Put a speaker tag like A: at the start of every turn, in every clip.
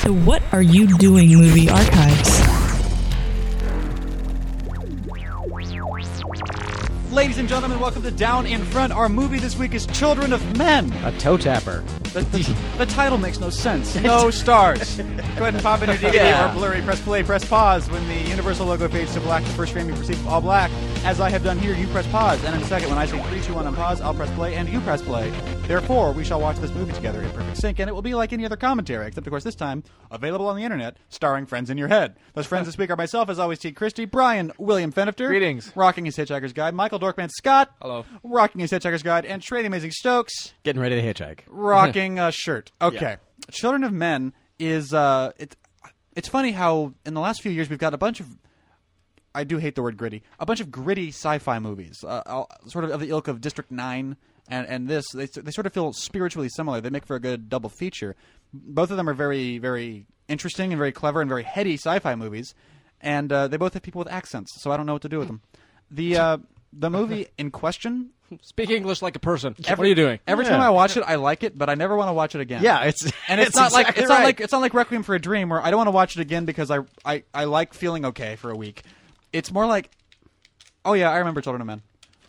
A: to What Are You Doing Movie Archives.
B: Ladies and gentlemen, welcome to Down in Front. Our movie this week is Children of Men.
C: A toe tapper.
B: The, the, the title makes no sense. No stars. Go ahead and pop in your DVD
C: Yeah.
B: or blurry. Press play. Press pause. When the Universal logo fades to black, the first frame you perceive all black. As I have done here, you press pause, and in a second, when I say three, two, one, and pause, I'll press play, and you press play. Therefore, we shall watch this movie together in perfect sync, and it will be like any other commentary, except of course this time available on the internet, starring friends in your head. Those friends this week are myself, as always, T. Christie, Brian, William Fenifter,
C: Greetings.
B: rocking his Hitchhiker's Guide, Michael Dorkman, Scott,
C: Hello.
B: rocking his Hitchhiker's Guide, and Trey the Amazing Stokes
C: Getting ready to hitchhike.
B: rocking a shirt. Okay. Children of Men is uh it's it's funny how in the last few years we've got a bunch of I do hate the word gritty. A bunch of gritty sci-fi movies, uh, all- sort of of the ilk of District Nine and and this. They s- they sort of feel spiritually similar. They make for a good double feature. Both of them are very very interesting and very clever and very heady sci-fi movies, and uh, they both have people with accents. So I don't know what to do with them. The uh, the movie in question.
D: Speak English like a person.
B: every-
D: what are you doing?
B: Every time I watch it, I like it, but I never want to watch it again.
C: Yeah, it's-
B: and it's,
C: it's
B: not like
C: exactly
B: it's not
C: right.
B: like it's not like Requiem for a Dream where I don't want to watch it again because I I I like feeling okay for a week. It's more like, oh yeah, I remember Children of Men.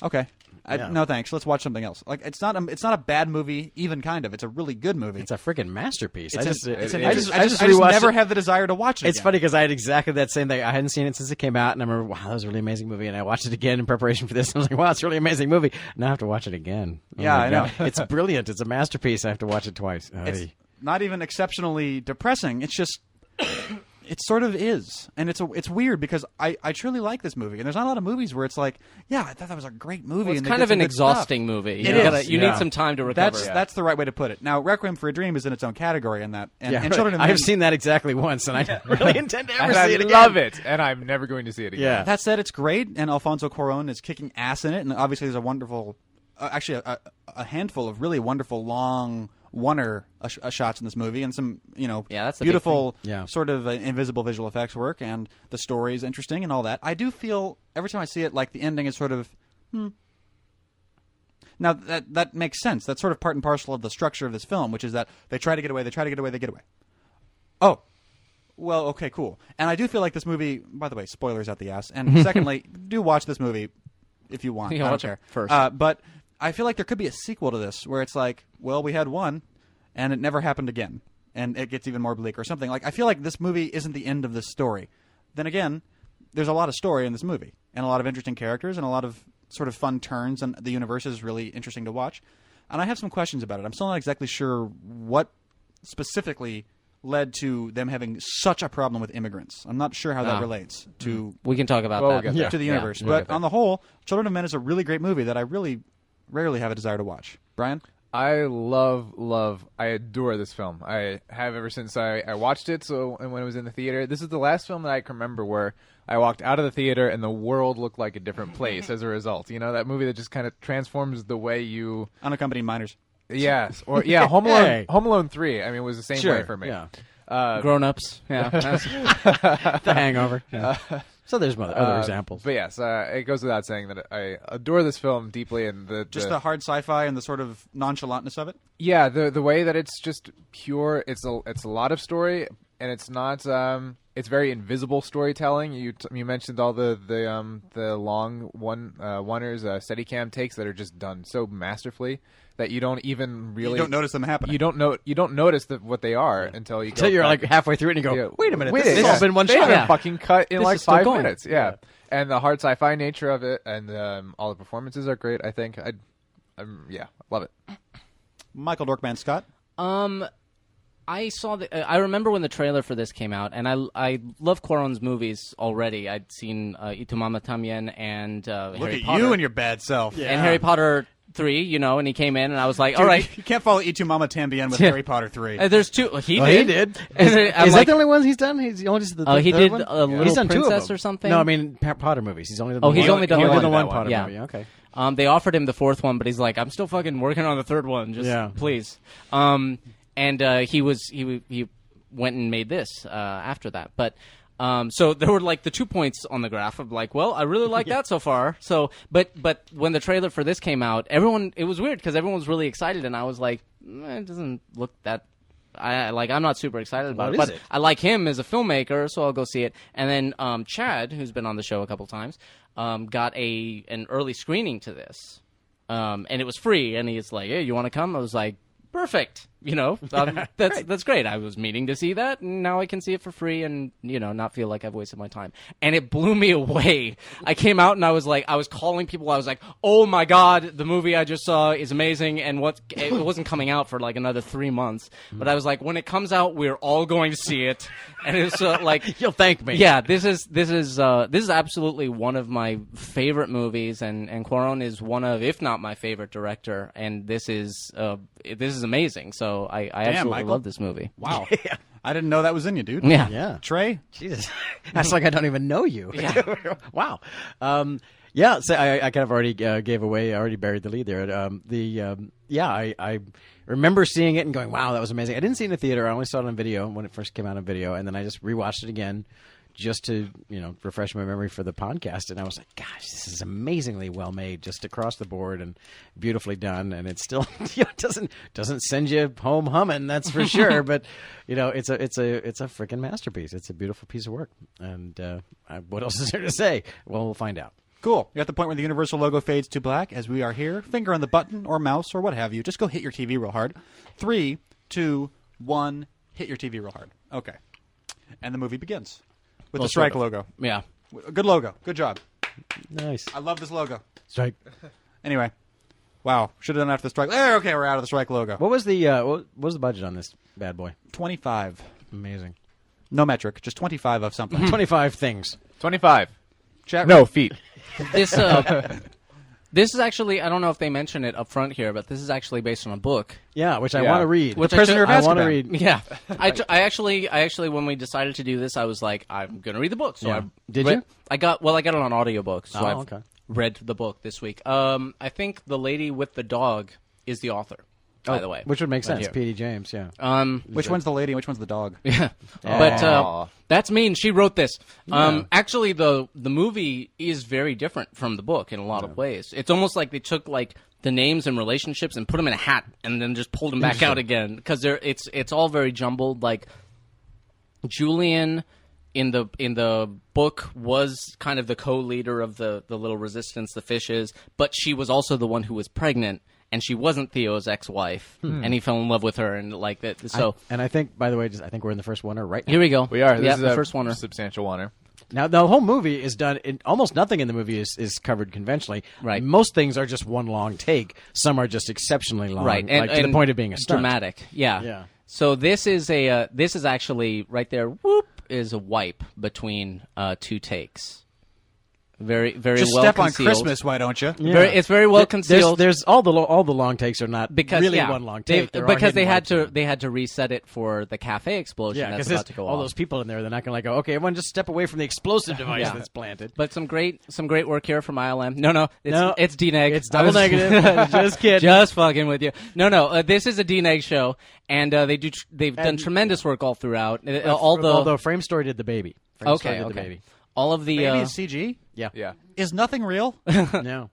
B: Okay, I,
C: Yeah.
B: no thanks. Let's watch something else. Like it's not a, it's not a bad movie, even kind of. It's a really good movie.
C: It's a freaking masterpiece.
B: It's
C: I
B: an-
C: just,
B: it's an
C: I
B: interest-
C: just,
B: I just, I just
C: rewatched
B: never
C: it.
B: have the desire to watch it.
C: It's
B: again.
C: funny because I had exactly that same thing. I hadn't seen it since it came out, and I remember, wow, that was a really amazing movie. And I watched it again in preparation for this. And I was like, wow, it's a really amazing movie. Now I have to watch it again. Oh
B: Yeah,
C: my
B: I
C: God.
B: know.
C: it's brilliant. It's a masterpiece. I have to watch it twice.
B: it's
C: Ay.
B: not even exceptionally depressing. It's just it sort of is, and it's a, it's weird because I, I truly like this movie, and there's not a lot of movies where it's like, yeah, I thought that was a great movie.
D: Well, it's
B: and they
D: kind
B: did
D: of
B: some
D: an
B: good stuff.
D: exhausting movie. You
B: It
D: gotta-
B: is.
D: You
C: Yeah.
D: need some time to recover.
B: That's that's the right way to put it. Now, Requiem for a Dream is in its own category in that, and,
C: yeah,
B: and Children of
C: I
B: Men-
C: have seen that exactly once, and I really intend to ever
E: and
C: see
E: I
C: it again.
E: love it, and I'm never going to see it again.
C: Yeah.
B: That said, it's great, and Alfonso Cuarón is kicking ass in it, and obviously there's a wonderful, uh, actually a, a, a handful of really wonderful long oneer uh, sh- uh, shots in this movie, and some you know
D: Yeah, that's the big
B: beautiful
C: thing. Yeah.
B: sort of uh, invisible visual effects work, and the story is interesting and all that. I do feel every time I see it, like the ending is sort of. hmm. Now that that makes sense. That's sort of part and parcel of the structure of this film, which is that they try to get away, they try to get away, they get away. Oh, well, okay, cool. And I do feel like this movie. By the way, spoilers out the ass. And secondly, do watch this movie if you want.
D: Yeah,
B: I don't
D: watch it
B: care.
D: first.
B: Uh, but I feel like there could be a sequel to this where it's like, well, we had one, and it never happened again, and it gets even more bleak or something. Like I feel like this movie isn't the end of this story. Then again, there's a lot of story in this movie, and a lot of interesting characters, and a lot of sort of fun turns, and the universe is really interesting to watch. And I have some questions about it. I'm still not exactly sure what specifically led to them having such a problem with immigrants. I'm not sure how that
D: Ah.
B: relates to
D: We can talk about
E: Well,
C: Oh,
E: we'll
D: that.
E: get there.
B: to the
D: Yeah.
B: universe.
D: Yeah.
B: but on the whole, Children of Men is a really great movie that I really rarely have a desire to watch. Brian,
E: I love, love, I adore this film. I have ever since I, I watched it. So and when it was in the theater, this is the last film that I can remember where I walked out of the theater and the world looked like a different place as a result. You know that movie that just kind of transforms the way you.
B: unaccompanied minors.
E: Yes, or yeah, Home Alone.
C: Hey.
E: Home Alone Three. I mean, was the same
C: Sure,
E: way for me.
C: yeah.
E: Uh,
D: grown-ups. Yeah.
C: the hangover. Yeah. so there's other, other examples.
E: But yes, uh, it goes without saying that I adore this film deeply, and the
B: Just the hard sci-fi and the sort of nonchalantness of it.
E: Yeah, the the way that it's just pure. It's a it's a lot of story, and it's not. Um, it's very invisible storytelling. You t- you mentioned all the the um the long one uh, oneers uh, steadicam takes that are just done so masterfully that you don't even really
B: don't notice them happening.
E: You don't know you don't notice the, what they are until you
C: Until
E: go
C: you're
E: back
C: like halfway through it and you go,
E: yeah.
C: wait a minute,
E: Wait
C: this has
E: yeah.
C: all been one
E: they
C: shot.
E: had a
C: Yeah.
E: fucking cut in
C: This
E: like
C: is still
E: five
C: going.
E: minutes. Yeah. and the hard sci-fi nature of it, and um, all the performances are great. I think I, um, yeah, love it.
B: Michael Dorkman Scott.
D: Um, I saw the. uh, I remember when the trailer for this came out, and I I love Cuaron's movies already. I'd seen uh, Itumama Tambien and uh, Harry
B: Look at
D: Potter
B: you and your bad self.
D: and Harry Potter three. You know, and he came in, and I was like, all
B: Dude,
D: right.
B: You can't follow E2 Mama Tambien with Harry Potter 3.
D: uh, there's two. He
C: Well,
D: did.
C: Oh, he did.
D: And
C: Is,
D: then I'm
C: is
D: like-
C: that the only ones he's done? He's only just the.
D: Oh, he
C: third
D: did
C: one?
D: a Little
C: He's done two of
D: Princess
C: them.
D: or something?
C: No, I mean Pa- Potter movies. He's only done.
D: Oh,
C: the
D: he's
C: one.
D: only done
C: he
D: one.
C: did the
D: Only
C: one
D: that one.
C: Potter
D: Yeah.
C: movie. Okay.
D: Um, they offered him the fourth one, but he's like, "I'm still fucking working on the third one. Just
C: Yeah.
D: please." Um, and uh, he was he w- he went and made this uh, after that, but. Um, so there were like the two points on the graph of like, well, I really like that so far. So, but but when the trailer for this came out, everyone it was weird because everyone was really excited, and I was like, "Mm, it doesn't look that I like. I'm not super excited about
C: What
D: it,
C: is
D: but
C: it?
D: I like him as a filmmaker, so I'll go see it. And then um, Chad, who's been on the show a couple times, um, got a an early screening to this, um, and it was free. And he's like, "Hey, you want to come?" I was like, "Perfect." You know, um, that's that's great. I was meaning to see that, and now I can see it for free, and you know, not feel like I've wasted my time. And it blew me away. I came out and I was like, I was calling people. I was like, "Oh my god, the movie I just saw is amazing!" And what it wasn't coming out for like another three months, but I was like, when it comes out, we're all going to see it. And it's uh, like
C: You'll thank me.
D: yeah, this is this is uh, this is absolutely one of my favorite movies, and and Cuarón is one of, if not my favorite director, and this is uh, this is amazing. So I, I absolutely
B: Michael.
D: love this movie.
B: Wow. I didn't know that was in you, dude.
D: Yeah.
C: Yeah.
B: Trey,
C: Jesus, that's like I don't even know you.
D: Yeah.
C: wow. Um, yeah. So I, I kind of already uh, gave away. I already buried the lead there. Um, the um, yeah, I, I remember seeing it and going, "Wow, that was amazing." I didn't see it in the theater. I only saw it on video when it first came out on video, and then I just rewatched it again just to you know refresh my memory for the podcast. And I was like, "Gosh, this is amazingly well made, just across the board and beautifully done." And it still you know, doesn't doesn't send you home humming, that's for sure. but you know, it's a it's a it's a freaking masterpiece. It's a beautiful piece of work. And uh, I, what else is there to say? Well, we'll find out.
B: cool. You're at the point where the Universal logo fades to black as we are here. Finger on the button or mouse or what have you. Just go hit your TV real hard. Three, two, one, hit your TV real hard. Okay. And the movie begins with the
D: sort
B: strike
D: of.
B: logo.
D: Yeah.
B: W- Good logo. Good job.
C: Nice
B: I love this logo.
C: strike.
B: Anyway. Wow. Should have done after the strike. Eh, okay, we're out of the strike logo.
C: What was the uh, what was the budget on this bad boy?
B: 25.
C: Amazing.
B: No metric, just 25 of something.
C: Twenty five things.
E: Twenty-five.
B: Chat
E: No feet.
D: This uh, this is actually I don't know if they mention it up front here, but this is actually based on a book.
C: Yeah, which I
E: Yeah.
C: want to read.
D: Which I
B: Prisoner
D: took-
B: of
C: I want to
B: Azkaban.
C: read.
D: Yeah, I, t- I actually, I actually, when we decided to do this, I was like, I'm gonna read the book. So
C: Yeah.
D: I
C: Did
D: read-
C: you?
D: I got well, I got it on audiobook, so
C: Oh,
D: I've
C: okay.
D: read the book this week. Um, I think the lady with the dog is the author, by the way,
C: Oh, Which would make
D: Right
C: sense.
D: here.
C: P.D. James, yeah.
D: Um,
B: Which one's the lady and which one's the dog?
D: but uh,
E: Aw.
D: that's mean. She wrote this. Um, actually, the the movie is very different from the book in a lot of ways. It's almost like they took like the names and relationships and put them in a hat, and then just pulled them back out again because they're it's it's all very jumbled. Like Julian in the in the book was kind of the co-leader of the the little resistance, the fishes, but she was also the one who was pregnant. And she wasn't Theo's ex-wife,
E: Hmm.
D: and he fell in love with her, and like that. So
C: And I think, by the way, just, I think we're in the first one or right now.
D: here we go.
E: We are. This
D: yeah,
E: is
D: the
E: a
D: first one.
E: Substantial oneer.
C: Now the whole movie is done. In, almost nothing in the movie is, is covered conventionally.
D: Right.
C: Most things are just one long take. Some are just exceptionally long.
D: right and,
C: Um, like, to the
D: and
C: point of being a stunt.
D: dramatic yeah
C: Yeah.
D: so this is a uh, this is actually right there whoop is a wipe between uh, two takes very very
B: Just
D: well
B: step
D: concealed.
B: on Christmas, why don't you?
C: Yeah.
D: Very- it's very well
C: There-
D: concealed.
C: There's, there's all the lo- all the long takes are not
D: because
C: really
D: yeah,
C: one long
D: they-
C: take. There are
D: because they
C: hidden
D: had
C: ones.
D: to they had to reset it for the cafe explosion
C: Yeah,
D: that's
C: because
D: about to go
C: all
D: off.
C: those people in there, they're not going to like go. Okay, everyone, just step away from the explosive device
D: Yeah.
C: that's planted.
D: but some great some great work here from ILM. No, no, it's
C: No,
D: it's D neg.
C: it's double negative. Just kidding.
D: Just fucking with you. No, no, uh, this is a D neg show, and uh, they do tr- they've done
C: And-
D: tremendous work all throughout. Uh, all the
C: although Frame Story did the baby. Frame Story
D: okay,
C: did
D: okay,
C: the baby.
D: all of the
B: Baby
D: uh,
B: is CG?
C: Yeah,
E: Yeah.
B: Is nothing real?
C: no.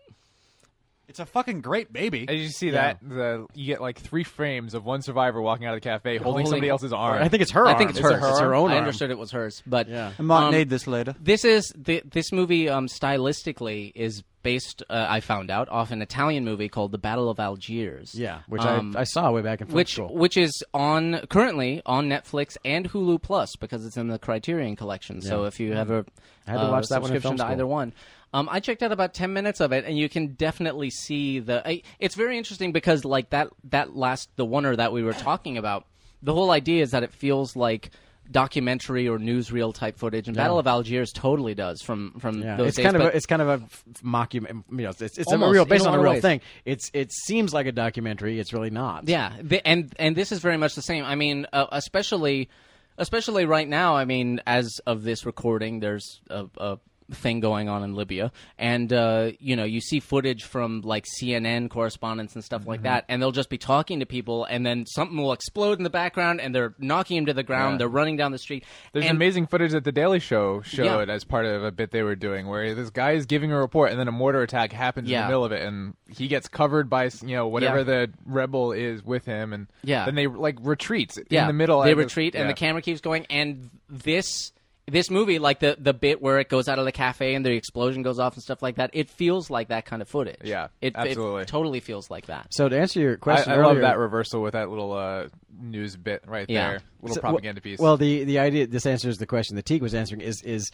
B: it's a fucking great baby.
E: As you see
C: Yeah.
E: that, the you get like three frames of one survivor walking out of the cafe holding,
D: Holding-
E: somebody else's arm.
C: I think it's her.
D: I
C: arm.
D: think it's
E: Is it
D: hers.
E: her
C: It's her
E: arm?
C: own
D: I
C: arm.
D: understoed it was hers, but
C: Yeah.
B: I might
D: um,
B: need this later.
D: this is the, this movie um, stylistically is based. Uh, I found out off an Italian movie called The Battle of Algiers.
C: Yeah, which
D: Um,
C: I, I saw way back in film
D: which
C: school.
D: which is on currently on Netflix and Hulu Plus because it's in the Criterion collection. So if you have a
C: I had to
D: uh,
C: watch that one in
D: subscription
C: film
D: to
C: school.
D: either one, um, I checked out about ten minutes of it, and you can definitely see the. I, it's very interesting because like that that last the oneer that we were talking about, the whole idea is that it feels like documentary or newsreel type footage, and Battle of Algiers totally does from from
C: Yeah,
D: those
C: it's
D: days,
C: kind of
D: but-
C: a, it's kind of a f- mockument. You know, it's it's a
D: Almost,
C: real
D: in
C: based
D: a
C: on
D: lot
C: a
D: of
C: real
D: ways.
C: thing. It's it seems like a documentary. It's really not.
D: Yeah, the, and and this is very much the same. I mean, uh, especially especially right now. I mean, as of this recording, there's a, a thing going on in Libya, and uh, you know you see footage from like CNN correspondents and stuff like that, and they'll just be talking to people, and then something will explode in the background, and they're knocking him to the ground, they're running down the street.
E: There's
D: and-
E: amazing footage that the Daily Show
D: Yeah.
E: showed as part of a bit they were doing, where this guy is giving a report, and then a mortar attack happens in
D: Yeah.
E: the middle of it, and he gets covered by you know whatever
D: Yeah.
E: the rebel is with him, and
D: Yeah.
E: then they like retreat
D: yeah,
E: in the middle.
D: They
E: of this-
D: retreat,
E: yeah.
D: and the camera keeps going. And this this movie, like the the bit where it goes out of the cafe and the explosion goes off and stuff like that, it feels like that kind of footage.
E: Yeah,
D: it,
E: absolutely.
D: it totally feels like that.
C: So to answer your
E: I,
C: question,
E: I love
C: earlier-
E: that reversal with that little uh, news bit right
D: Yeah.
E: there, little
C: So,
E: propaganda
C: well,
E: piece.
C: Well, the the idea this answers the question that Teague was answering is is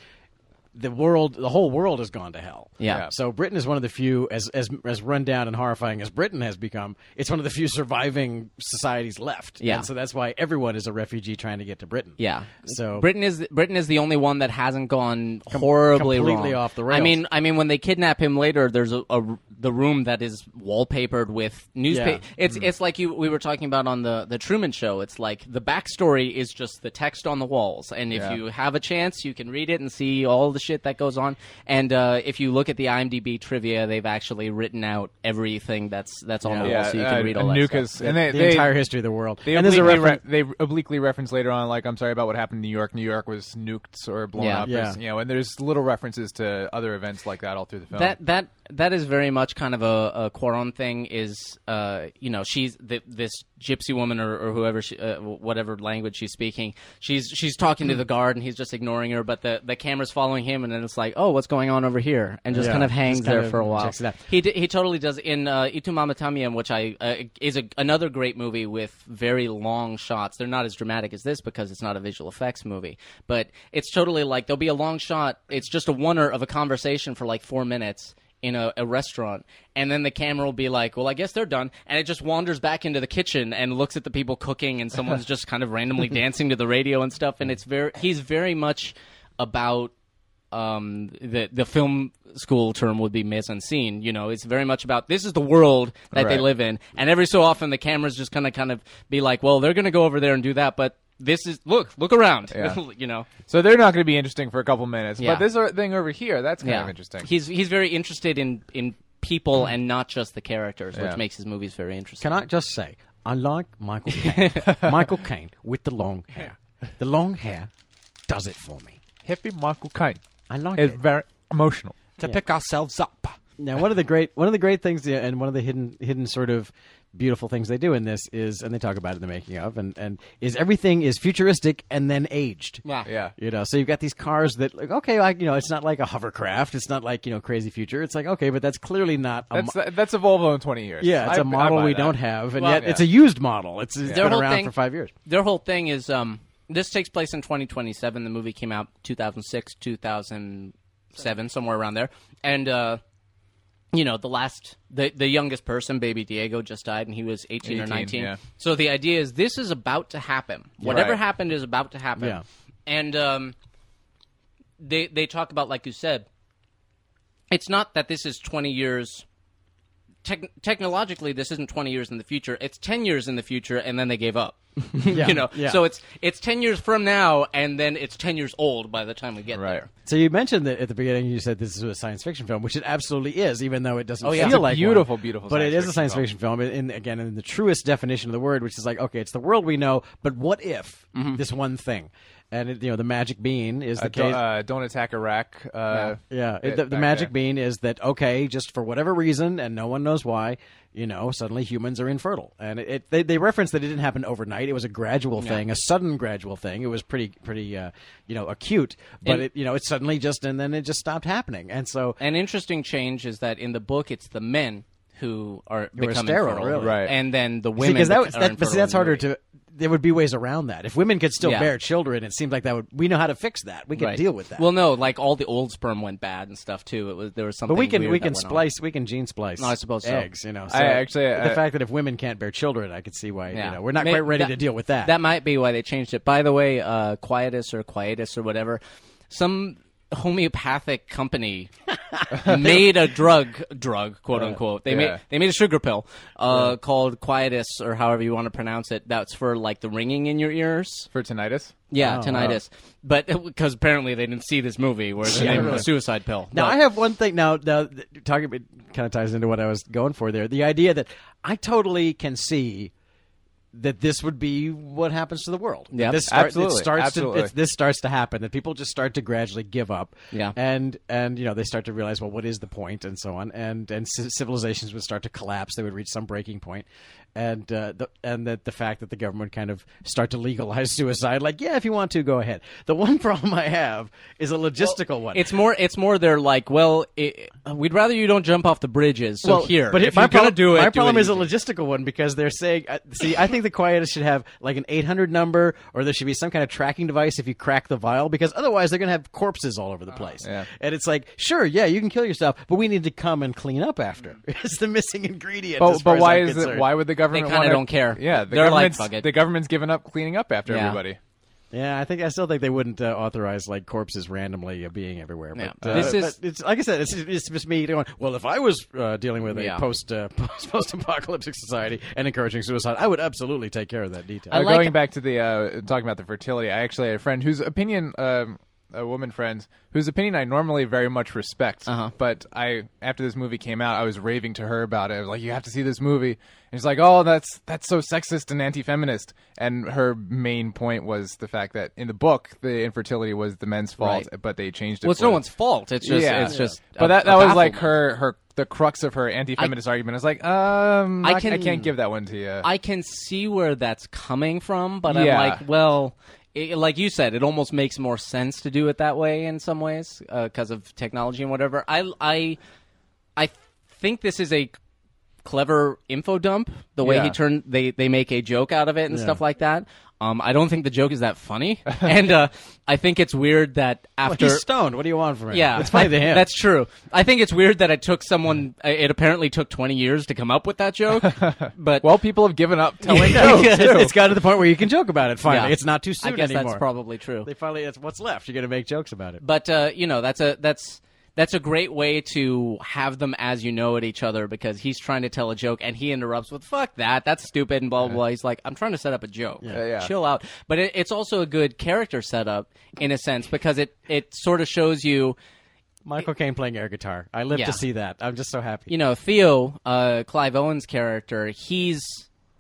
C: the world the whole world has gone to hell.
D: Yeah.
C: So Britain is one of the few as as as run down and horrifying as Britain has become, it's one of the few surviving societies left.
D: Yeah.
C: And so that's why everyone is a refugee trying to get to Britain.
D: Yeah.
C: So
D: Britain is Britain is the only one that hasn't gone horribly
C: completely
D: wrong.
C: off the rails.
D: I mean, I mean, when they kidnap him later, there's a, a- the room that is wallpapered with newspaper.
C: Yeah. Mm-hmm.
D: It's it's like you we were talking about on the the Truman Show. It's like the backstory is just the text on the walls, and if
E: Yeah.
D: you have a chance, you can read it and see all the shit that goes on. And uh, if you look at the IMDb trivia, they've actually written out everything that's that's
C: Oh,
D: on the
E: yeah,
D: wall, so you can
E: uh,
D: read all that.
E: Nuke
D: stuff.
E: is- and they,
C: the
E: they-
C: entire history of the world.
E: They
C: and there's a
E: obliquely,
C: reference
E: re- they obliquely reference later on, like "I'm sorry about what happened in New York. New York was nuked or blown
D: Yeah.
E: up." or
C: Yeah.
E: s- you know, and there's little references to other events like that all through the film.
D: That that that is very much kind of a, a Quaron thing. Is uh, you know she's th- this gypsy woman or, or whoever she, uh, wh- whatever language she's speaking. She's she's talking to the guard and he's just ignoring her, but the, the camera's following him and then it's like oh what's going on over here and just
C: Yeah.
D: kind of hangs
C: Just kind
D: there
C: of
D: for a while.
C: checks it out.
D: He d- he totally does in uh, Itumama Tamiya, which I uh, is a, another great movie with very long shots. They're not as dramatic as this because it's not a visual effects movie, but it's totally like there'll be a long shot. It's just a oneer of a conversation for like four minutes in a, a restaurant, and then the camera will be like, "Well, I guess they're done," and it just wanders back into the kitchen and looks at the people cooking, and someone's just kind of randomly dancing to the radio and stuff. And it's very he's very much about um, the the film school term would be mise en scene. You know, it's very much about this is the world that they
E: Right.
D: live in, and every so often the cameras just kind of kind of be like, well, they're going to go over there and do that, but this is look, look around.
E: Yeah.
D: you know,
E: So they're not going to be interesting for a couple minutes.
D: Yeah.
E: But this o- thing over here, that's kind
D: yeah,
E: of interesting. Mm.
D: He's he's very interested in in people and not just the characters,
E: Yeah.
D: which makes his movies very interesting.
C: Can I just say, I like Michael Caine. Michael Caine with the long hair. The long hair does it for me.
E: Hippie Michael Caine
C: I like
E: is
C: it.
E: very emotional.
B: to pick ourselves up.
C: Now, one of the great one of the great things yeah, and one of the hidden hidden sort of beautiful things they do in this is, and they talk about it in the making of, and and is everything is futuristic and then aged.
E: Yeah.
C: You know, so you've got these cars that, like, okay, like you know, it's not like a hovercraft, it's not like you know, crazy future. It's like okay, but that's clearly not a.
E: That's
C: mo-
E: that's a Volvo in 20 years.
C: yeah, it's
E: a
C: a model we don't have, and
D: Well,
C: yet it's a
E: yeah.
C: used model. It's, it's
D: Their
C: been
D: whole
C: around
D: thing-
C: for five years.
D: Their whole thing is um, this takes place in 2027. The movie came out 2006, 2007, somewhere around there. And uh, you know, the last, the the youngest person, baby Diego, just died, and he was 18, or
E: 18,
D: 19.
E: yeah.
D: So the idea is this is about to happen. Whatever
E: Right.
D: happened is about to happen.
C: Yeah.
D: And um, they they talk about like you said, it's not that this is 20 years tech- technologically this isn't 20 years in the future it's 10 years in the future and then they gave up you know
C: yeah.
D: so it's it's 10 years from now and then it's 10 years old by the time we get
E: Right.
D: there
C: So you mentioned that at the beginning. You said this is a science fiction film, which it absolutely is, even though it doesn't
D: Oh, yeah.
C: feel
D: It's a
C: like
E: beautiful,
C: one.
E: beautiful
C: But it
E: science
C: is a
E: fiction
C: science
E: film.
C: fiction film, in again in the truest definition of the word, which is like okay, it's the world we know, but what if
E: Mm-hmm.
C: this one thing? And it, you know, the magic bean is the
E: Uh,
C: case.
E: don't, uh, don't attack Iraq. Uh,
C: yeah, it-
E: bit
C: the, the
E: back
C: magic
E: there.
C: bean is that okay, just for whatever reason, and no one knows why. You know, suddenly humans are infertile, and it, it they, they reference that it didn't happen overnight. It was a gradual thing, a sudden gradual thing. It was pretty pretty uh, you know acute, but
D: And-
C: it you know it suddenly just and then it just stopped happening, and so
D: an interesting change is that in the book it's the men who are
C: are
D: becoming
C: sterile,
D: infertile,
C: really.
E: Right.
D: and then the
C: See,
D: women
C: 'cause
D: bec-
C: that, was-
D: are
C: that but see,
D: infertile
C: that's
D: in the
C: harder
D: movie.
C: to. There would be ways around that. If women could still
D: Yeah.
C: bear children, it seems like that would. We know how to fix that. We can
D: Right.
C: deal with that.
D: well no like all the old sperm went bad and stuff too it was there was something
C: but we can
D: weird
C: we
D: that
C: can
D: went on.
C: splice. We can gene splice.
D: No, I suppose so.
C: eggs. You know, so
E: I actually-
C: the
E: I-
C: fact that if women can't bear children, I could see why.
D: Yeah.
C: You know, we're not
D: May-
C: quite ready to deal with that.
D: That might be why they changed it. By the way, uh, Quietus or Quietus or whatever, some homeopathic company made a drug, drug quote
C: Uh,
D: unquote. They
E: yeah.
D: made they made a sugar pill uh, called Quietus or however you want to pronounce it. That's for like the ringing in your ears.
E: for tinnitus.
C: Oh,
D: Yeah, tinnitus. But uh, because apparently they didn't see this movie where they named it a suicide pill.
C: Now
D: But-
C: I have one thing. Now, now th- talking about kind of ties into what I was going for there. The idea that I totally can see that this would be what happens to the world.
D: Yep.
C: this start-
E: Absolutely.
C: It starts
E: Absolutely.
C: To, it's, this starts to happen. That people just start to gradually give up.
D: Yeah.
C: and and you know they start to realize well what is the point and so on and and c- civilizations would start to collapse. They would reach some breaking point. And uh, the, and that the fact that the government kind of start to legalize suicide, like yeah, if you want to, go ahead. The one problem I have is a logistical one.
D: It's more. It's more. They're like, well, it, we'd rather you don't jump off the bridges. So
C: Well,
D: here,
C: But
D: if
C: my
D: you're
C: problem,
D: gonna do it,
C: my
D: do
C: problem
D: it
C: is a
D: easy.
C: logistical one because they're saying, uh, see, I think the quietest should have like an 800 number, or there should be some kind of tracking device if you crack the vial, because otherwise they're going to have corpses all
D: Uh,
C: over the place.
E: yeah.
C: And it's like, sure, yeah, you can kill yourself, but we need to come and clean up after. it's the missing ingredient. as
E: But,
C: far
E: but
C: as
E: why
C: I'm
E: is it?
C: concerned.
E: Why would the government?
D: kinda
E: wanna-
D: don't care.
E: Yeah, the
D: They're like,
E: government's
D: "Fuck it."
E: the government's given up cleaning up after
D: Yeah.
E: everybody.
C: Yeah, I think I still think they wouldn't uh, authorize like corpses randomly uh, being everywhere. But,
D: Yeah.
C: uh,
D: This is-
C: but it's like I said, it's, it's just me going. Well, if I was uh, dealing with a
D: Yeah.
C: post uh, post apocalyptic society and encouraging suicide, I would absolutely take care of that detail.
E: Uh,
D: I like-
E: going back to the uh, talking about the fertility, I actually had a friend whose opinion, um, a woman friend whose opinion I normally very much respect,
D: Uh-huh.
E: but I after this movie came out, I was raving to her about it. I was like, "You have to see this movie," and she's like, "Oh, that's that's so sexist and anti-feminist." And her main point was the fact that in the book, the infertility was the men's fault,
D: Right.
E: but they changed it.
D: Well, it's
E: for
D: no
E: the-
D: one's fault. It's just.
E: yeah,
D: It's just.
E: But
D: a-
E: that
D: a
E: that was like
D: bafflement.
E: her her the crux of her anti-feminist argument. I was like, um, I,
D: I
E: can, I
D: can-
E: can't give that one to you.
D: I can see where that's coming from, but
E: Yeah.
D: I'm like, well, it, like you said, it almost makes more sense to do it that way in some ways because of technology and whatever. I, I, I think this is a clever info dump. The way
E: Yeah.
D: he turned, they they make a joke out of it and stuff like that. Um, I don't think the joke is that funny, and uh, I think it's weird that after
C: He's stoned. What do you want from him?
D: yeah,
C: it's funny to him.
D: That's true. I think it's weird that it took someone. It apparently took twenty years to come up with that joke. But
E: well, people have given up telling
C: Yeah,
E: jokes.
C: it's,
E: too.
C: it's gotten to the point where you can joke about it. Finally,
D: Yeah.
C: it's not too soon
D: I guess
C: anymore.
D: that's probably true.
C: they finally. It's what's left. You're going to make jokes about it.
D: But uh, you know, that's a that's that's a great way to have them as you know at each other because he's trying to tell a joke and he interrupts with "fuck that, that's stupid" and blah blah. blah. He's like, "I'm trying to set up a joke.
E: yeah.
D: Chill out." But it, it's also a good character setup in a sense because it it sort of shows you.
C: Michael Caine playing air guitar. I live
D: Yeah.
C: to see that. I'm just so happy.
D: you know Theo, uh, Clive Owen's character, he's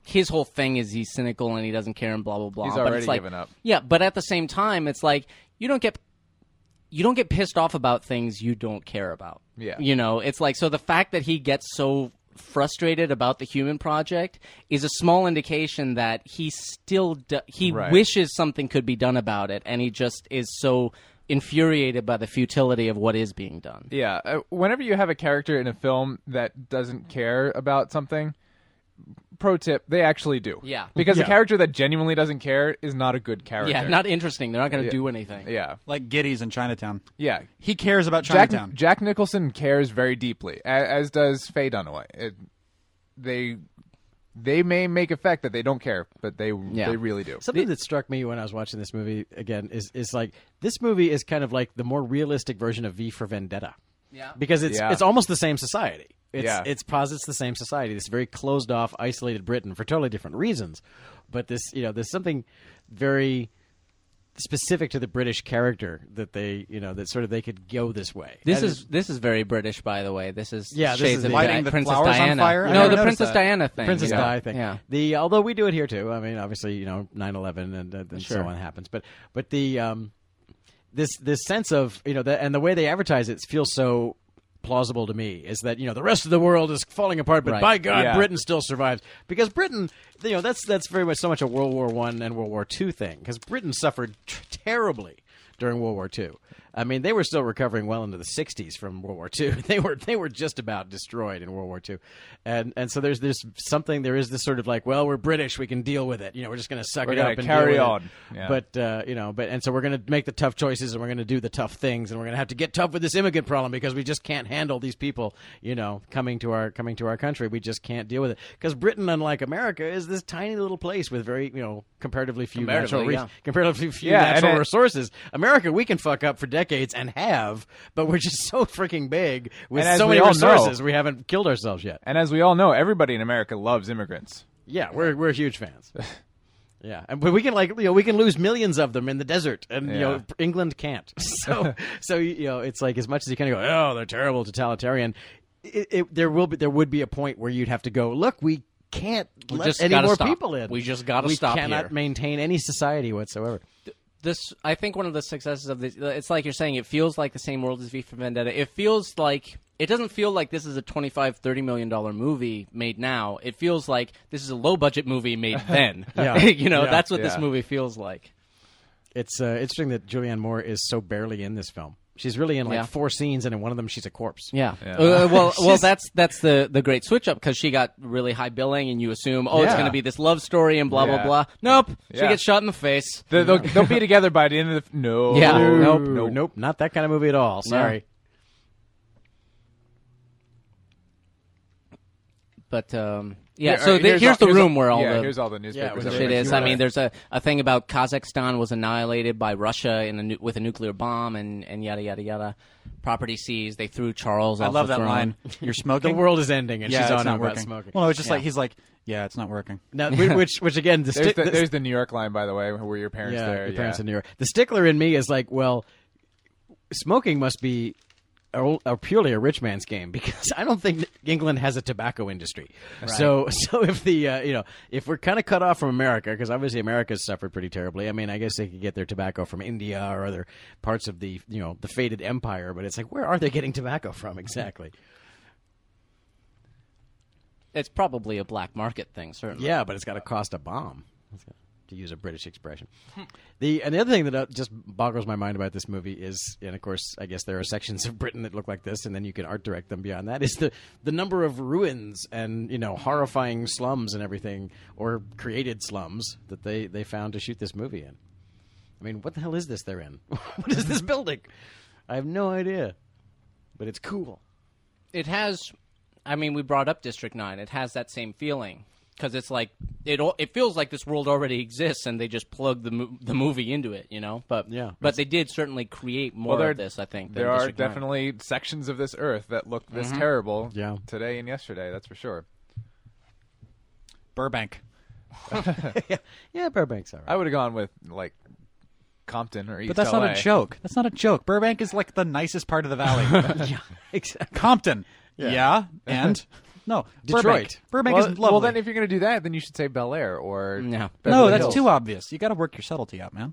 D: his whole thing is he's cynical and he doesn't care and blah blah blah.
E: He's
D: But
E: already
D: it's like-
E: given up.
D: Yeah, but at the same time, it's like you don't get you don't get pissed off about things you don't care about.
E: Yeah.
D: you know, it's like so the fact that he gets so frustrated about the human project is a small indication that he still do- he
E: Right.
D: wishes something could be done about it and he just is so infuriated by the futility of what is being done.
E: Yeah, uh, whenever you have a character in a film that doesn't care about something, pro tip, they actually do.
D: Yeah.
E: Because
C: Yeah.
E: a character that genuinely doesn't care is not a good character.
D: Yeah, not interesting. They're not going to do anything.
E: Yeah.
B: like Giddies in Chinatown.
E: Yeah.
B: He cares about
E: Jack
B: Chinatown.
E: Jack Nicholson cares very deeply, a- as does Faye Dunaway. It, they they may make effect that they don't care, but they they really do.
C: Something that struck me when I was watching this movie again is is like this movie is kind of like the more realistic version of V for Vendetta. Yeah. Because it's
E: Yeah.
C: it's almost the same society. It's
E: Yeah.
C: it's posits the same society, this very closed off, isolated Britain for totally different reasons. But this you know, there's something very specific to the British character that they you know, that sort of they could go this way.
D: This
C: That
D: is, this is very British, by the way. This is
C: Yeah, this
D: shades
C: is
D: of
C: the- Lighting
D: Di-
B: the
D: Princess
B: flowers on
D: Diana.
B: fire? I
D: No,
B: never
D: the
B: noticed
D: Princess
B: that.
D: Diana thing.
C: Princess
D: yeah.
C: Di thing.
D: Yeah.
C: The although we do it here too. I mean, obviously, you know, 9-11 and, and so on happens. But but the um, this this sense of you know, the, and the way they advertise it feels so plausible to me is that you know the rest of the world is falling apart, but
D: Right.
C: by God,
E: Yeah.
C: Britain still survives because Britain, you know, that's that's very much so much a World War One and World War Two thing because Britain suffered t- terribly during World War Two. I mean, they were still recovering well into the '60s from World War Two. They were they were just about destroyed in World War Two, and and so there's there's something there is this sort of like, well, we're British, we can deal with it. You know, we're just going to suck it
E: gonna
C: up and
E: carry
C: deal with it.
E: on. Yeah.
C: But but uh, you know, but and so we're going to make the tough choices, and we're going to do the tough things, and we're going to have to get tough with this immigrant problem because we just can't handle these people, you know, coming to our coming to our country. We just can't deal with it because Britain, unlike America, is this tiny little place with very you know comparatively few
D: Comparatively,
C: natural re-
D: yeah.
C: comparatively few
E: Yeah, and
C: natural
E: it-
C: resources. America, we can fuck up for decades and have, but we're just so freaking big with
E: And as
C: so
E: we
C: many
E: all
C: resources,
E: know-
C: we haven't killed ourselves yet.
E: And as we all know, everybody in America loves immigrants.
C: Yeah, we're we're huge fans. Yeah, and but we can like you know we can lose millions of them in the desert, and you know
E: Yeah.
C: England can't. So so you know it's like as much as you kind of go, oh, they're terrible, totalitarian. It, it, there will be there would be a point where you'd have to go, look, we can't let
D: just
C: any
D: gotta
C: more
D: stop.
C: people in.
D: We just gotta
C: We
D: stop
C: cannot
D: here."
C: maintain any society whatsoever.
D: this i think one of the successes of this it's like you're saying it feels like the same world as v for vendetta it feels like it doesn't feel like this is a 25 30 million dollar movie made now it feels like this is a low budget movie made then
C: Yeah.
D: you know
C: Yeah.
D: that's what this
E: Yeah.
D: movie feels like
C: It's uh, interesting that Julianne Moore is so barely in this film. She's really in like
D: Yeah.
C: four scenes, and in one of them she's a corpse.
D: yeah. Uh, well, well, that's that's the the great switch up because she got really high billing, and you assume, oh, it's
C: Yeah.
D: going to be this love story and blah
E: Yeah.
D: blah blah. Nope, she
E: Yeah.
D: gets shot in the face.
E: They- They'll, they'll be together by the end of the. No.
D: Yeah.
C: No,
D: Nope.
C: nope, nope, not that kind of movie at all. Sorry.
D: But um, yeah,
E: Here-
D: so
E: uh,
D: the- here's, the
E: all-
D: room where all
E: yeah,
D: the
E: here's all the newspapers.
C: where the
D: shit
E: everything.
D: is. I mean, there's a, a thing about Kazakhstan was annihilated by Russia in a nu- with a nuclear bomb and, and yada yada yada. Property seized. They threw Charles.
B: I
D: off
B: love
D: the
B: that
D: throne.
B: line. You're smoking.
C: The world is ending, and
B: yeah,
C: she's
B: it's
C: on
B: not
C: about
B: working.
C: smoking.
B: Well, no, it's just like he's like, yeah, it's not working.
C: Now, whi- which which again, the,
E: There's
C: stick
E: the,
C: the-
E: there's the New York line, by the way, where your parents
C: yeah,
E: there.
C: your parents
E: yeah.
C: in New York. The stickler in me is like, well, smoking must be a, a purely a rich man's game because I don't think England has a tobacco industry. So so if the uh, you know if we're kind of cut off from America because obviously America's suffered pretty terribly. I mean, I guess they could get their tobacco from India or other parts of the you know the faded empire, but it's like where are they getting tobacco from exactly?
D: It's probably a black market thing, certainly.
C: Yeah, but it's got to cost a bomb, to use a British expression. the and the other thing that uh, just boggles my mind about this movie is, and of course, I guess there are sections of Britain that look like this, and then you can art direct them beyond that. Is the the number of ruins and you know horrifying slums and everything, or created slums that they they found to shoot this movie in. I mean, what the hell is this they're in? what is this building? I have no idea, but it's cool.
D: It has. I mean, we brought up District Nine. It has that same feeling because it's like it. al- It feels like this world already exists, and they just plugged the mo- the movie into it. You know, but
C: Yeah.
D: but they did certainly create more
E: Well, there-
D: of this. I think than
E: There are
D: District 9.
E: definitely sections of this earth that look this
B: Mm-hmm.
E: terrible
C: Yeah.
E: today and yesterday, that's for sure.
B: Burbank.
C: Yeah, Burbank's all right.
E: I would have gone with, like, Compton or East
B: But that's
E: LA.
B: not a joke. That's not a joke. Burbank is like the nicest part of the valley.
C: yeah, exactly.
B: Compton. Yeah. and no.
C: Detroit.
B: Burbank, Burbank
E: Well,
B: is lovely.
E: well, then if you're going to do that, then you should say Bel Air or.
D: No.
E: Beverly
B: no, that's
E: Hills.
B: too obvious. You got to work your subtlety out, man.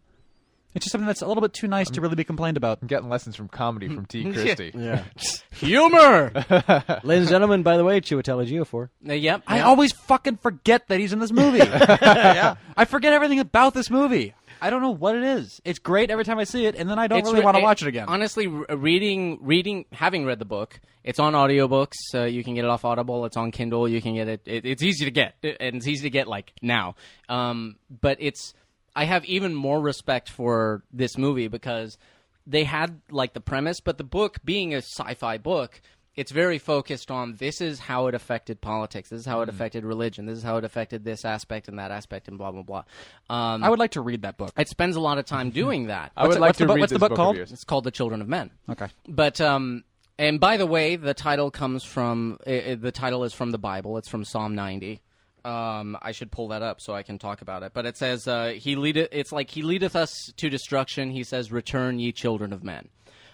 B: It's just something that's a little bit too nice to really be complained about.
E: I'm getting lessons from comedy from T. Christie.
C: Yeah.
D: humor.
C: Ladies and gentlemen, by the way, Chiwetel Ejiofor.
D: Uh, yep.
B: I always fucking forget that he's in this movie. yeah. I forget everything about this movie. I don't know what it is. It's great every time I see it, and then I don't really
D: re-
B: want to watch it again.
D: Honestly, re- reading, reading, having read the book, it's on audiobooks. Uh, you can get it off Audible. It's on Kindle. You can get it. it it's easy to get, uh, and it's easy to get like now. Um, but it's I have even more respect for this movie because they had like the premise, but the book being a sci-fi book. It's very focused on this is how it affected politics. This is how it
B: Mm.
D: affected religion. This is how it affected this aspect and that aspect and blah blah blah. Um,
B: I would like to read that book.
D: it spends a lot of time doing that.
E: I would
B: it-
E: like
B: what's
E: to
B: the bu-
E: read
B: what's the
E: this
B: book
E: book
B: called?
E: Of yours.
D: It's called The Children of Men.
B: Okay.
D: But um, and by the way, the title comes from uh, uh, the title is from the Bible. It's from Psalm 90. Um, I should pull that up so I can talk about it. But it says, uh, "He leadeth." It's like he leadeth us to destruction. He says, "Return, ye children of men."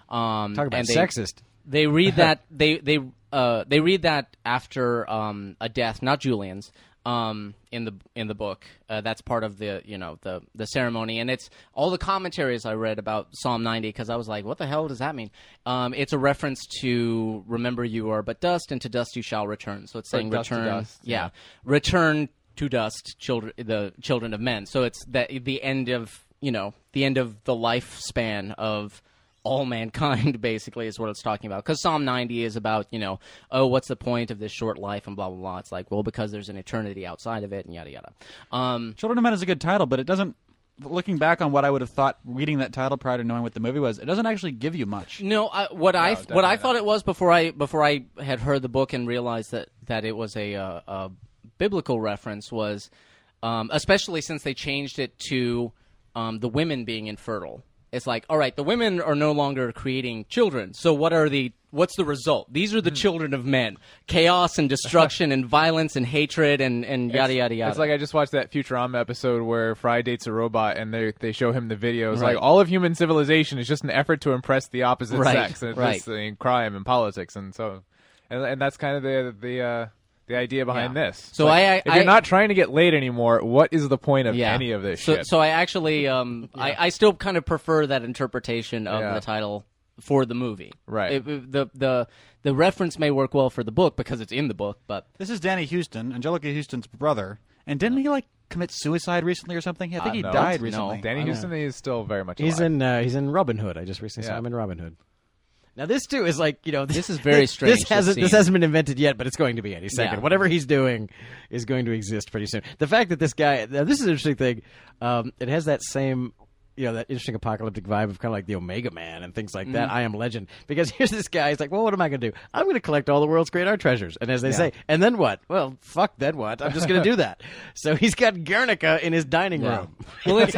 D: Um,
C: Talk about
D: and they-
C: sexist.
D: They read that they they uh, they read that after um, a death, not Julian's, um, in the in the book. Uh, that's part of the you know the the ceremony, and it's all the commentaries I read about Psalm 90 because I was like, what the hell does that mean? Um, it's a reference to remember you are but dust, and to dust you shall return. So it's saying
E: dust to
D: return,
E: dust,
D: yeah, return to dust, children, the children of men. So it's the the end of you know the end of the lifespan of all mankind basically is what it's talking about because psalm 90 is about you know oh what's the point of this short life and blah blah blah it's like well because there's an eternity outside of it and yada yada um,
B: Children of Men is a good title, but it doesn't. Looking back on what I would have thought reading that title prior to knowing what the movie was, it doesn't actually give you much.
D: No, I, what I what I thought it was before I before I had heard the book and realized that that it was a, uh, a biblical reference was, um, especially since they changed it to um, the women being infertile. it's like all right the women are no longer creating children so what are the what's the result these are the
E: Hmm.
D: children of men chaos and destruction and violence and hatred and and yada yada yada
E: It's like I just watched that Futurama episode where Fry dates a robot and they they show him the video. It's like all of human civilization is just an effort to impress the opposite
D: Right,
E: sex and it's
D: right.
E: just, uh, in crime and politics and so and, and that's kind of the the uh, the idea behind
D: Yeah.
E: this.
D: So
E: It's
D: I-
E: if
D: I-
E: you're
D: I-
E: not trying to get laid anymore, what is the point of
D: yeah.
E: any of this
D: so,
E: shit?
D: So I actually, um, I, I still kind of prefer that interpretation of
E: Yeah.
D: the title for the movie.
E: Right.
D: It- it- the the the reference may work well for the book because it's in the book, but
B: This is Danny Houston, Angelica Houston's brother, and didn't he like commit suicide recently or something? I think he
E: no.
B: died
E: No.
B: recently.
E: Danny Houston is still very much
C: He's
E: alive.
C: in uh, he's in Robin Hood. I just recently saw
E: Yeah.
C: him in Robin Hood. Now this too is like you know this,
D: is very strange,
C: This
D: this
C: hasn't this,
D: scene.
C: hasn't been invented yet, but it's going to be any second.
D: Yeah.
C: Whatever he's doing is going to exist pretty soon. The fact that this guy now this is an interesting thing. Um, it has that same you know that interesting apocalyptic vibe of kind of like the Omega Man and things like that. I am Legend because here's this guy. He's like, well, what am I going to do? I'm going to collect all the world's great art treasures, and as they say, and then what? Well, fuck, then what? I'm just going to do that. So he's got Guernica in his dining room.
D: well, it's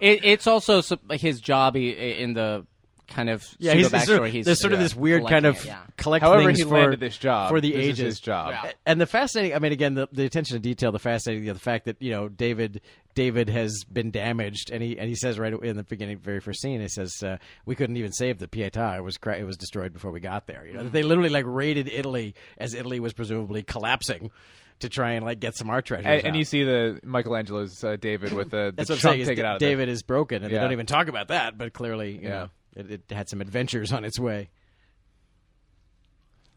D: it, it's also s- his job i- in the kind of
C: Yeah,
D: pseudo
C: he's,
D: backstory.
C: he's sort of,
D: he's
C: there's sort of
D: yeah,
C: this weird kind
D: collecting
C: of
D: it, yeah.
C: collect
E: However
C: things
E: he
C: for,
E: landed this job.
C: for the
E: This is
C: ages.
E: his job. Yeah.
C: And the fascinating, I mean, again, the, the attention to detail, the fascinating, you know, the fact that you know David David has been damaged, and he and he says right in the beginning, very first scene, he says, uh, "We couldn't even save the Pietà; it was cra- it was destroyed before we got there." You know, they literally like raided Italy as Italy was presumably collapsing to try and like get some art treasures.
E: and, and
C: out.
E: you see the Michelangelo's uh, David with the, the
C: That's what I'm
E: trunk
C: saying. is
E: taken
C: that
E: out of the-
C: David is broken, and
E: Yeah.
C: they don't even talk about that. But clearly, you
E: Yeah.
C: know, it, it had some adventures on its way.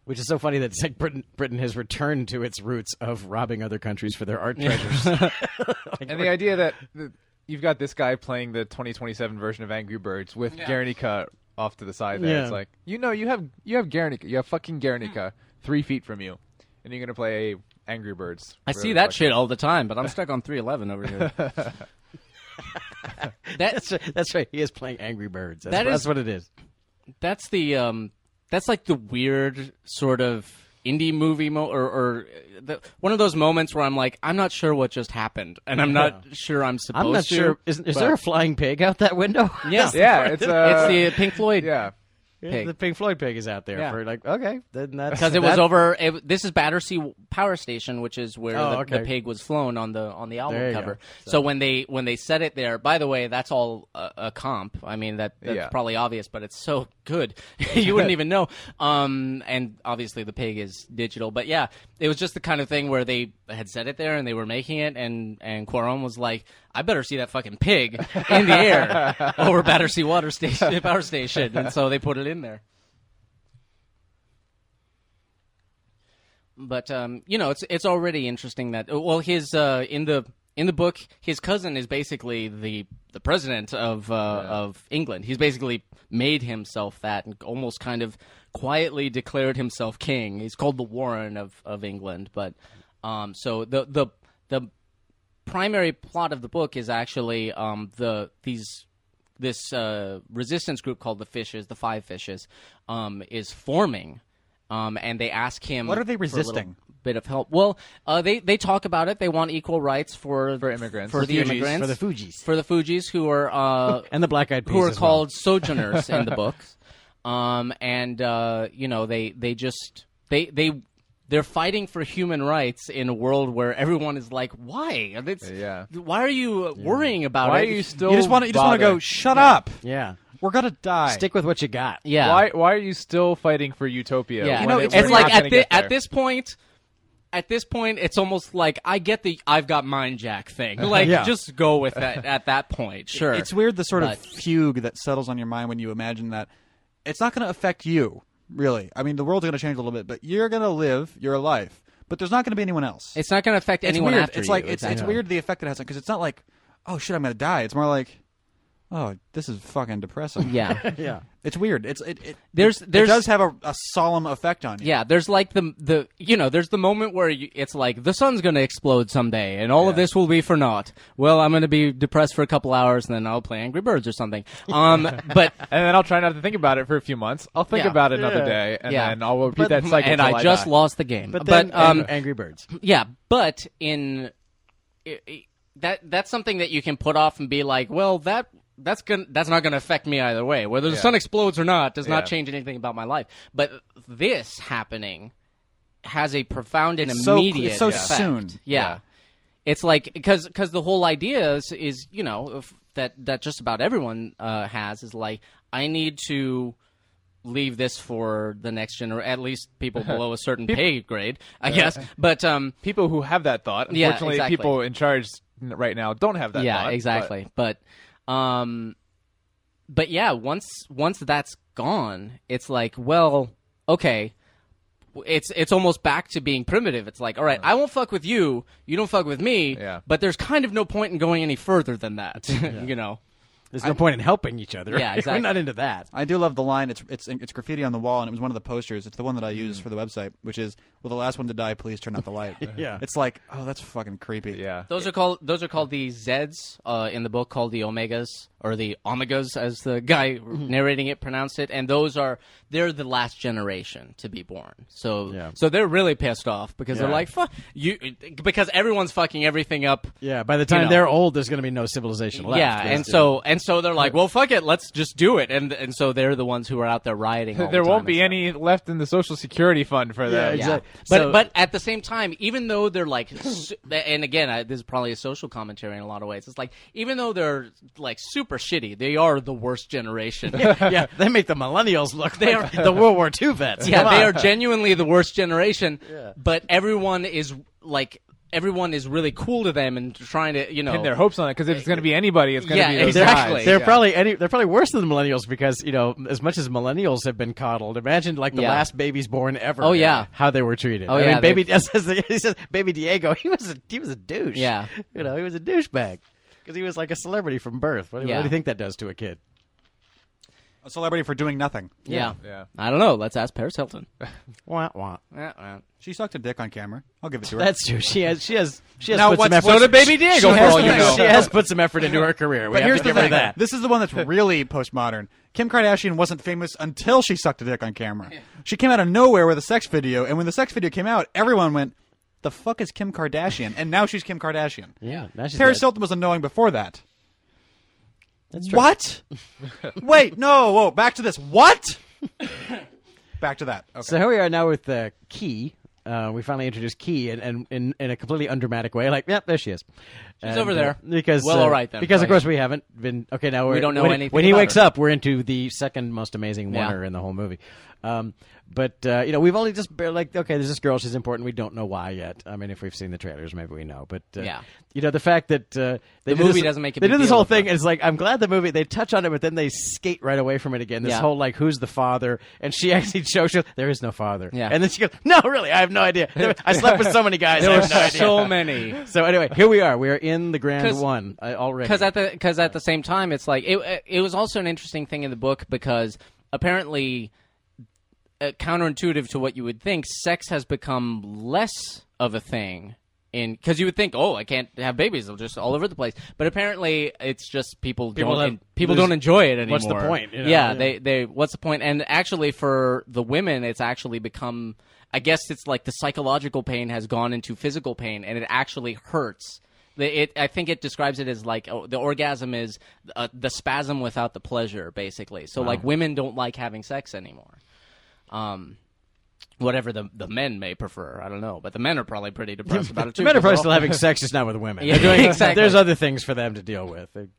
C: Which is so funny that it's like Britain, Britain has returned to its roots of robbing other countries for their art treasures.
E: And the idea that the, you've got this guy playing the 2027 version of Angry Birds with Guernica off to the side there.
C: Yeah.
E: It's like, you know, you have you have Guernica, you have fucking Guernica three feet from you, and you're gonna play Angry Birds.
D: I
E: for
D: see
E: the
D: that
E: fucking-
D: shit all the time, but I'm stuck on 311 over here.
C: that's, right- that's right. He is playing Angry Birds. That's,
D: That
C: what-
D: is-
C: that's what it is.
D: that's the um that's like the weird sort of indie movie mo- or or uh, the, one of those moments where I'm like I'm not sure what just happened and I'm not sure I'm supposed
C: I'm not
D: to.
C: sure. Is, is
D: but-
C: there a flying pig out that window?
D: Yeah.
E: Yeah, it's uh,
D: it's the Pink Floyd
E: yeah.
D: pig.
C: the Pink Floyd pig is out there.
D: Yeah.
C: For like, okay, then that's
D: because it was
C: that-
D: over. It, this is Battersea Power Station, which is where
C: Oh,
D: the,
C: okay.
D: the pig was flown on the on the
C: There
D: album
C: you go.
D: cover. So. when they when they set it there, by the way, that's all a, a comp. I mean that that's
E: Yeah.
D: probably obvious, but it's so good you wouldn't even know. Um, and obviously the pig is digital, but yeah, it was just the kind of thing where they had set it there and they were making it, and and Quaron was like. I better see that fucking pig in the air over Battersea Water Station, Power Station, and so they put it in there. but um, you know, it's it's already interesting that well, his uh, in the in the book, his cousin is basically the the president of uh, of England. He's basically made himself that and almost kind of quietly declared himself king. He's called the Warren of of England, but um, so the the the primary plot of the book is actually um, the these this uh, resistance group called the Fishes, the Five Fishes, um, is forming, um, and they ask him
B: What are they
D: for a little
B: resisting?
D: bit of help. Well, uh, they they talk about it. They want equal rights for for
E: immigrants.
D: for,
E: For
D: the
C: Fugees,
D: immigrants,
C: for the Fugees.
D: for the Fugees who are uh,
C: And the Black Eyed Peas
D: who are
C: as well.
D: called sojourners in the book. Um, and uh, you know they they just they they they're fighting for human rights in a world where everyone is like, why? And it's-
E: Yeah.
D: Why are you uh, worrying about
E: Why are
D: it?
E: you still?
B: You just want to you just want to
E: bother-
B: go. Shut up.
C: Yeah.
B: We're gonna die.
C: Stick with what you got.
D: yeah.
E: Why why are you still fighting for utopia?
D: Yeah,
E: when
B: know,
E: it-
D: it's,
E: we're not
D: like
E: gonna
D: at,
E: get
D: thi- at
E: there?
D: this point, at this point, it's almost like I get the I've got mine jack thing. Like,
C: Yeah.
D: just go with that at that point. Sure,
B: It's weird the sort
D: But-
B: of fugue that settles on your mind when you imagine that it's not going to affect you, really. I mean, the world's going to change a little bit, but you're going to live your life. But there's not going to be anyone else.
D: It's not going to affect anyone
B: weird.
D: after
B: it's
D: you.
B: like it's, it's
D: exactly.
B: weird the effect it has because it's not like oh shit I'm going to die. It's more like oh this is fucking depressing.
D: Yeah,
C: Yeah.
B: it's weird. It's it, it
D: There's-
B: it
D: there's-
B: does have a, a solemn effect on you.
D: yeah. There's like the the you know there's the moment where you, it's like the sun's going to explode someday, and all of this will be for naught. Well, I'm going to be depressed for a couple hours, and then I'll play Angry Birds or something. Um, but
E: And then I'll try not to think about it for a few months. I'll think
D: Yeah.
E: about it another
C: Yeah.
E: day, and
D: Yeah.
E: then I'll repeat
C: But-
E: that cycle.
D: and
E: till
D: I just
E: die.
D: lost the game.
C: But then
D: um,
C: Angry Birds.
D: Yeah, but in i i that that's something that you can put off and be like, well, that that's gonna that's not gonna affect me either way. Whether the
E: Yeah.
D: sun explodes or not does not
E: Yeah.
D: change anything about my life. But this happening has a profound and
B: It's so cl-
D: immediate
B: so
D: effect.
B: soon.
D: Yeah. It's like because because the whole idea is, is you know if, that that just about everyone uh, has is like I need to leave this for the next gener at least people below a certain pay grade I guess but um
E: people who have that thought,
D: Yeah,
E: unfortunately,
D: exactly.
E: people in charge n- right now don't have that.
D: yeah
E: thought, but-
D: exactly but, um but yeah once once that's gone it's like well okay it's it's almost back to being primitive it's like all right i won't fuck with you you don't fuck with me
E: Yeah.
D: but there's kind of no point in going any further than that you know
C: There's no point in helping each other.
D: Yeah, exactly.
C: We're not into that.
B: I do love the line. It's it's it's graffiti on the wall, and it was one of the posters. It's the one that
C: Mm.
B: I use for the website, which is "Will the last one to die please turn out the light?"
C: Yeah.
B: it's like, oh, that's fucking creepy.
E: yeah.
D: those are called those are called the Zeds uh, in the book called the Omegas or the Omegas as the guy
C: Mm-hmm.
D: narrating it pronounced it, and those are they're the last generation to be born. So
C: Yeah.
D: so they're really pissed off because
C: Yeah.
D: they're like fuck you because everyone's fucking everything up.
C: Yeah, by the time
D: know.
C: they're old, there's going to be no civilization left.
D: Yeah, and so and so they're like, well, fuck it, let's just do it, and and so they're the ones who are out there rioting. all
E: There
D: the
E: won't
D: time
E: be
D: and
E: any left in the social security fund for that.
C: Yeah. exactly.
D: But
C: So-
D: but at the same time, even though they're like, su- and again, I, this is probably a social commentary in a lot of ways. It's like even though they're like super shitty, they are the worst generation. yeah,
C: yeah, they make the millennials look. They are the World War II vets. Come on.
D: they are genuinely the worst generation. But everyone is like everyone is really cool to them and trying to you know
E: And their hopes on it because if it's going to be anybody, it's going to
D: Yeah,
E: be those
D: exactly.
E: guys.
C: They're
E: Yeah.
C: probably any, they're probably worse than the millennials because you know as much as millennials have been coddled. Imagine like the
D: Yeah.
C: last babies born ever.
D: Oh, yeah.
C: how they were treated.
D: Oh,
C: I
D: yeah,
C: mean, baby as- as the- he says, baby Diego. He was a, he was a douche.
D: Yeah.
C: you know he was a douchebag because he was like a celebrity from birth. What, do- what
D: Yeah.
C: do you think that does to a kid?
B: a celebrity for doing nothing.
D: yeah.
E: Yeah.
D: I don't know. Let's ask Paris Hilton.
C: Wah, wah.
D: Eh, eh.
B: She sucked a dick on camera. I'll give it to her.
C: That's true. She has she has she has
E: Now
C: put some
E: what's-
C: effort.
E: so did Baby Diego,
C: She
E: for
C: has,
E: all you know.
C: she has put some effort into her career. We
B: but
C: have
B: here's
C: to
B: the
C: give her
B: thing.
C: that.
B: This is the one that's really postmodern. Kim Kardashian wasn't famous until she sucked a dick on camera. She came out of nowhere with a sex video, and when the sex video came out, everyone went, "The fuck is Kim Kardashian?" And now she's Kim Kardashian.
C: yeah, now she's
B: Paris
C: dead.
B: Hilton was annoying before that.
C: That's true.
B: What? Wait, no, whoa, back to this. What? back to that. Okay.
C: So here we are now with uh, Key. Uh, we finally introduced Key, and, and in, in a completely undramatic way, like, yep, there she is. She's
D: over there.
C: because
D: Well,
C: uh,
D: all right then.
C: Because of
D: Right.
C: course we haven't been. Okay, now we're,
D: don't know
C: when, he-
D: anything
C: When he
D: about
C: wakes
D: her.
C: up, we're into the second most amazing
D: Yeah.
C: winner in the whole movie. Um, but uh, you know, we've only just bare- like, okay, there's this girl. She's important. We don't know why yet. I mean, if we've seen the trailers, maybe we know. But uh,
D: Yeah.
C: you know, the fact that uh, they
D: The
C: did
D: movie
C: this-
D: doesn't make a
C: they
D: big
C: did this
D: deal
C: whole
D: of that.
C: thing. It's like I'm glad the movie they touch on it, but then they skate right away from it again. This
D: Yeah.
C: whole like who's the father, and she actually shows you there is no father.
D: Yeah.
C: and then she goes, no, really, I have no idea. There- I slept with so many guys. I
D: There were
C: have no idea.
D: so many.
C: So anyway, here we are. We are in the grand
D: 'Cause-
C: one uh, already.
D: because at the because at the same time it's like it it was also an interesting thing in the book because apparently uh, counterintuitive to what you would think sex has become less of a thing in because you would think oh I can't have babies they're just all over the place but apparently it's just people,
C: People
D: don't
C: have-
D: en- people
C: lose-
D: don't enjoy it anymore
C: what's the point, you know? Yeah.
D: yeah, they they what's the point and actually for the women it's actually become I guess it's like the psychological pain has gone into physical pain and it actually hurts the- It, I think it describes it as like oh, the orgasm is uh, the spasm without the pleasure, basically. So like women don't like having sex anymore. Um, whatever the the men may prefer, I don't know, but the men are probably pretty depressed about it
C: the
D: too.
C: men are
D: 'cause they're
C: probably still
D: all-
C: having sex, just not with women.
D: Yeah,
C: They're doing-
D: exactly.
C: There's other things for them to deal with. They-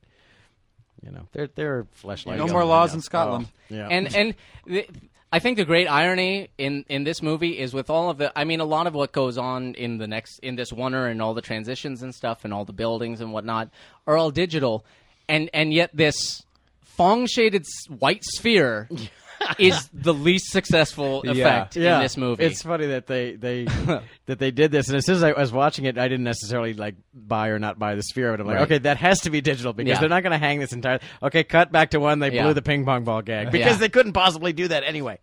C: you know, they're they're fleshlights.
B: no more laws in Scotland.
C: Oh, Yeah.
D: And and the, I think the great irony in in this movie is with all of the I mean a lot of what goes on in the next in this winter and all the transitions and stuff and all the buildings and whatnot are all digital, and and yet this fong shaded s- white sphere is the least successful effect in this movie.
C: It's funny that they they that they did this, and as soon as I was watching it, I didn't necessarily like buy or not buy the sphere, but I'm like,
D: Right.
C: okay, that has to be digital because
D: Yeah.
C: they're not going to hang this entire. Okay, cut back to one. They
D: Yeah.
C: blew the ping pong ball gag because
D: Yeah.
C: they couldn't possibly do that anyway.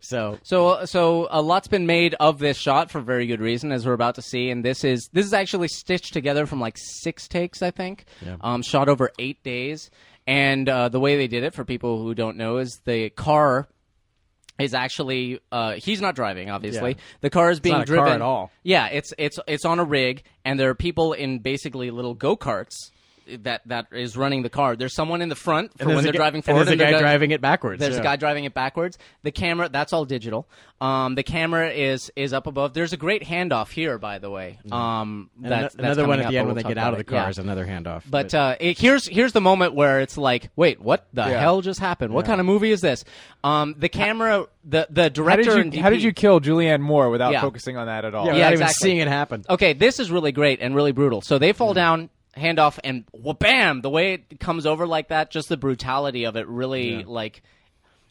C: So
D: So, uh, so a lot's been made of this shot for very good reason, as we're about to see. And this is this is actually stitched together from like six takes, I think. Um, shot over eight days, and uh, the way they did it for people who don't know is the car is actually uh, he's not driving, obviously.
C: Yeah.
D: The car is being
C: not a car
D: driven
C: at all.
D: Yeah, it's it's it's on a rig, and there are people in basically little go karts. that that is running the car. There's someone in the front for
C: And there's
D: when
C: a
D: they're
C: guy-
D: driving
C: and
D: forward.
C: there's a
D: the
C: guy driving it backwards,
D: There's
C: yeah.
D: a guy driving it backwards. The camera, that's all digital. Um, the camera is is up above. There's a great handoff here, by the way. Um,
C: Mm-hmm. And
D: that's- that's
C: ano- another one
D: coming
C: at the
D: up,
C: end
D: but
C: when
D: we'll
C: they get
D: talk
C: out of the
D: about
C: car
D: it.
C: is
D: Yeah.
C: another handoff.
D: But uh, it, here's here's the moment where it's like, wait, what the
E: Yeah.
D: hell just happened? What kind of movie is this? Um, the camera, the the
E: How did
D: director. and
E: you how did
D: DP
E: you kill Julianne Moore without
D: Yeah.
E: focusing on that at all?
C: yeah,
D: yeah,
C: without even
D: exactly.
C: seeing it happen.
D: okay, this is really great and really brutal. So they
C: Mm-hmm.
D: fall down, handoff, and wha-bam! The way it comes over like that, just the brutality of it really, like,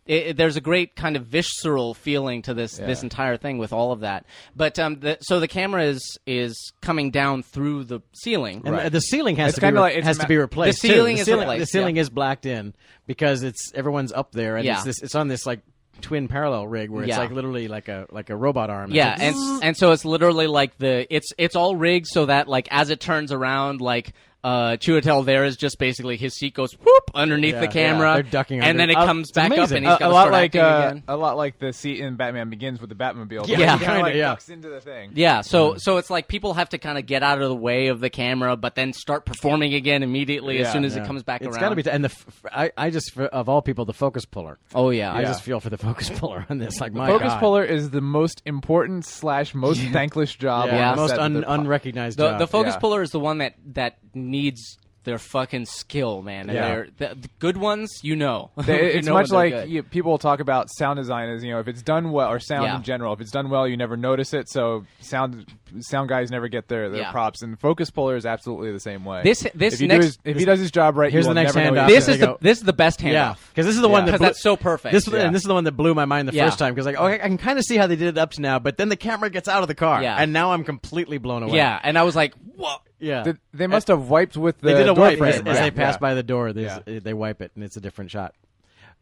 D: it, it- there's a great kind of visceral feeling to this this entire thing with all of that. But um, the, so the camera is is coming down through the ceiling.
C: And the- the ceiling has
E: It's
C: to be
E: kinda
C: re-
E: like- it's
C: has
E: ma-
C: to be replaced.
D: The
C: too.
D: ceiling is
C: ceiling,
D: replaced,
C: The ceiling
D: yeah.
C: is blacked in because it's everyone's up there and
D: Yeah.
C: it's this, it's on this like twin parallel rig where it's
D: Yeah.
C: like literally like a like a robot arm. It's
D: Yeah,
C: like-
D: and and so it's literally like the it's it's all rigged so that like as it turns around, like uh Chiwetel there is just basically his seat goes whoop underneath
C: Yeah,
D: the camera,
C: yeah, they're ducking
D: and
C: under-
D: then it
C: Oh,
D: comes
C: it's
D: back up,
C: amazing.
D: and
E: A,
D: he's
E: a
D: gonna
E: lot
D: start
E: like
D: acting
E: uh,
D: again.
E: a lot like the seat in Batman Begins with the Batmobile.
C: Yeah,
E: kind
C: kinda,
E: of like
C: yeah.
E: ducks into the thing.
D: Yeah, so so it's like people have to kind of get out of the way of the camera, but then start performing again immediately as
E: Yeah,
D: soon as
C: Yeah.
D: it comes back
C: It's
D: around.
C: got to be. T- and the f- f- I, I just for, of all people, the focus puller.
D: oh yeah,
C: I
D: I
C: just feel for the focus puller on this. Like
D: Oh
C: my
E: Focus
C: God.
E: puller is the most important slash most thankless job.
C: Yeah,
E: on the
C: most
E: set that
C: un,
E: they're po-
C: unrecognized.
D: The,
C: job.
D: the focus
E: Yeah.
D: puller is the one that that needs their fucking skill, man. And
C: Yeah.
D: they're the, the good ones, you know.
E: They-
D: You
E: it's
D: know
E: much
D: when they're
E: like
D: good.
E: you, people talk about sound design as you know if it's done well or sound
D: Yeah.
E: in general if it's done well you never notice it so sound sound guys never get their, their
D: Yeah.
E: props and focus puller is absolutely the same way.
D: This- this
E: if, you do
D: next-
E: his- if he does his job right
C: Here's
E: you
C: the
E: will
C: next
E: never know
C: handoff.
E: he
D: this
E: did
C: They
D: is the,
C: go-
D: this is the best handoff.
C: Yeah, because this is the one
E: Yeah.
C: that
D: 'Cause
C: blew-
D: that's so perfect.
C: This was-
E: Yeah.
C: and this is the one that blew my mind the
D: Yeah.
C: first time because like, oh, I, I can kind of see how they did it up to now, but then the camera gets out of the car,
D: Yeah.
C: and now I'm completely blown away.
D: Yeah, and I was like, "Whoa!"
C: yeah.
E: Did- they must have wiped with the
C: they did a
E: door
C: wipe
E: frame,
C: as, as
E: right?
C: they pass
E: Yeah.
C: by the door. They
E: Yeah.
C: they wipe it, and it's a different shot.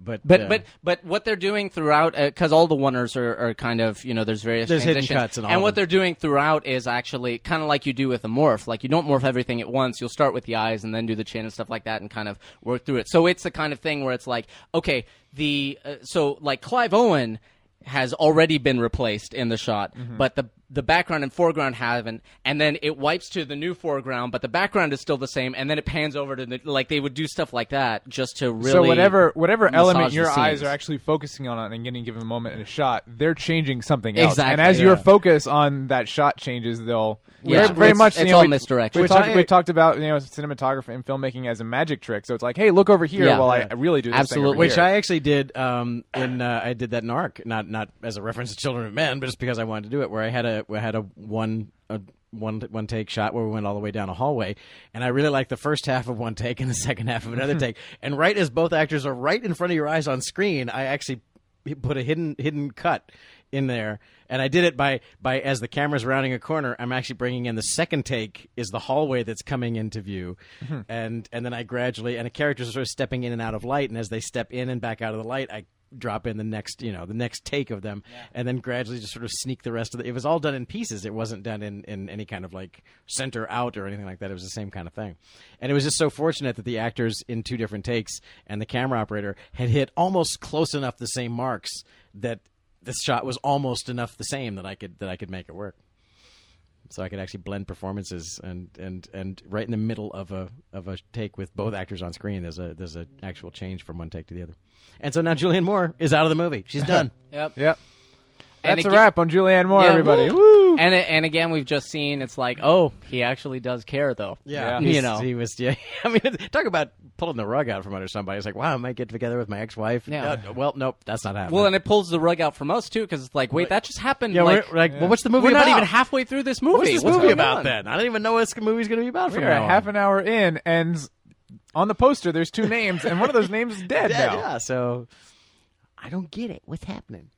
C: But
D: But
C: uh,
D: but but what they're doing throughout, because all the oneers are, are kind of you know there's various
C: There's hidden
D: transitions.
C: cuts in all of them.
D: what they're doing throughout is actually kind of like you do with a morph. Like you don't morph everything at once. You'll start with the eyes and then do the chin and stuff like that, and kind of work through it. So it's the kind of thing where it's like okay, the uh, so like Clive Owen has already been replaced in the shot,
C: Mm-hmm.
D: but the the background and foreground haven't, and then it wipes to the new foreground, but the background is still the same, and then it pans over to the like they would do stuff like that just to really
E: so whatever whatever
D: massage
E: element
D: the
E: your eyes
D: scenes.
E: are actually focusing on in any given moment in a shot, they're changing something else. And
D: Exactly.
E: as your
D: Yeah.
E: focus on that shot changes, they'll
D: Yeah.
E: very,
D: It's-
E: very much
D: it's
E: you know,
D: all
E: we-
D: misdirection.
E: We
D: We're
E: talked,
C: talking-
E: we talked about you know cinematography and filmmaking as a magic trick. So it's like, hey, look over here
D: Yeah.
E: while
D: Yeah.
E: I really do this thing
D: Absolutely.
E: over
C: Which
E: here.
C: I actually did um, in uh, I did that in ARC, not not as a reference to Children of Men, but just because I wanted to do it. Where I had a I had a one a one one take shot where we went all the way down a hallway, and I really liked the first half of one take and the second half of another take. And right as both actors are right in front of your eyes on screen, I actually put a hidden hidden cut in there and i did it by by as the camera's rounding a corner i'm actually bringing in the second take is the hallway that's coming into view and and then i gradually and the characters are sort of stepping in and out of light and as they step in and back out of the light i drop in the next you know the next take of them and then gradually just sort of sneak the rest of the it was all done in pieces it wasn't done in in any kind of like center out or anything like that it was the same kind of thing and it was just so fortunate that the actors in two different takes and the camera operator had hit almost close enough the same marks that this shot was almost enough the same that I could that I could make it work. So I could actually blend performances and and and right in the middle of a of a take with both actors on screen, there's a there's a actual change from one take to the other. And so now Julianne Moore is out of the movie. She's done.
D: Yep.
E: Yep.
D: And
E: That's a
D: aga-
E: wrap on Julianne Moore,
D: Yeah,
E: everybody.
D: woo.
E: Woo.
D: And and again, we've just seen it's like, oh, he actually does care though.
E: Yeah.
D: you
C: He's-
D: know.
C: he was. Yeah, I mean, talk about pulling the rug out from under somebody. It's like, wow, I might get together with my ex-wife.
D: Yeah.
C: Uh, well, nope, that's not happening.
D: well, and it pulls the rug out from us too, because it's like, wait, that just happened.
C: yeah,
D: like,
C: we're, like, well, what's the movie
D: we're
C: about?
D: not even halfway through this movie.
C: What's this
D: What's
C: movie
D: going
C: about
D: on?
C: then? I don't even know what this movie's going to be about.
E: We
C: from
E: are
C: now on.
E: half an hour in, and on the poster, there's two names, and one of those names is dead
C: Yeah,
E: now.
C: yeah, so I don't get it. What's happening?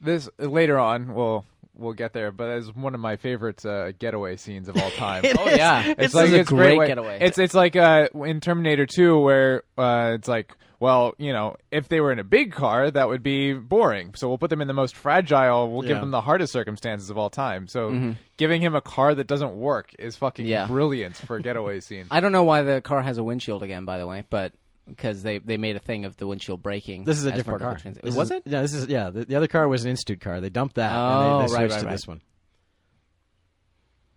E: This later on, we'll we'll get there, but it's one of my favorite uh, getaway scenes of all time.
C: It
D: Oh
C: is.
D: yeah,
C: It's
D: this
E: it's like
D: is a
E: it's a great
D: great
E: way-
D: getaway.
E: It's it's like uh, in Terminator 2, where uh, it's like, well, you know, if they were in a big car, that would be boring. So we'll put them in the most fragile. We'll
C: Yeah.
E: give them the hardest circumstances of all time. So giving him a car that doesn't work is fucking
D: Yeah.
E: brilliant for a getaway scene.
D: I don't know why the car has a windshield again, by the way, but because they they made a thing of the windshield breaking.
C: This is a
D: as
C: different
D: part of
C: car.
D: the trans-
C: This
D: was
C: is-
D: it?
C: Yeah, this is yeah. The, the other car was an institute car. They dumped that
D: Oh,
C: and they, they
D: right,
C: switched
D: right,
C: to
D: right.
C: this one.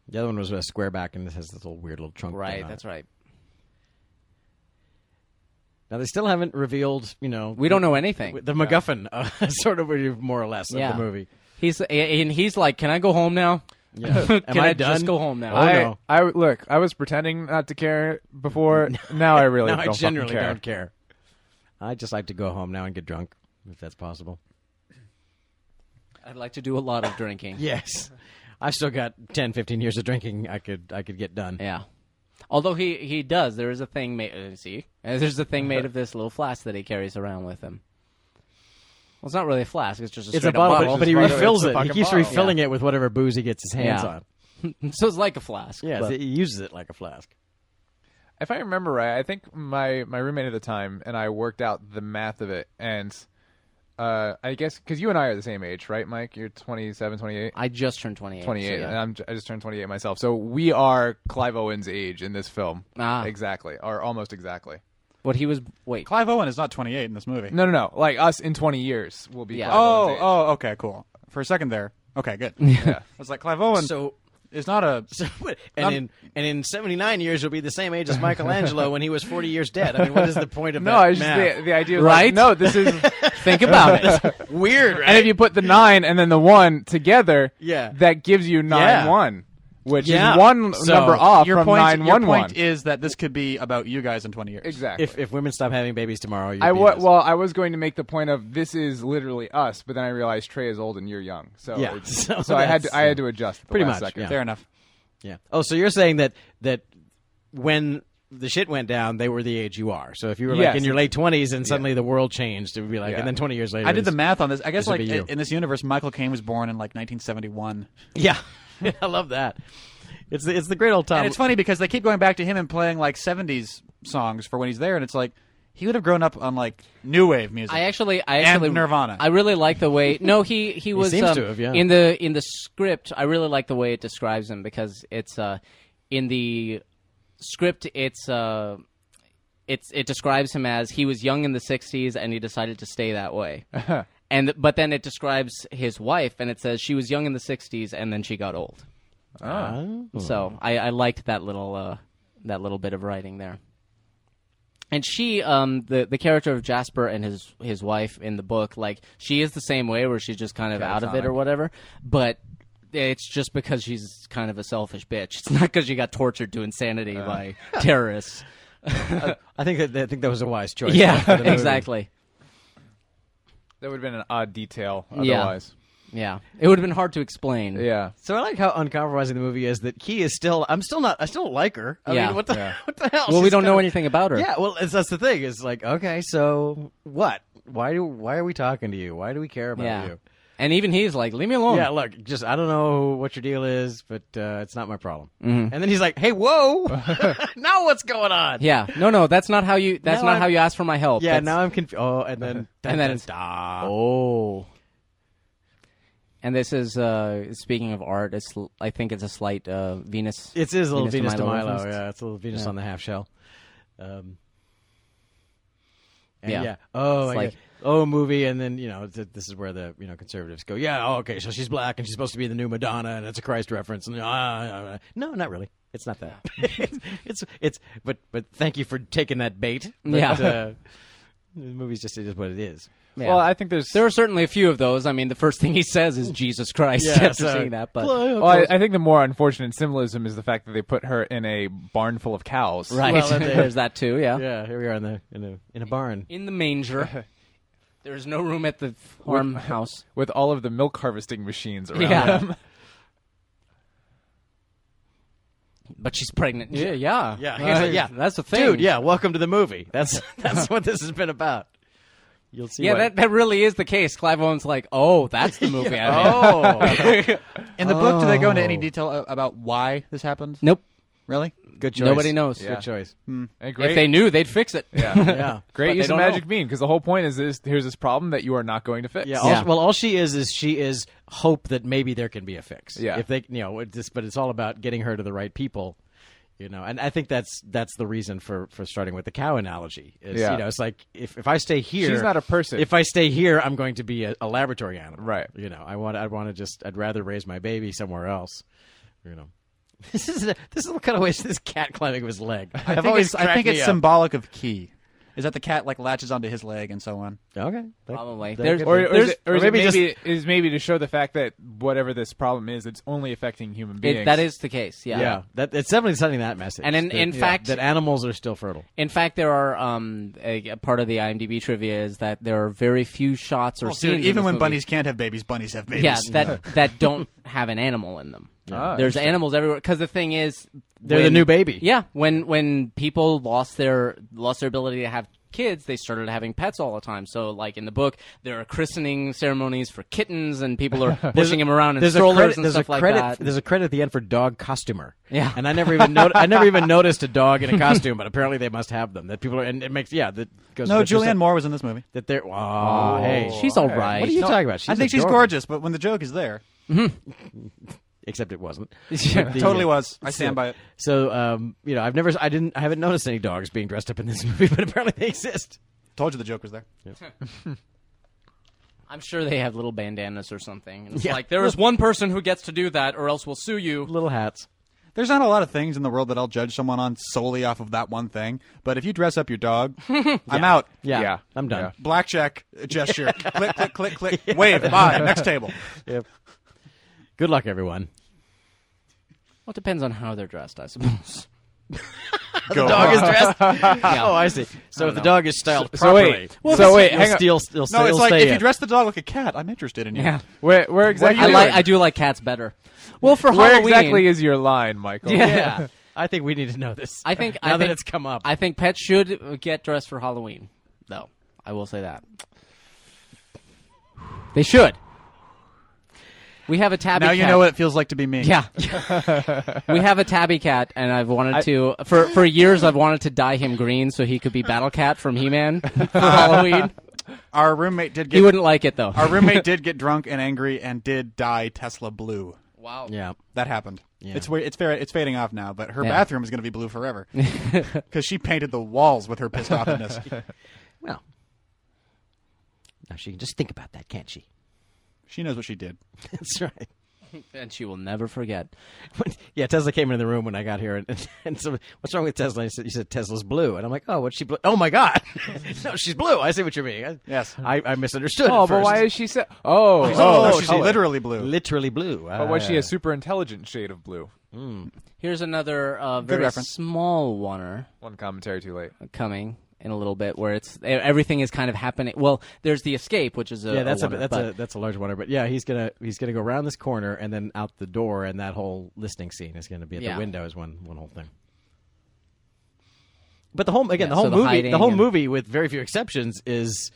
C: The other one was a square back, and this has this little weird little trunk.
D: Right, that's right.
C: Now they still haven't revealed, you know,
D: We don't know anything.
C: the MacGuffin, uh, sort of more or less
D: Yeah.
C: of the movie.
D: He's and he's like, "Can I go home now?
C: Yeah.
D: Can
C: Am I done?
D: just go home now?"
C: Oh,
E: I,
C: no.
E: I look. I was pretending not to care before. Now I really
C: No,
E: don't
C: I
E: fucking
C: generally
E: care.
C: don't care. I just like to go home now and get drunk, if that's possible.
D: I'd like to do a lot of drinking.
C: Yes, I've still got 10, 15 years of drinking. I could, I could get done.
D: Yeah. Although he he does, there is a thing made. Uh, see, Uh, there's a thing made of this little flask that he carries around with him. Well, it's not really a flask; it's just a
C: It's a
D: straight-up
C: bottle, but- but, he
E: bottle.
C: refills
E: It's a
C: it. He
E: fucking
C: keeps
E: bottle.
C: refilling it with whatever booze he gets his hands
D: Yeah.
C: on.
D: so it's like a flask.
C: Yeah,
D: but-
C: he uses it like a flask.
E: If I remember right, I think my my roommate at the time and I worked out the math of it, and uh, I guess because you and I are the same age, right, Mike? You're 27, 28?
D: I just turned twenty eight.
E: 28, and I'm, j- I just turned 28 myself. So we are Clive Owen's age in this film.
D: Ah.
E: Exactly, or almost exactly.
D: What he was? Wait,
B: Clive Owen is not 28 in this movie.
E: No, no, no. Like us in 20 years, we'll be.
D: Yeah.
E: Clive Owen's
B: Oh,
E: age.
B: oh, okay, cool. For a second there. Okay, good. Yeah. I was like, Clive Owen
C: So,
B: is not a.
C: so and in and in seventy nine years, you'll be the same age as Michelangelo when he was forty years dead. I mean, what is the point of
E: No,
C: that?
E: I was just
C: math?
E: the, the idea. Of
D: Right?
E: Like, no, this is.
D: think about it.
C: weird, right?
E: and if you put the nine and then the one together,
C: Yeah.
E: that gives you nine
C: Yeah.
E: one, which
C: Yeah.
E: is one
C: So,
E: number off
B: your
E: from
B: point,
E: nine
B: your
E: one one.
B: point is that this could be about you guys in 20 years.
E: exactly.
C: if if women stop having babies tomorrow, you
E: I wa- well, I was going to make the point of this is literally us, but then I realized Trey is old and you're young, so
C: Yeah.
E: it's-
C: So
E: so, I had
C: that's,
E: to I had to adjust at the
C: pretty
E: last
C: much,
E: second.
C: yeah.
B: Fair enough.
C: yeah. Oh, so you're saying that that when the shit went down, they were the age you are. So if you were like
E: Yes.
C: in your late twenties and suddenly the world changed, it would be like,
E: Yeah.
C: and then twenty years later,
B: I did the
C: it's-
B: math on this. I guess
C: would
B: like
C: be you.
B: in this universe, Michael Caine was born in like 1971,
C: Yeah, I love that. It's the, it's the great old Tom.
B: and it's funny because they keep going back to him and playing like 70s songs for when he's there, and it's like he would have grown up on like new wave music.
D: I actually, I actually,
B: Nirvana.
D: I really like the way. No, he he was
C: seems
D: um,
C: to have, yeah.
D: in the in the script. I really like the way it describes him because it's uh, in the script. It's uh, it's it describes him as he was young in the '60s and he decided to stay that way. and but then it describes his wife and it says she was young in the '60s and then she got old.
C: Oh.
D: So I, I liked that little uh, that little bit of writing there. And she, um, the the character of Jasper and his his wife in the book, like she is the same way, where she's just kind of out of it or whatever. But it's just because she's kind of a selfish bitch. It's not because she got tortured to insanity
C: Uh.
D: by terrorists.
C: I think that I think that was a wise choice.
D: Yeah, exactly.
E: That would have been an odd detail
D: Yeah.
E: otherwise.
D: Yeah, it would have been hard to explain.
E: Yeah.
C: So I like how uncompromising the movie is. That he is still. I'm still not. I still don't like her. I
D: Yeah.
C: mean, what the what the hell?
D: Well, we
C: She's
D: don't know
C: kinda-
D: anything about her.
C: Yeah. Well, it's, that's the thing. It's like okay, so what? Why do why are we talking to you? Why do we care about
D: yeah.
C: you?
D: And even he's like, "Leave me alone."
C: Yeah, look, just I don't know what your deal is, but uh, it's not my problem. And then he's like, "Hey, whoa! now what's going on?"
D: Yeah. No, no, that's not how you. That's
C: Now
D: not
C: I'm-
D: how you ask for my help.
C: yeah.
D: That's-
C: Now I'm confused. Oh, and then
D: And then it's-
C: stop.
D: Oh. And this is uh, speaking of art. It's l- I think it's a slight uh, Venus.
C: It is a little Venus
D: Venus de
C: de
D: Milo
C: Milo.
D: reference.
C: Yeah, it's a little Venus
D: Yeah.
C: on the half shell. Um, and
D: Yeah.
C: yeah. Oh,
D: It's
C: I
D: like-
C: get- oh, movie, and then you know th- this is where the you know conservatives go. Yeah, oh, okay, so she's black and she's supposed to be the new Madonna, and it's a Christ reference. And ah, ah, ah. no, not really. It's not that. it's, it's it's but but thank you for taking that bait. But,
D: Yeah.
C: Uh, the movie's just it is what it is.
D: Yeah.
E: Well, I think there's
D: there are certainly a few of those. I mean, the first thing he says is Jesus Christ after
C: so-
D: seeing that. But
E: well, I, I think the more unfortunate symbolism is the fact that they put her in a barn full of cows.
D: right,
C: well, that-
D: there's that too. Yeah.
C: yeah, here we are in the in a in a barn.
D: In the manger, there is no room at the farmhouse.
E: With all of the milk harvesting machines around.
D: yeah. But she's pregnant. Yeah, yeah,
C: Yeah,
D: Uh,
C: here's the- yeah.
D: That's the thing,
C: Dude, yeah, welcome to the movie. That's that's what this has been about. You'll see.
D: yeah.
C: what-
D: That, that really is the case. Clive Owen's like, oh, that's the movie. I made."
C: Oh,
B: in the book, do they go into any detail a- about why this happened?
D: Nope,
B: Really?
C: good choice.
D: nobody knows.
E: Yeah.
C: Good choice.
E: And great,
D: If they knew, they'd fix it.
E: yeah.
C: Yeah.
D: But
E: great
D: they
E: use of
D: don't know.
E: magic bean because the whole point is this: here's this problem that you are not going to fix.
C: Yeah, all,
D: Yeah.
C: Well, all she is is she is hope that maybe there can be a fix.
E: Yeah.
C: If they, you know, it just, but it's all about getting her to the right people. You know, and I think that's that's the reason for for starting with the cow analogy. Is,
E: Yeah.
C: You know, it's like if, if I stay here,
E: She's not a person.
C: If I stay here, I'm going to be a, a laboratory animal.
E: Right.
C: You know, I want I want to just I'd rather raise my baby somewhere else. You know. This is a, this little cutaway to this cat climbing up his leg.
B: I think it's, I think it's symbolic of Key. Is that the cat like latches onto his leg and so on?
C: Okay, That-
D: Probably.
C: that
D: There's-
C: could
E: Or,
C: be.
E: or, is it, or,
C: Or
E: is
C: maybe
E: maybe it
C: just-
E: maybe is maybe to show the fact that whatever this problem is, it's only affecting human beings.
D: It, that is the case. Yeah.
C: yeah, that it's definitely sending that message.
D: And in-
C: that-
D: in fact-
C: that animals are still fertile.
D: In fact, there are um, a, a part of the IMDb trivia is that there are very few shots or
B: Well,
D: scenes.
B: dude,
D: in
B: even
D: this
B: when
D: movie-
B: bunnies can't have babies, bunnies have babies.
D: yeah, that that don't have an animal in them.
E: Ah,
D: There's animals everywhere because the thing is,
C: They're the new baby.
D: Yeah, when when people lost their lost their ability to have kids, they started having pets all the time. So, like in the book, there are christening ceremonies for kittens, and people are pushing them around in
C: there's a
D: strollers
C: credit-
D: and
C: there's
D: stuff
C: a
D: like
C: credit,
D: that.
C: There's a credit at the end for dog costumer.
D: Yeah.
C: and I never even noti- I never even noticed a dog in a costume, but apparently they must have them. That people are, and it makes yeah. That goes
B: No,
C: with what you're
B: Julianne
C: saying,
B: Moore was in this movie.
C: That they're wow. hey,
D: She's all right.
C: What are you
D: No,
C: talking about?
B: I think she's
C: adorable.
B: gorgeous, but when the joke is there,
C: Except it wasn't.
D: Yeah.
C: The-
B: totally was. I stand by it.
C: So um, you know, I've never, I didn't, I haven't noticed any dogs being dressed up in this movie, but apparently they exist.
B: Told you the joke was there.
D: I'm sure they have little bandanas or something. And it's like there is one person who gets to do that, or else we'll sue you.
C: Little hats.
B: There's not a lot of things in the world that I'll judge someone on solely off of that one thing. But if you dress up your dog, I'm out.
C: Yeah,
E: Yeah.
C: I'm done.
B: Blackjack uh, gesture. click, click, click, click. Wave. Bye. Next table.
C: Yep. Good luck, everyone.
D: Well, it depends on how they're dressed, I suppose.
B: Go.
C: Dog is
B: on.
C: dressed. Oh, I see. So if the dog is styled
E: So wait,
C: properly,
E: well, so wait, hang on.
C: still, still,
B: no, it's like if you dress the dog like a cat, I'm interested in you.
D: Yeah,
E: Where, where exactly?
D: I like I do like cats better. Well, for
E: Where
D: Halloween,
E: exactly is your line, Michael?
D: Yeah.
C: Yeah. I think we need to know this.
D: I think
C: now that
D: I think,
C: it's come up.
D: I think pets should get dressed for Halloween, though. I will say that they should. We have a tabby.
B: Now
D: cat.
B: you know what it feels like to be me.
D: Yeah, we have a tabby cat, and I've wanted to for for years. I've wanted to dye him green so he could be Battle Cat from He Man for Halloween.
B: Our roommate did
D: He
B: get.
D: wouldn't like it though.
B: Our roommate did get drunk and angry and did dye Tesla blue.
D: Wow.
C: yeah.
B: That happened. It's wa- it's fair, it's fading off now, but her
D: Yeah.
B: bathroom is going to be blue forever because she painted the walls with her pissed offness.
C: Well, now she can just think about that, can't she?
B: she knows what she did.
C: That's right.
D: And she will never forget.
C: When- yeah, Tesla came into the room when I got here, and, and, so what's wrong with Tesla? And I said, you said Tesla's blue, and I'm like, oh, what's she blue? Oh my god, no, she's blue. I see what you mean. I,
B: Yes.
C: I, I misunderstood.
E: Oh,
C: at
E: but
C: first.
E: why is she so? Oh,
B: No, no, no,
E: oh,
B: she's
E: color.
B: literally blue.
C: literally blue?
E: But was she
C: Ah.
E: a super intelligent shade of blue?
D: Here's another uh, very
B: reference.
D: small oneer.
E: One commentary too late.
D: coming in a little bit where it's e, everything is kind of happening well there's the escape which is a
C: yeah, that's a,
D: wonder,
C: that's
D: but
C: a that's a large one. But yeah, he's gonna he's gonna go around this corner and then out the door, and that whole listening scene is gonna be at
D: Yeah.
C: the window is one one whole thing. But the whole again
D: Yeah,
C: the whole
D: so the
C: movie
D: hiding
C: the whole
D: and-
C: movie with very few exceptions is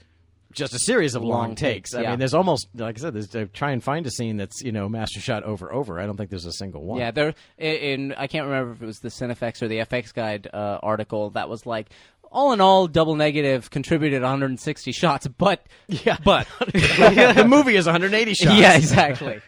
C: just a series of long,
D: Long
C: takes.
D: takes,
C: I
D: yeah.
C: mean, there's almost like I said, there's uh, try and find a scene that's you know master shot over over. I don't think there's a single one.
D: yeah there i- in i can't remember if it was the cinefx or the fx guide uh, article that was like all in all double negative contributed 160 shots but
C: yeah.
D: but
C: the movie is 180 shots.
D: yeah exactly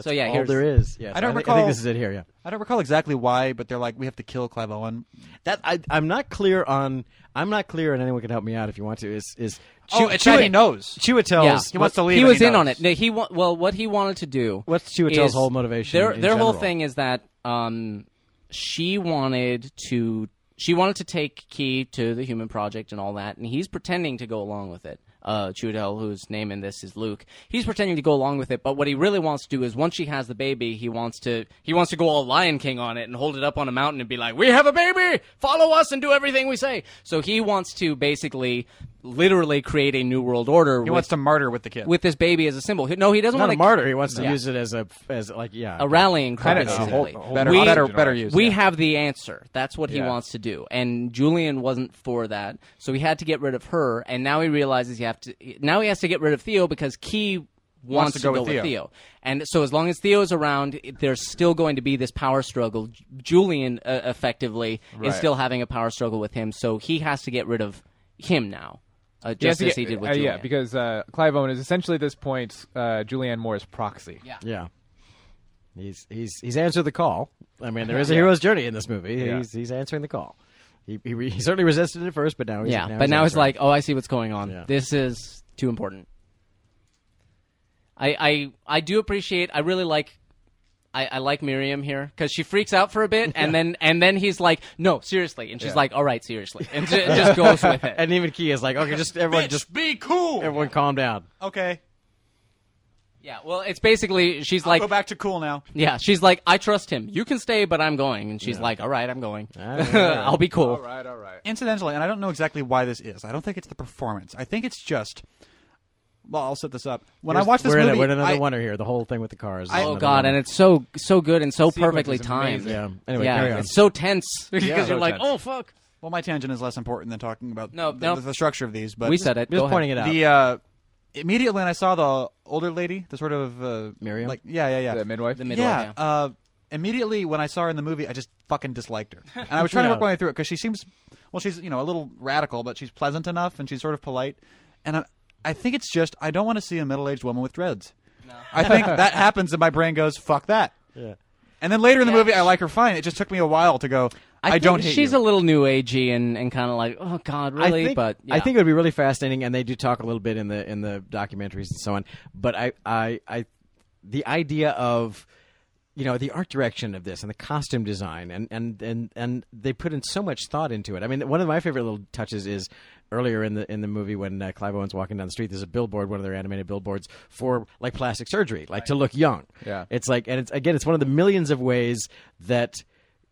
D: so yeah
C: all
D: here's
C: there is. Yes,
B: I don't
C: think- I
B: recall-
C: think this is it here. Yeah.
B: I don't recall exactly why, but they're like, we have to kill Clive Owen.
C: That I, I'm not clear on. I'm not clear, and anyone can help me out if you want to. Is is
B: Oh, it's that he knows.
C: Chua tells
D: yeah.
B: He wants to leave
D: He
B: and
D: was
B: he
D: in
B: knows.
D: on it. No, He wa- well, what he wanted to do.
C: What's Chiwetel's
D: is-
C: whole motivation
D: Their
C: in
D: their whole
C: general?
D: thing is that um, she wanted to she wanted to take Key to the Human Project and all that, and he's pretending to go along with it. Uh, Chiwetel, whose name in this is Luke, he's pretending to go along with it. But what he really wants to do is, once she has the baby, he wants to he wants to go all Lion King on it and hold it up on a mountain and be like, "We have a baby! Follow us and do everything we say." So he wants to basically, literally, create a new world order.
B: He wants to murder with the kid.
D: with this baby as a symbol. He- No, he doesn't
C: not
D: want
C: a
D: to
C: martyr. He wants to
D: Yeah.
C: use it as a as like yeah
D: a rallying cry.
E: I don't know.
D: basically.
E: Hold- hold
B: better,
D: we
B: better, better use.
D: we
B: yeah.
D: have the answer. That's what he
E: Yeah.
D: wants to do. And Julian wasn't for that, so he had to get rid of her. And now he realizes he have to. Now he has to get rid of Theo because Key wants,
B: to go with Theo.
D: And so as long as Theo's around, it- there's still going to be this power struggle. J- Julian uh, effectively
E: Right.
D: is still having a power struggle with him, so he has to get rid of him now, uh,
E: Yes,
D: just as he did with
E: uh,
D: Julian.
E: yeah, because uh, Clive Owen is essentially at this point uh, Julianne Moore's proxy.
D: Yeah.
C: yeah. He's he's he's answered the call. I mean, there is a hero's journey in this movie. He's he's answering the call. He, he, re- he certainly resisted it at first, but now he's
D: yeah, but now it's
C: answering.
D: like, oh, I see what's going on.
C: Yeah.
D: This is too important. I, I I do appreciate. I really like I, I like Miriam here because she freaks out for a bit, and then and then he's like, "No, seriously," and she's like, "All right, seriously," and ju- just goes with it.
C: and even Key is like, okay, just everyone, just
B: be cool.
C: everyone, calm down.
B: Okay,
D: Yeah, well, it's basically she's like,
B: go back to cool now.
D: yeah, she's like, "I trust him. You can stay, but I'm going," and she's like, "All right, I'm going.
C: Ah.
D: I'll be cool."
E: All right, all right.
B: Incidentally, and I don't know exactly why this is. I don't think it's the performance. I think it's just. Well, I'll set this up. When I watched this
C: we're
B: movie,
C: in a, we're in another
B: I-
C: wonder here. The whole thing with the cars. is
D: Oh
C: another
D: god,
C: wonder.
D: and it's so so good and so
E: Sequence
D: perfectly
E: is
D: timed.
E: amazing.
C: yeah. Anyway,
D: yeah,
C: carry on.
D: it's so tense because you're
E: so
D: like,
E: tense.
D: "Oh fuck."
B: well, my tangent is less important than talking about
D: No,
B: the,
D: no.
B: the structure of these. But
D: we said it.
C: We're just
D: Go ahead.
C: pointing it out.
B: the uh, immediately when I saw the older lady, the sort of uh,
C: Miriam?
B: like yeah, yeah, yeah,
E: The midwife.
D: The midwife, yeah.
B: Uh, immediately when I saw her in the movie, I just fucking disliked her, and I was trying to work
C: Yeah.
B: my way through it because she seems, well, she's you know a little radical, but she's pleasant enough and she's sort of polite, and I, I think it's just I don't want to see a middle-aged woman with dreads. I think that happens, and my brain goes fuck that.
C: Yeah.
B: And then later in the movie, I like her fine. It just took me a while to go. I,
D: think
B: don't hate
D: She's
B: you.
D: a little new agey and, and kind of like, oh god,
C: I
D: really?
C: think,
D: but yeah.
C: I think it would be really fascinating, and they do talk a little bit in the in the documentaries and so on. But I, I, I the idea of you know the art direction of this and the costume design and and and and they put in so much thought into it. I mean, one of my favorite little touches is earlier in the in the movie when uh, Clive Owen's walking down the street. There's a billboard, one of their animated billboards for like plastic surgery, like to look young.
E: Yeah.
C: it's like, and it's again, it's one of the millions of ways that.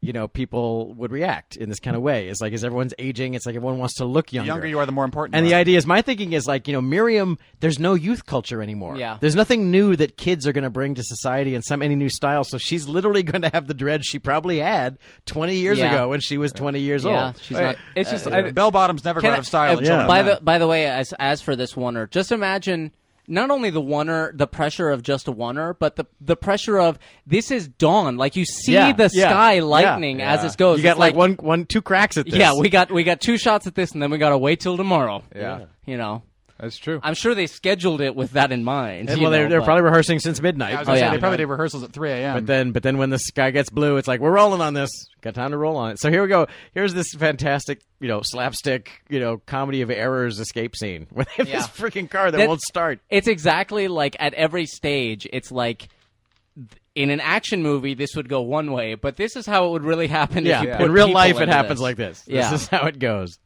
C: You know, people would react in this kind of way. It's like, as everyone's aging, it's like everyone wants to look
B: The
C: younger.
B: younger you are, the more important.
C: And
B: you
C: the
B: are.
C: idea is, my thinking is like, you know, Miriam, there's no youth culture anymore.
D: Yeah.
C: There's nothing new that kids are going to bring to society in some any new style. So she's literally going to have the dread she probably had 20 years
D: Yeah.
C: ago when she was 20 years
D: yeah,
C: old.
D: she's
E: Wait,
D: not. uh,
E: it's just I,
B: bell bottoms never go
D: Can
B: out
D: I-
B: of style.
D: uh,
B: in children.
D: By
B: Yeah.
D: the by the way, as as for this oneer, just imagine not only the oneer, the pressure of just a oneer, but the the pressure of this is dawn. Like you see
C: Yeah,
D: the
C: yeah,
D: sky
C: yeah.
D: lightning as it goes.
C: You got
D: It's
C: like, one, one, two cracks at this.
D: Yeah, we got we got two shots at this, and then we got to wait till tomorrow.
E: Yeah.
D: you know,
E: that's true.
D: I'm sure they scheduled it with that in mind.
C: And,
D: you
C: well, they're,
D: know,
C: they're
D: but-
C: probably rehearsing since midnight.
B: I was
D: Oh,
B: gonna say,
D: yeah.
B: they probably did rehearsals at 3 a.m.
C: But then, but then when the sky gets blue, it's like we're rolling on this. Got time to roll on it. So here we go. Here's this fantastic, you know, slapstick, you know, comedy of errors escape scene with
D: Yeah.
C: this freaking car that
D: That-
C: won't start.
D: It's exactly like at every stage. It's like th- in an action movie, this would go one way, but this is how it would really happen.
C: yeah.
D: if you
C: yeah.
D: put
C: in real
D: people
C: life, it
D: into
C: happens
D: this.
C: like this.
D: Yeah.
C: This is how it goes.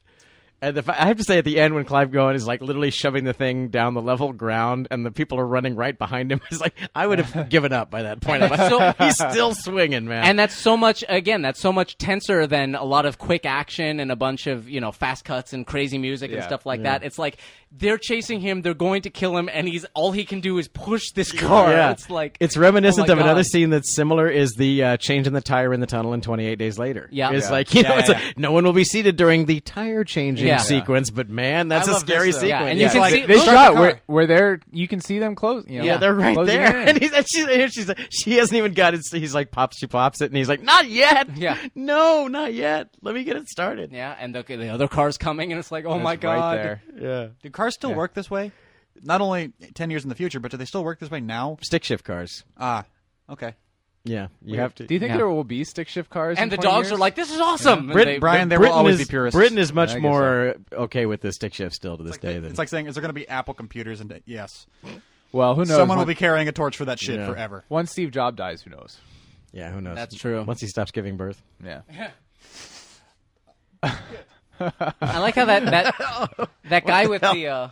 C: And the, fa- I have to say, at the end, when Clive Goen is like literally shoving the thing down the level ground, and the people are running right behind him, it's like I would have given up by that point. I'm like, he's still swinging, man.
D: And that's so much again. That's so much tenser than a lot of quick action and a bunch of you know fast cuts and crazy music and
E: Yeah.
D: stuff like that. It's like they're chasing him. They're going to kill him, and he's all he can do is push this car. It's like
C: it's reminiscent
D: oh
C: of
D: my
C: another
D: God.
C: scene that's similar. Is the uh, change in the tire in the tunnel in Twenty Eight Days Later?
D: Yeah.
C: it's
D: Yeah.
C: like you know,
B: Yeah,
C: it's
B: yeah,
C: like, no one will be seated during the tire changing
D: Yeah.
C: sequence. But man, that's
B: I
C: a
B: love this,
C: scary
B: though.
C: sequence.
D: Yeah, and you
C: It's
D: can
C: like,
D: see-
E: this
D: look at
E: shot
D: the
E: where
D: car.
E: where they're you can see them close. You know,
C: Yeah, they're right
E: closing
C: there.
E: in.
C: And he's and she's, and she's she hasn't even got it. He's like pops, she pops it, and he's like, not yet.
D: Yeah.
C: no, not yet. Let me get it started.
D: yeah, and the, the other car's coming, and it's like oh my
E: It's right
D: god.
E: there.
C: Yeah.
B: Do cars still work this way? Not only ten years in the future, but do they still work this way now?
C: Stick shift cars.
B: Ah, okay.
C: Yeah, you have to.
E: Do you think
D: Yeah.
E: there will be stick shift cars?
D: And the
E: in 20
D: dogs
E: years?
D: are like, "This is awesome." And
C: Brit-
D: they-
B: Brian, there
C: Britain
B: will always
C: is-
B: be purists.
C: Britain is much
E: I guess
C: more okay with the stick shift still to this
B: It's
C: day
B: like,
C: than
B: it's like saying, is there going to be Apple computers? And yes,
E: Well, who knows?
B: someone will be
E: Once-
B: carrying a torch for that shit
C: Yeah.
B: forever.
E: Once Steve Jobs dies, who knows?
C: yeah. Who knows?
D: That's true.
C: Once he stops giving birth.
E: Yeah.
D: I like how that that that guy with the uh,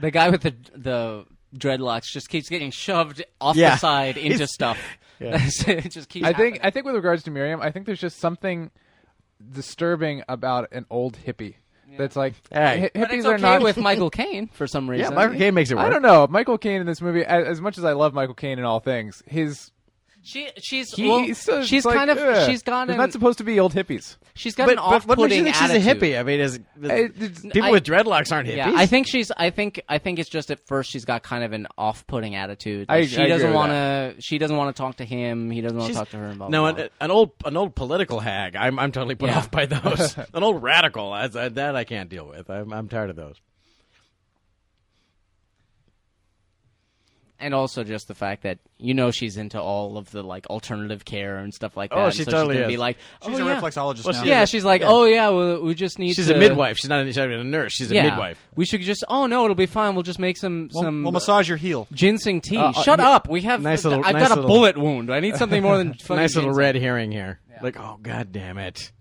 D: the guy with the the dreadlocks just keeps getting shoved off
C: Yeah.
D: the side into
C: He's-
D: stuff. it just keeps.
E: I think
D: happening.
E: I think with regards to Miriam, I think there's just something disturbing about an old hippie. That's like
C: Hey.
E: hi- hippies
D: but it's
E: are
D: okay
E: not
D: with Michael Caine for some
C: Yeah,
D: reason.
C: Michael Caine makes it work.
E: I don't know. Michael Caine in this movie, as, as much as I love Michael Caine in all things, his
D: She she's
E: he,
D: well,
E: he's still-
D: she's
E: it's like,
D: kind of
E: ugh.
D: she's got
E: They're
D: an
E: not supposed to be old hippies.
D: she's got
C: But,
D: an
C: but what makes
D: off-putting
C: you think she's a
D: attitude.
C: hippie? I mean, is
E: It- it's-
C: people
D: I-
C: with dreadlocks aren't hippies?
D: Yeah, I think she's. I think. I think it's just at first she's got kind of an off-putting attitude.
E: I-
D: Like,
E: I
D: she
E: agree
D: doesn't
E: with
D: want to. She doesn't want to talk to him. He doesn't want to talk to her. And blah,
C: no,
D: blah,
C: an,
D: blah.
C: an old an old political hag. I'm I'm totally put
D: Yeah.
C: off by those. an old radical. I, I- that I can't deal with. I'm I'm tired of those.
D: and also just the fact that you know she's into all of the like alternative care and stuff like that.
C: Oh,
D: and
C: she
D: so
C: totally
D: she's gonna
C: is.
D: Be like,
B: She's
D: "Oh,
B: a
D: yeah."
B: reflexologist now.
D: Yeah, she's like, oh yeah, we, we just need.
C: She's
D: to,
C: a midwife. She's not, she's not even a nurse. She's a
D: Yeah,
C: midwife.
D: We should just. Oh no, it'll be fine. We'll just make some
B: We'll,
D: some uh,
B: we'll massage your heel.
D: ginseng tea.
C: Uh, uh,
D: Shut
C: yeah.
D: up. We have.
C: Nice little-
D: I've
C: nice
D: got a
C: little-
D: bullet wound. I need something more than fucking
C: Nice little
D: ginseng.
C: red herring here. Like, oh god damn it.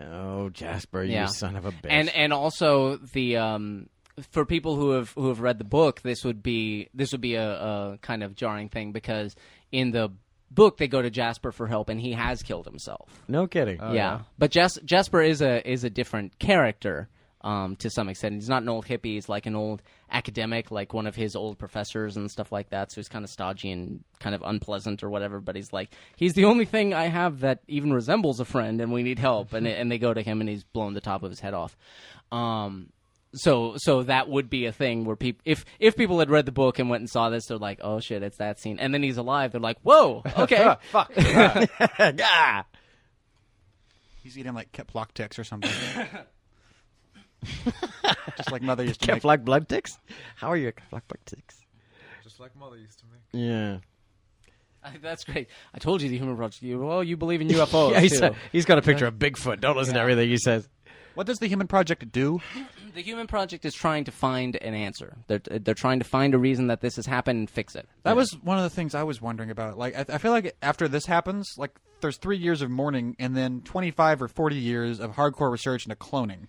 C: Oh, Jasper, you
D: Yeah.
C: son of a bitch.
D: and and also the um for people who have who have read the book this would be this would be a, a kind of jarring thing because in the book they go to jasper for help and he has killed himself
C: no kidding.
D: yeah. but Jas- jasper is a is a different character um, to some extent, he's not an old hippie. He's like an old academic, like one of his old professors and stuff like that. So he's kind of stodgy and kind of unpleasant or whatever. But he's like, he's the only thing I have that even resembles a friend, and we need help. And and they go to him, and he's blown the top of his head off. Um, so so that would be a thing where people if if people had read the book and went and saw this they're like oh shit it's that scene and then he's alive they're like whoa okay
E: Fuck.
C: Ah!
B: He's eating like Keplock ticks or something. Just like mother used to
C: Can't
B: make.
C: flock blood ticks? How are you at flock blood ticks?
E: Just like mother used to make.
C: Yeah.
D: that's great I told you the human project you well you believe in UFOs
C: yeah, he's,
D: too.
C: he's got a picture of Bigfoot. Don't listen to everything he says.
B: What does the Human Project do?
D: the human project is trying to find an answer they're they're trying to find a reason that this has happened and fix it
B: That was one of the things I was wondering about. Like, I, I feel like after this happens, like there's three years of mourning and then 25 or 40 years of hardcore research into cloning.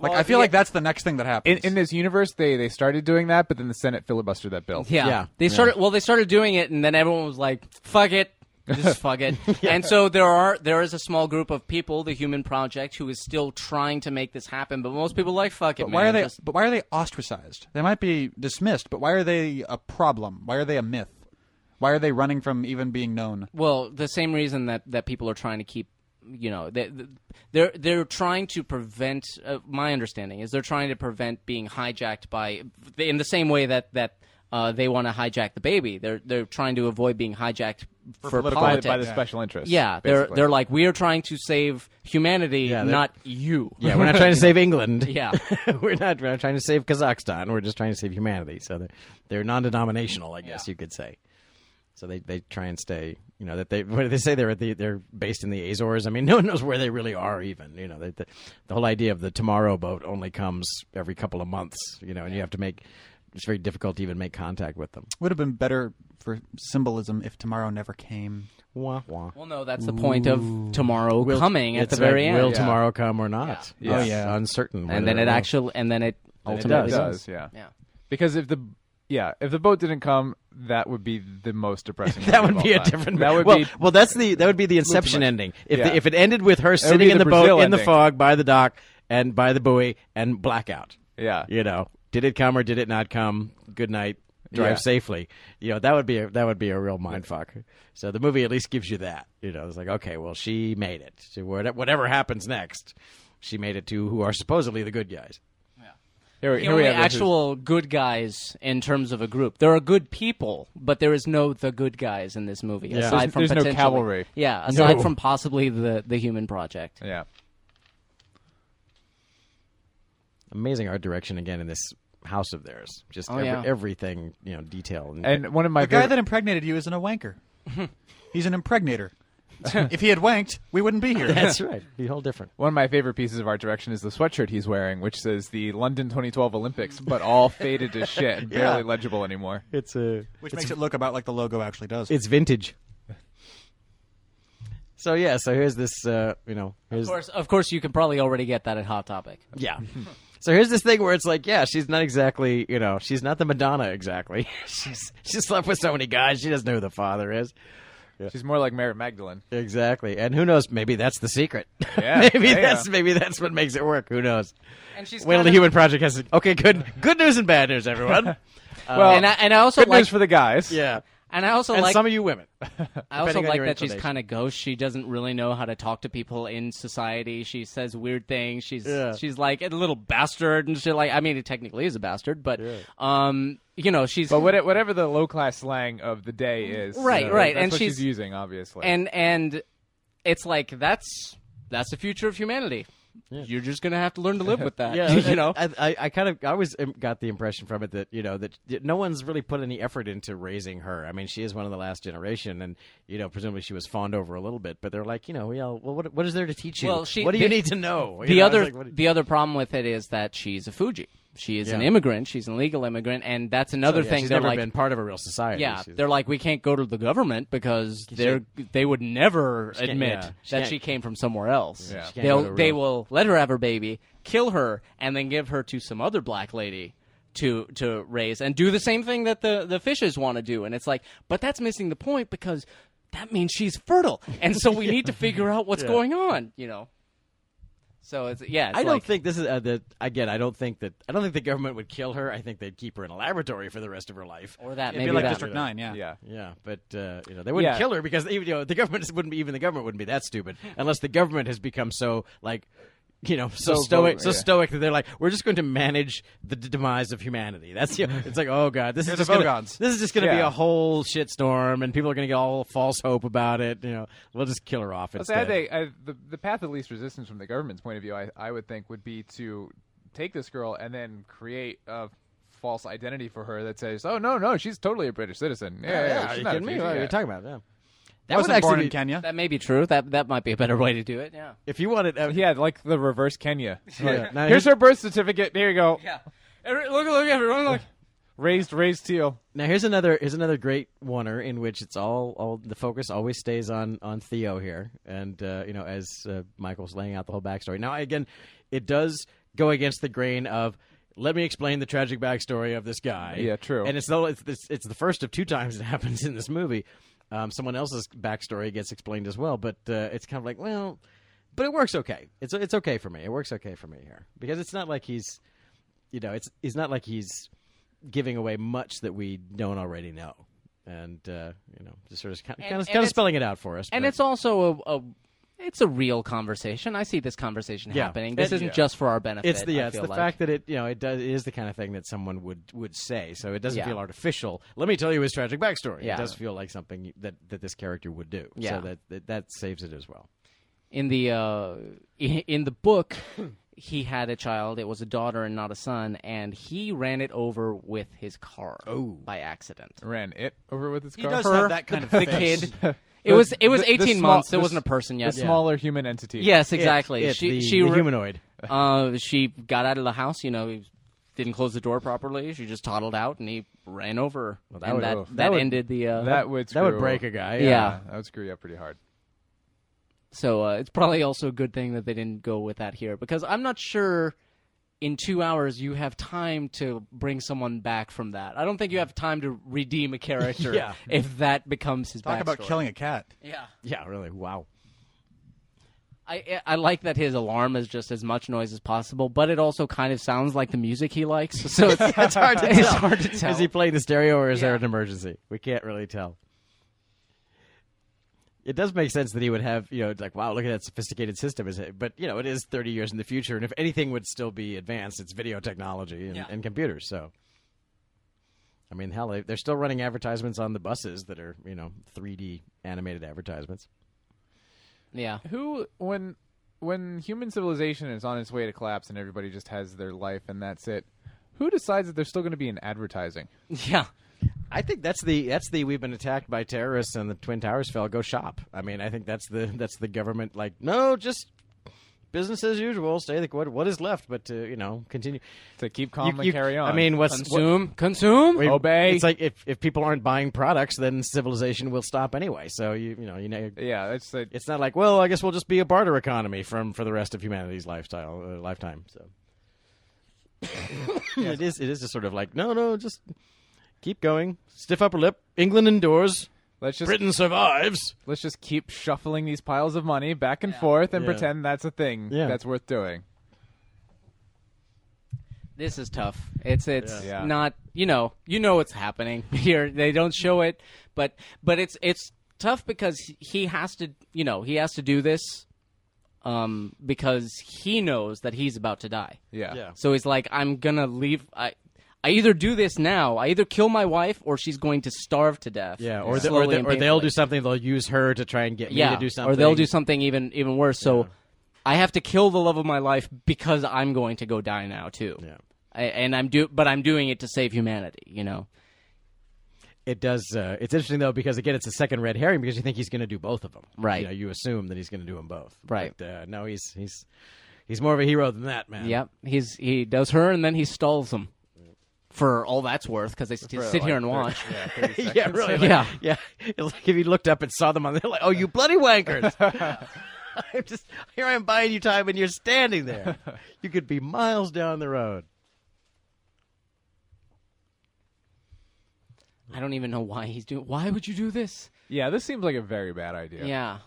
B: Like, I feel like that's the next thing that
E: In,
B: happens.
E: in this universe, they they started doing that, but then the Senate filibustered that bill.
D: Yeah.
C: Yeah.
D: They started well they started doing it and then everyone was like, fuck it. Just fuck it. And so there are there is a small group of people, the human project, who is still trying to make this happen, but most people are like fuck it,
B: but why
D: man.
B: are they?
D: Just-
B: But why are they ostracized? They might be dismissed, but why are they a problem? Why are they a myth? Why are they running from even being known?
D: Well, the same reason that, that people are trying to keep, you know, they, they're they're trying to prevent. Uh, my understanding is they're trying to prevent being hijacked by, in the same way that that uh, they want to hijack the baby. They're they're trying to avoid being hijacked for,
B: political-
E: By,
D: politics.
E: by the special interests.
D: Yeah, they're
E: basically.
D: they're like we are trying to save humanity,
C: Yeah, they're-
D: not you.
C: Yeah, we're not trying to save England.
D: Yeah.
C: we're, not, we're not trying to save Kazakhstan. We're just trying to save humanity. So they're, they're non-denominational, I guess you could say. So they, they try and stay. You know that they what do they say they're at the they're based in the Azores. I mean, no one knows where they really are. Even you know they, the, the whole idea of the tomorrow boat only comes every couple of months. You know, and you have to make it's very difficult to even make contact with them.
B: Would have been better for symbolism if tomorrow never came.
C: Wah, wah.
D: Well, no, that's the point of tomorrow coming at
C: It's
D: the very
C: like,
D: end,
C: Will tomorrow come or not?
E: Yeah.
C: It's
E: Oh, yeah.
C: uncertain.
D: and
C: whether
D: then it
C: will.
D: actually, and then it
C: Then it
D: ultimately
E: It does, yeah.
D: Yeah.
E: Because if the yeah, if the boat didn't come, that would be the most depressing.
C: That
E: movie
C: would
E: of
C: be
E: all
C: a
E: time.
C: different.
E: That would
C: well,
E: be
C: well, that's the that would be the Inception
E: much.
C: ending. If
E: Yeah.
C: the, if it ended with her
E: be
C: sitting in
E: the
C: the, boat
E: Brazil
C: in the
E: ending.
C: fog by the dock and by the buoy and blackout.
E: Yeah.
C: you know, did it come or did it not come? Good night. Drive
E: Yeah.
C: safely. You know that would be a, that would be a real mind fuck. So the movie at least gives you that. You know, it's like okay, well, she made it. So what- whatever happens next, she made it to who are supposedly the good guys.
E: here, we-
D: The
E: here we
D: only
E: have this.
D: actual good guys in terms of a group. There are good people, but there is no the good guys in this movie. Aside
E: There's-
D: from
E: there's no
D: potentially-
E: cavalry.
D: Yeah, aside
C: No.
D: from possibly the the Human Project.
E: yeah.
C: Amazing art direction again in this house of theirs. Just
D: Oh,
C: every,
D: yeah.
C: everything you know, detail
E: And one of my
B: The guy
E: favorite,
B: that impregnated you isn't a wanker. He's an impregnator. if he had wanked, we wouldn't be here.
C: That's right. Be whole different.
E: one of my favorite pieces of art direction is the sweatshirt he's wearing, which says the London 2012 Olympics, but all faded to shit, and barely legible anymore.
C: It's a
B: Which makes it look about like the logo actually does.
C: it's vintage. So yeah, so here's this uh, you know, here's
D: Of course, of course, you can probably already get that at Hot Topic.
C: yeah. So here's this thing where it's like, yeah, she's not exactly, you know, she's not the Madonna exactly. she's she's slept with so many guys, she doesn't know who the father is.
E: She's more like Mary Magdalene.
C: Exactly. And who knows, maybe that's the secret.
E: Yeah,
C: maybe
E: yeah,
C: that's
E: yeah.
C: maybe that's what makes it work. Who knows?
D: And she's
C: Wait till
D: kind
C: the
D: of-
C: human project has Okay, good good news and bad news, everyone.
E: well,
D: Uh, and I, and I also
E: good
D: like
E: news for the guys.
C: yeah.
D: and I also
C: And
D: like
C: some of you women.
D: I also
C: depending on
D: like
C: your
D: that she's
C: inclination.
D: kind of ghost. She doesn't really know how to talk to people in society. She says weird things. She's
C: Yeah.
D: she's like a little bastard and shit. Like I mean, it technically is a bastard, but um, you know, she's
E: But what, whatever the low class slang of the day is,
D: Right,
E: uh,
D: right,
E: that's
D: and
E: what
D: she's-
E: using obviously.
D: and and it's like that's that's the future of humanity. you're just gonna have to learn to live with that.
C: Yeah,
D: you know.
C: I, I, I kind of, I always um, got the impression from it that you know that that no one's really put any effort into raising her. I mean, she is one of the last generation, and you know, presumably she was fawned over a little bit. But they're like, you know, yeah, well, what, what is there to teach you?
D: Well, she-
C: what do you
D: the-
C: need to know? You
D: the
C: know, I was
D: other
C: like, what-
D: the other problem with it is that she's a Fuji. She is an
C: Yeah.
D: immigrant. She's an illegal immigrant, and that's another
C: Oh, yeah,
D: thing.
C: she's
D: they're
C: never
D: like,
C: been part of a real society.
D: yeah,
C: She's-
D: they're like, we can't go to the government because they're they would never
C: can't-
D: admit
C: yeah. She
D: that
C: can't-
D: she came from somewhere else.
E: Yeah. She
C: can't go to
D: They'll
C: a
D: they
C: real-
D: will let her have her baby, kill her, and then give her to some other black lady to to raise and do the same thing that the the fishes want to do. And it's like, but that's missing the point because that means she's fertile, and so we need to figure out what's going on. You know. So it's yeah. It's
C: I don't
D: like-
C: think this is uh, that. Again, I don't think that. I don't think the government would kill her. I think they'd keep her in a laboratory for the rest of her life.
D: Or that
B: It'd
D: maybe
B: be like
D: that.
B: District Nine, yeah.
E: Yeah.
C: Yeah, but uh, you know they wouldn't
E: Yeah.
C: kill her because even you know the government wouldn't be even the government wouldn't be that stupid unless the government has become so like you know so,
E: So
C: stoic
E: vote-
C: so
E: yeah.
C: stoic that they're like we're just going to manage the d- demise of humanity. That's you know, it's like oh god this
B: They're
C: is
B: the
C: just gonna,
B: Vogons.
C: this is just going to be
E: Yeah.
C: a whole shitstorm and people are going to get all false hope about it. You know we'll just kill her off
E: I'll say I
C: instead.
E: think I, the the path of least resistance from the government's point of view, I, I would think, would be to take this girl and then create a false identity for her that says, "Oh no, no, she's totally a British citizen." Yeah, yeah,
C: yeah,
E: uh, she's
C: are you
E: not a
C: kidding me?
E: refugee,
C: What are
E: yeah.
C: you talking about? Yeah. That
B: Wasn't born
C: be-
B: in Kenya.
D: That may be true. That that might be a better way to do it. Yeah.
C: If you wanted, uh,
E: Yeah, like the reverse Kenya.
C: yeah. Now
E: Here's her birth certificate. Here you go.
D: Yeah. Look, look, everyone, look.
E: Raised, raised teal.
C: Now here's another here's another great oneer in which it's all all the focus always stays on on Theo here, and uh, you know as uh, Michael's laying out the whole backstory. Now again, it does go against the grain of let me explain the tragic backstory of this guy.
E: Yeah, true.
C: And it's the it's it's, it's the first of two times it happens in this movie. Um, someone else's backstory gets explained as well, but uh, it's kind of like well, but it works okay. It's it's okay for me. It works okay for me here because it's not like he's you know, it's it's not like he's giving away much that we don't already know, and uh, you know, just sort of kind,
D: and
C: of, kind
D: it's-
C: of spelling it out for us.
D: And
C: but-
D: it's also a, a it's a real conversation. I see this conversation
C: Yeah.
D: happening. This
C: It-
D: isn't
C: yeah.
D: just for our benefit.
C: it's the
D: I
C: yeah, it's
D: feel
C: the
D: like.
C: fact that it you know it does it is the kind of thing that someone would would say, so it doesn't
D: Yeah.
C: feel artificial. Let me tell you his tragic backstory.
D: Yeah.
C: It does feel like something that that this character would do.
D: Yeah.
C: so that, that that saves it as well.
D: in the uh, i- in the book he had a child it was a daughter and not a son and he ran it over with his car by accident
E: Ran it over with his
B: He
E: car.
B: does
E: Her-
B: have that kind of
D: the
B: face.
D: kid it was it was
E: the- the
D: 18
E: small-
D: months
E: the
D: it wasn't a
E: s-
D: person
E: the
D: yet
E: smaller human entity.
D: yes exactly
C: It- it,
D: she
C: the-
D: she
C: the
D: re-
C: humanoid.
D: uh, she got out of the house. You know, he didn't close the door properly. She just toddled out, and he ran over. her.
C: that
D: and
C: would-
D: that
C: oof.
D: that,
C: That would-
D: ended the. Uh,
E: that would
C: That would
E: screw-
C: break a guy.
D: Yeah.
E: Yeah, that would screw you up pretty hard.
D: so uh, it's probably also a good thing that they didn't go with that here because I'm not sure. In two hours, you have time to bring someone back from that. I don't think you have time to redeem a character
C: Yeah.
D: if that becomes his
B: Talk about
D: backstory.
B: killing a cat.
D: Yeah.
C: yeah, really. Wow.
D: I I- I like that his alarm is just as much noise as possible, but it also kind of sounds like the music he likes. So it's, it's hard to tell. It's hard to tell.
C: Is he playing the stereo or is there
D: Yeah.
C: an emergency? We can't really tell. It does make sense that he would have, you know, it's like, wow, look at that sophisticated system. Is it? But, you know, it is 30 years in the future. And if anything would still be advanced, it's video technology and,
D: Yeah.
C: and computers. So, I mean, hell, they- they're still running advertisements on the buses that are, you know, 3D animated advertisements.
D: yeah.
E: Who when when human civilization is on its way to collapse and everybody just has their life and that's it? Who decides that they're still going to be in advertising?
D: Yeah.
C: I think that's the that's the we've been attacked by terrorists and the twin towers fell. Go shop. I mean, I think that's the that's the government. Like, no, just business as usual. Stay the what what is left, but to you know continue.
E: To keep calm
C: You-
E: and
C: you-
E: carry on.
C: I mean, what's what-
D: Consume. consume.
C: we-
E: Obey.
C: It's like if, if people aren't buying products, then civilization will stop anyway. So you you know you know
E: yeah, that's the
C: it's not like well I guess we'll just be a barter economy from for the rest of humanity's lifestyle uh, lifetime. So it is it is just sort of like no no just keep going stiff upper lip England indoors.
E: let's just
C: Britain survives.
E: let's just keep shuffling these piles of money back and forth and
C: Yeah.
E: pretend that's a thing
C: Yeah.
E: that's worth doing.
D: This is tough. It's it's
E: Yeah. Yeah.
D: not you know you know it's happening here. They don't show it, but but it's it's tough because he has to you know he has to do this, um because he knows that he's about to die.
E: Yeah.
C: Yeah.
D: So he's like, I'm gonna leave. I I either do this now. I either kill my wife or she's going to starve to death.
C: Yeah, or, the- or,
D: slowly
C: the-
D: and
C: or they'll
D: painfully.
C: do something. They'll use her to try and get me
D: yeah,
C: to do something.
D: or they'll do something even even worse. So I have to kill the love of my life because I'm going to go die now too.
C: Yeah.
D: I, and I'm do, but I'm doing it to save humanity. You know.
C: It does. Uh, it's interesting though because again, it's a second red herring because you think he's going to do both of them.
D: Right.
C: You, know, you assume that he's going to do them both.
D: Right.
C: But, uh, no, he's he's he's more of a hero than that, man.
D: Yep. He's he does her and then he stalls them. For all that's worth, because they st- sit here and watch.
C: yeah, really. Like, yeah,
D: Yeah.
C: yeah. It's like if he looked up and saw them on, the like, oh, you bloody wankers! I'm just here. I'm buying you time, and you're standing there. You could be miles down the road.
D: I don't even know why he's doing. Why would you do this?
E: Yeah, this seems like a very bad idea.
D: Yeah.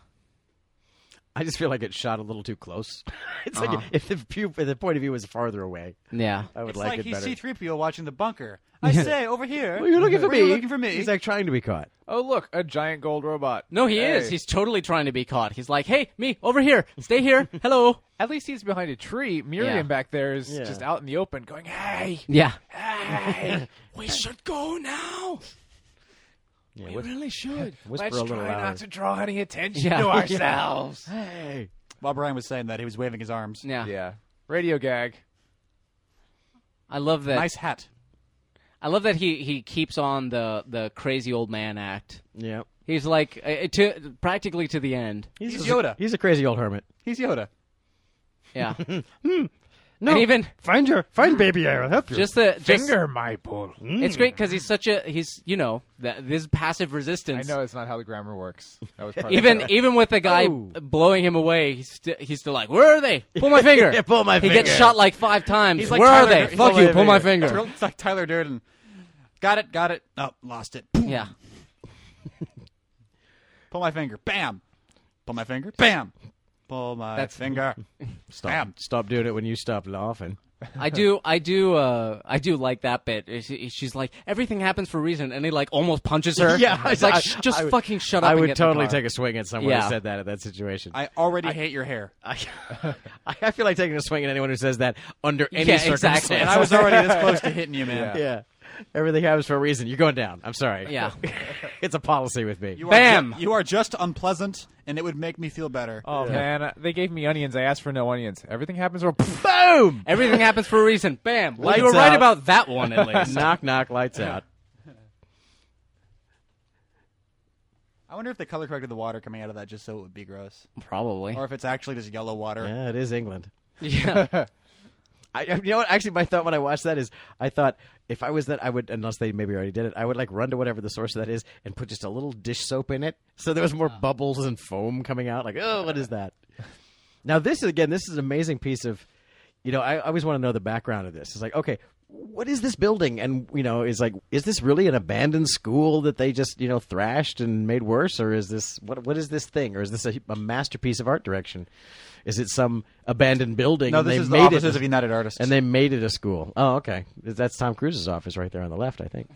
C: I just feel like it shot a little too close. it's like
D: Uh-huh.
C: if the, view, if the point of view was farther away,
D: Yeah.
C: I would
B: It's
C: like,
B: like,
C: it
B: he's
C: better.
B: C-3PO watching the bunker. I say, over here.
C: Well, you're looking for
B: Were
C: me.
B: you looking for me.
C: He's like trying to be caught.
E: Oh, look, a giant gold robot.
D: No, he
E: Hey.
D: is. He's totally trying to be caught. He's like, "Hey, me over here. Stay here. Hello."
E: At least he's behind a tree. Miriam
D: Yeah.
E: back there is
C: Yeah.
E: just out in the open going, hey,
D: Yeah.
E: hey,
D: We should go now.
C: Yeah,
D: We
C: whis-
D: really should.
C: whisper
E: let's
C: a
E: try
C: little louder.
E: not to draw any attention
D: Yeah.
E: to
D: Yeah.
E: ourselves. Yeah.
C: Hey.
B: While Brian was saying that, he was waving his arms.
D: Yeah.
E: Radio gag.
D: I love that.
B: Nice hat.
D: I love that he he keeps on the the crazy old man act.
C: Yeah.
D: He's like uh, to practically to the end.
B: He's
C: a-
B: Yoda.
C: He's a crazy old hermit.
B: He's Yoda.
D: Yeah.
C: Hmm. No,
D: And even-
C: find your find baby. I'll help you.
D: just the just,
E: Finger my bull. Hmm?
C: Hmm.
D: It's great because he's such a he's you know that this passive
E: I
D: resistance.
E: know it's not how the grammar works. That was part of
D: Even
E: the-
D: even with the guy
C: Oh.
D: blowing him away, he's still he's still like, "Where are they? Pull my finger!
C: Yeah, pull my
D: he He
C: finger.
D: gets shot like five times.
B: He's like
D: Where
B: Tyler
D: are they?
B: Durden.
D: Fuck
B: Pull
D: you!
C: my
D: Pull my
B: It's,
D: finger!
B: real, it's like Tyler Durden. Got it, got it. Oh, lost it.
D: Yeah.
B: Pull my finger. Bam. Pull my finger. Bam. Pull my
D: That's-
B: finger.
C: stop.
B: Bam.
C: Stop doing it when you stop laughing.
D: I do, I do, uh, I do like that bit. She- She's like, everything happens for a reason, and he like almost punches her. it's like, "Sh- just
C: would-
D: fucking shut up.
C: I
D: and
C: would
D: get in the
C: totally
D: car."
C: take a swing at someone who
D: Yeah.
C: said that at that situation. I,
B: I already hate your hair.
C: I, feel like taking a swing at anyone who says that under any
D: Yeah,
C: circumstance.
D: exactly.
B: And I was already this close to hitting you, man.
C: yeah. Everything happens for a reason. You're going down. I'm sorry.
D: Yeah.
C: it's a policy with me.
B: You are
D: Bam.
B: ju- you are just unpleasant, and it would make me feel better.
E: Oh, man. uh, They gave me onions. I asked for no onions. Everything happens for.
C: Boom!
D: Everything happens for a reason. Bam. Well,
C: Lights
D: you were right
C: out.
D: about that one at least.
C: knock, knock, lights out.
B: I wonder if they color corrected the water coming out of that just so it would be gross,
D: Probably.
B: or if it's actually just yellow water.
C: Yeah, it is England.
D: Yeah.
C: I, you know what? Actually, my thought when I watched that is, I thought if I was that, I would, unless they maybe already did it, I would like run to whatever the source of that is and put just a little dish soap in it, so there was more bubbles and foam coming out. Like, oh, what is that? now, this is again, this is an amazing piece of, you know, I, I always want to know the background of this. It's like, okay, what is this building? And you know, is like, is this really an abandoned school that they just you know thrashed and made worse, or is this what what is this thing, or is this a, a masterpiece of art direction? Is it some abandoned building?
B: No,
C: and
B: this
C: they
B: is the
C: made
B: offices
C: it,
B: of United Artists.
C: and they made it a school. Oh, okay. That's Tom Cruise's office right there on the left, I think.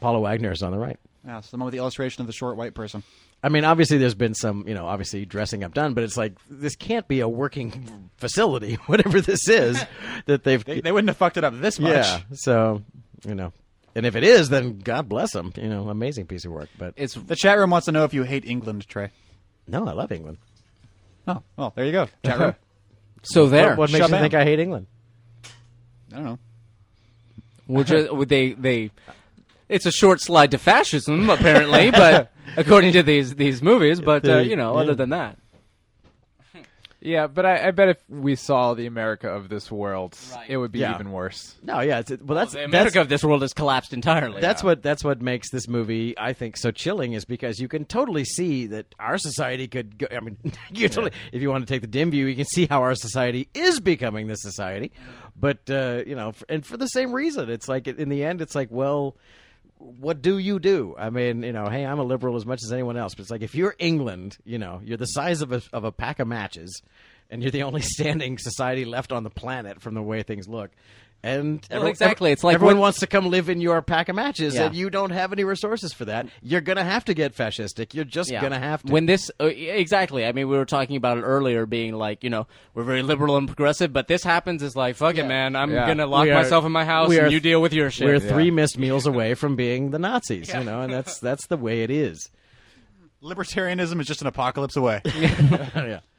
C: Paula Wagner's on the right.
B: yeah, it's the one with the illustration of the short white person.
C: I mean, obviously, there's been some, you know, obviously dressing up done, but it's like this can't be a working facility, whatever this is that they've.
B: They, they wouldn't have fucked it up this much.
C: yeah. So, you know, and if it is, then God bless them. You know, amazing piece of work. But
D: It's
B: The chat room wants to know if you hate England, Trey.
C: no, I love England.
B: Oh, well, there you go. Chat room.
D: so there.
C: What, what makes you
B: Shabam.
C: think I hate England?
B: I don't know.
D: Which uh, would they they it's a short slide to fascism apparently, but according to these these movies, but uh,
C: They-
D: you know,
C: yeah.
D: other than that.
E: Yeah, but I, I bet if we saw the America of this world,
D: Right.
E: it would be
C: Yeah.
E: even worse.
C: No, yeah. It's, it, well, that's
D: The
C: that's,
D: America of this world has collapsed entirely.
C: That's what that's what makes this movie, I think, so chilling is because you can totally see that our society could. Go, I mean, you totally, if you want to take the dim view, you can see how our society is becoming this society. But uh, you know, f and for the same reason, it's like in the end, it's like, well, what do you do? I mean, you know, hey, I'm a liberal as much as anyone else, but it's like if you're England, you know, you're the size of a, of a pack of matches. And you're the only standing society left on the planet from the way things look, and everyone-
D: exactly. It's like
C: everyone
D: when-
C: wants to come live in your pack of matches
D: Yeah.
C: and you don't have any resources for that, you're going to have to get fascistic. You're just going to have to.
D: When this uh, exactly, I mean, we were talking about it earlier, being like, you know, we're very liberal and progressive, but this happens is like, fuck it, man, I'm
E: Yeah.
D: gonna lock
C: We are-
D: myself in my house
C: we
D: and
C: are-
D: you deal with your shit.
C: we're three missed meals away from being the Nazis, you know, and that's that's the way it is.
B: Libertarianism is just an apocalypse away.
C: yeah.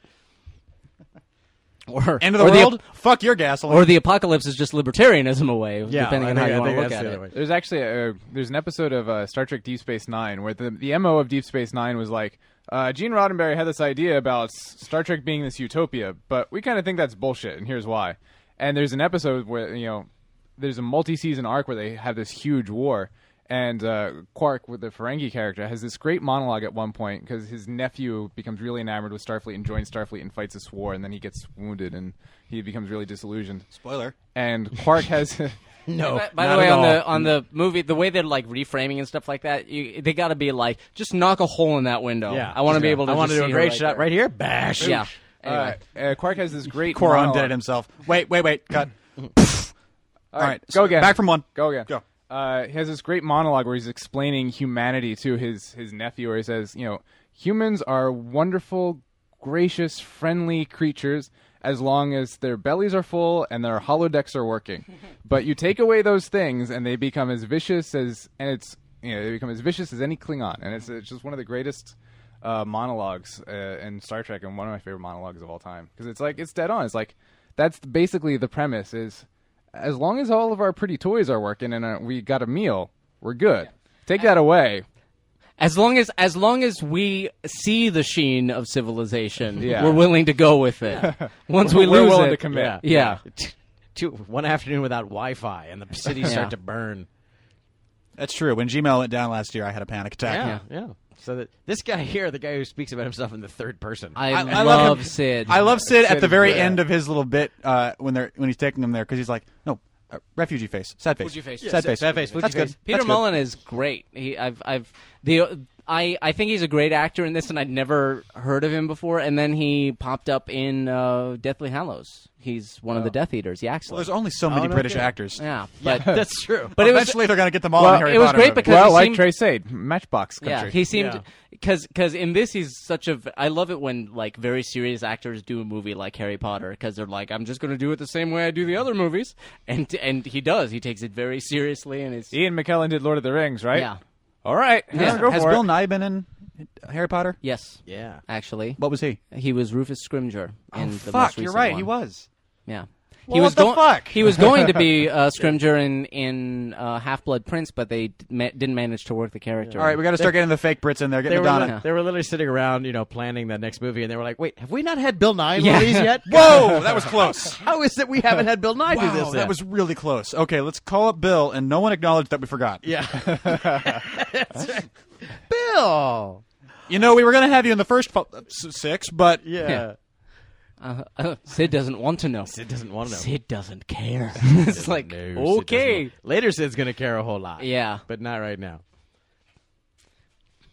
D: or
B: End of the
D: or
B: world.
D: The,
B: Fuck your gasoline.
D: or the apocalypse is just libertarianism away,
C: Yeah,
D: depending
C: I
D: on how
C: think-
D: you
C: I
D: want
C: think
D: to look
C: that's
D: at
C: the
D: it.
C: other way.
E: There's actually a, there's an episode of uh, Star Trek Deep Space Nine where the the mo of Deep Space Nine was like uh, Gene Roddenberry had this idea about S- Star Trek being this utopia, but we kind of think that's bullshit, and here's why. And there's an episode where you know there's a multi-season arc where they have this huge war, and uh, Quark, with the Ferengi character, has this great monologue at one point because his nephew becomes really enamored with Starfleet and joins Starfleet and fights this war, and then he gets wounded and he becomes really disillusioned.
B: Spoiler.
E: And Quark has.
C: No,
D: By, by
C: Oh, not
D: the way,
C: at
D: on
C: all.
D: the on the movie, the way they're like reframing and stuff like that, you, they got to be like, just knock a hole in that window.
C: yeah,
D: Oh, I want to be able to.
C: I
D: want to
C: do a great
D: right
C: shot
D: there.
C: right here. Bash.
D: Yeah. Anyway.
E: Uh, uh, Quark has this great
B: Coron
E: monologue.
B: did it himself. Wait, wait, wait. Cut. All
E: All right,
B: right,
E: go again.
B: Back from one.
E: Go again.
B: Go.
E: Uh, he has this great monologue where he's explaining humanity to his his nephew, where he says, you know, humans are wonderful, gracious, friendly creatures as long as their bellies are full and their holodecks are working. but you take away those things, and they become as vicious as and it's you know they become as vicious as any Klingon, and it's, it's just one of the greatest. Uh, monologues uh, in Star Trek, and one of my favorite monologues of all time because it's like it's dead on. It's like that's basically the premise: is as long as all of our pretty toys are working and uh, we got a meal, we're good. Take that away.
D: As long as as long as we see the sheen of civilization,
E: Yeah.
D: we're willing to go with it. Once we
E: We're
D: lose
E: willing
D: it,
E: to commit.
C: Yeah.
D: yeah.
C: Two, one afternoon without Wi-Fi, and the cities
D: Yeah.
C: start to burn.
B: That's true. When Gmail went down last year, I had a panic attack.
C: Yeah, yeah. So that this guy here, the guy who speaks about himself in the third person,
D: I,
B: I, I
D: love,
B: love him.
D: Sid.
B: I love Sid, at
E: Sid
B: the
E: is
B: very
E: great.
B: end of his little bit uh, when they're when he's taking them there because he's like, no, uh, refugee face, sad face,
D: Fuji face.
B: sad
D: Yeah,
B: face,
C: sad face, Fuji
B: That's
C: face.
B: good.
D: Peter
B: That's good.
D: Mullen is great. He, I've, I've, the, I, I think he's a great actor in this, and I'd never heard of him before. And then he popped up in uh, Deathly Hallows. He's one of the Death Eaters, Yaxley.
B: There's only so many
C: no
B: British
C: kidding.
B: actors.
D: yeah,
C: Yeah,
D: but
C: that's true.
D: but it was
B: Eventually, they're gonna get them all
D: Well,
B: in Harry
D: it was
B: Potter
D: great
B: movie.
D: because-
E: Well,
D: he
E: like
D: seemed-
E: Trey said, Matchbox Country.
D: yeah, he seemed
C: Yeah.
D: because in this he's such a. v- I love it when like very serious actors do a movie like Harry Potter because they're like, I'm just going to do it the same way I do the other movies, and and he does. He takes it very seriously, and it's
E: Ian McKellen did Lord of the Rings, right?
D: Yeah.
E: All right.
D: Yeah.
E: Go
B: Has
E: for
B: Bill
E: it.
B: Nye been in Harry Potter?
D: yes,
C: yeah.
D: actually,
B: What was he?
D: He was Rufus Scrimgeour in the most
B: Oh, Fuck, you're
D: recent
B: right.
D: one.
B: He was.
D: Yeah.
B: Well, what the fuck?
D: He was going to be uh, Scrimgeour in in uh, Half Blood Prince, but they d- ma- didn't manage to work the character.
B: All right, we got to start getting the fake Brits in there. Get
C: They were,
B: Madonna.
C: li- they were literally sitting around, you know, planning the next movie, and they were like, "Wait, have we not had Bill Nye
D: Yeah.
C: movies yet?
B: Whoa, that was close.
C: How is it we haven't had Bill Nye do this?
B: Wow,
C: yet?
B: that was really close. Okay, let's call up Bill, and no one acknowledged that we forgot.
C: yeah, Bill.
B: You know, we were going to have you in the first fo- uh, s- six, but
C: Yeah.
D: Yeah. uh, uh, Sid doesn't want to know.
C: Sid doesn't want to know.
D: Sid doesn't care. it's like
C: No, Sid doesn't
D: okay,
C: want- Later, Sid's gonna care a whole lot.
D: Yeah.
C: but not right now.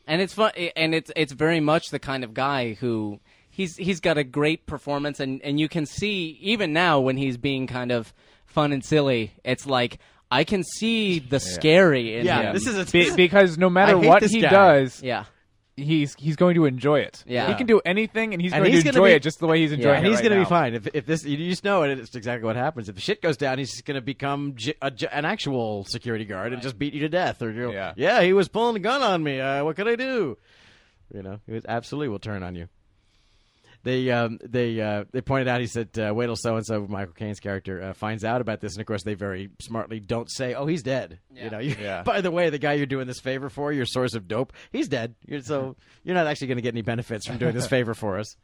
D: and it's fun, and it's it's very much the kind of guy who he's he's got a great performance, and and you can see even now when he's being kind of fun and silly, it's like I can see the scary in
C: Yeah,
D: him.
C: this is a
E: Be- because no matter
C: I hate
E: what
C: this
E: he
C: guy.
E: does,
D: yeah.
E: he's he's going to enjoy it.
D: Yeah.
E: He can do anything, and he's
C: And
E: going
C: he's
E: to
C: gonna
E: enjoy
C: be-
E: it just the way he's enjoying
D: Yeah.
E: it.
D: And
C: And he's
E: right
C: gonna
E: now.
C: be fine. If, if this, you just know it. It's exactly what happens. If the shit goes down, he's just gonna become j- a j- an actual security guard and just beat you to death. Or you're,
E: Yeah.
C: he was pulling a gun on me. Uh, what could I do? You know, he was, absolutely will turn on you. They um, they uh, they pointed out. He said, uh, "Wait till so and so, Michael Caine's character, uh, finds out about this." And of course, they very smartly don't say, "Oh, he's dead." You know. You,
E: Yeah.
C: By the way, the guy you're doing this favor for, your source of dope, he's dead. You're, so you're not actually going to get any benefits from doing this favor for us.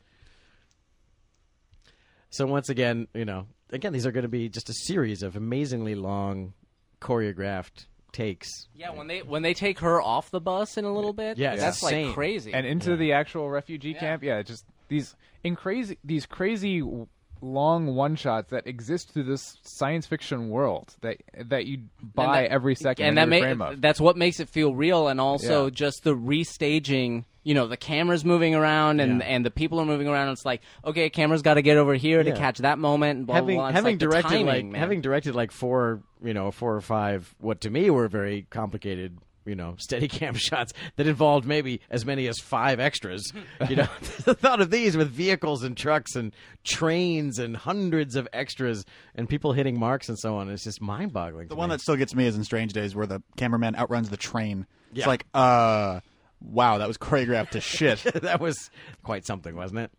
C: So once again, you know, again, these are going to be just a series of amazingly long, choreographed takes.
D: Yeah, when they when they take her off the bus in a little bit,
C: Yeah, it's
D: that's
C: insane.
D: like crazy.
E: and into the actual refugee camp. Yeah, just these in crazy these crazy w- long one shots that exist through this science fiction world that that you buy
D: that-
E: every second
D: and
E: in
D: that
E: every frame
D: ma-
E: of.
D: that's what makes it feel real, and also
E: Yeah.
D: just the restaging. You know, the cameras moving around and
C: Yeah.
D: and the people are moving around. It's like okay, camera's got to get over here to
C: Yeah.
D: catch that moment. And blah,
C: having
D: blah, blah. It's
C: having
D: like the
C: directed
D: timing,
C: like
D: man.
C: having directed like four, you know, four or five what to me were very complicated, you know, steady cam shots that involved maybe as many as five extras. You know, the thought of these with vehicles and trucks and trains and hundreds of extras and people hitting marks and so on is just mind boggling.
B: the one that still gets me is in Strange Days, where the cameraman outruns the train. It's
C: Yeah.
B: like, uh, wow, that was choreographed to shit.
C: that was quite something, wasn't it?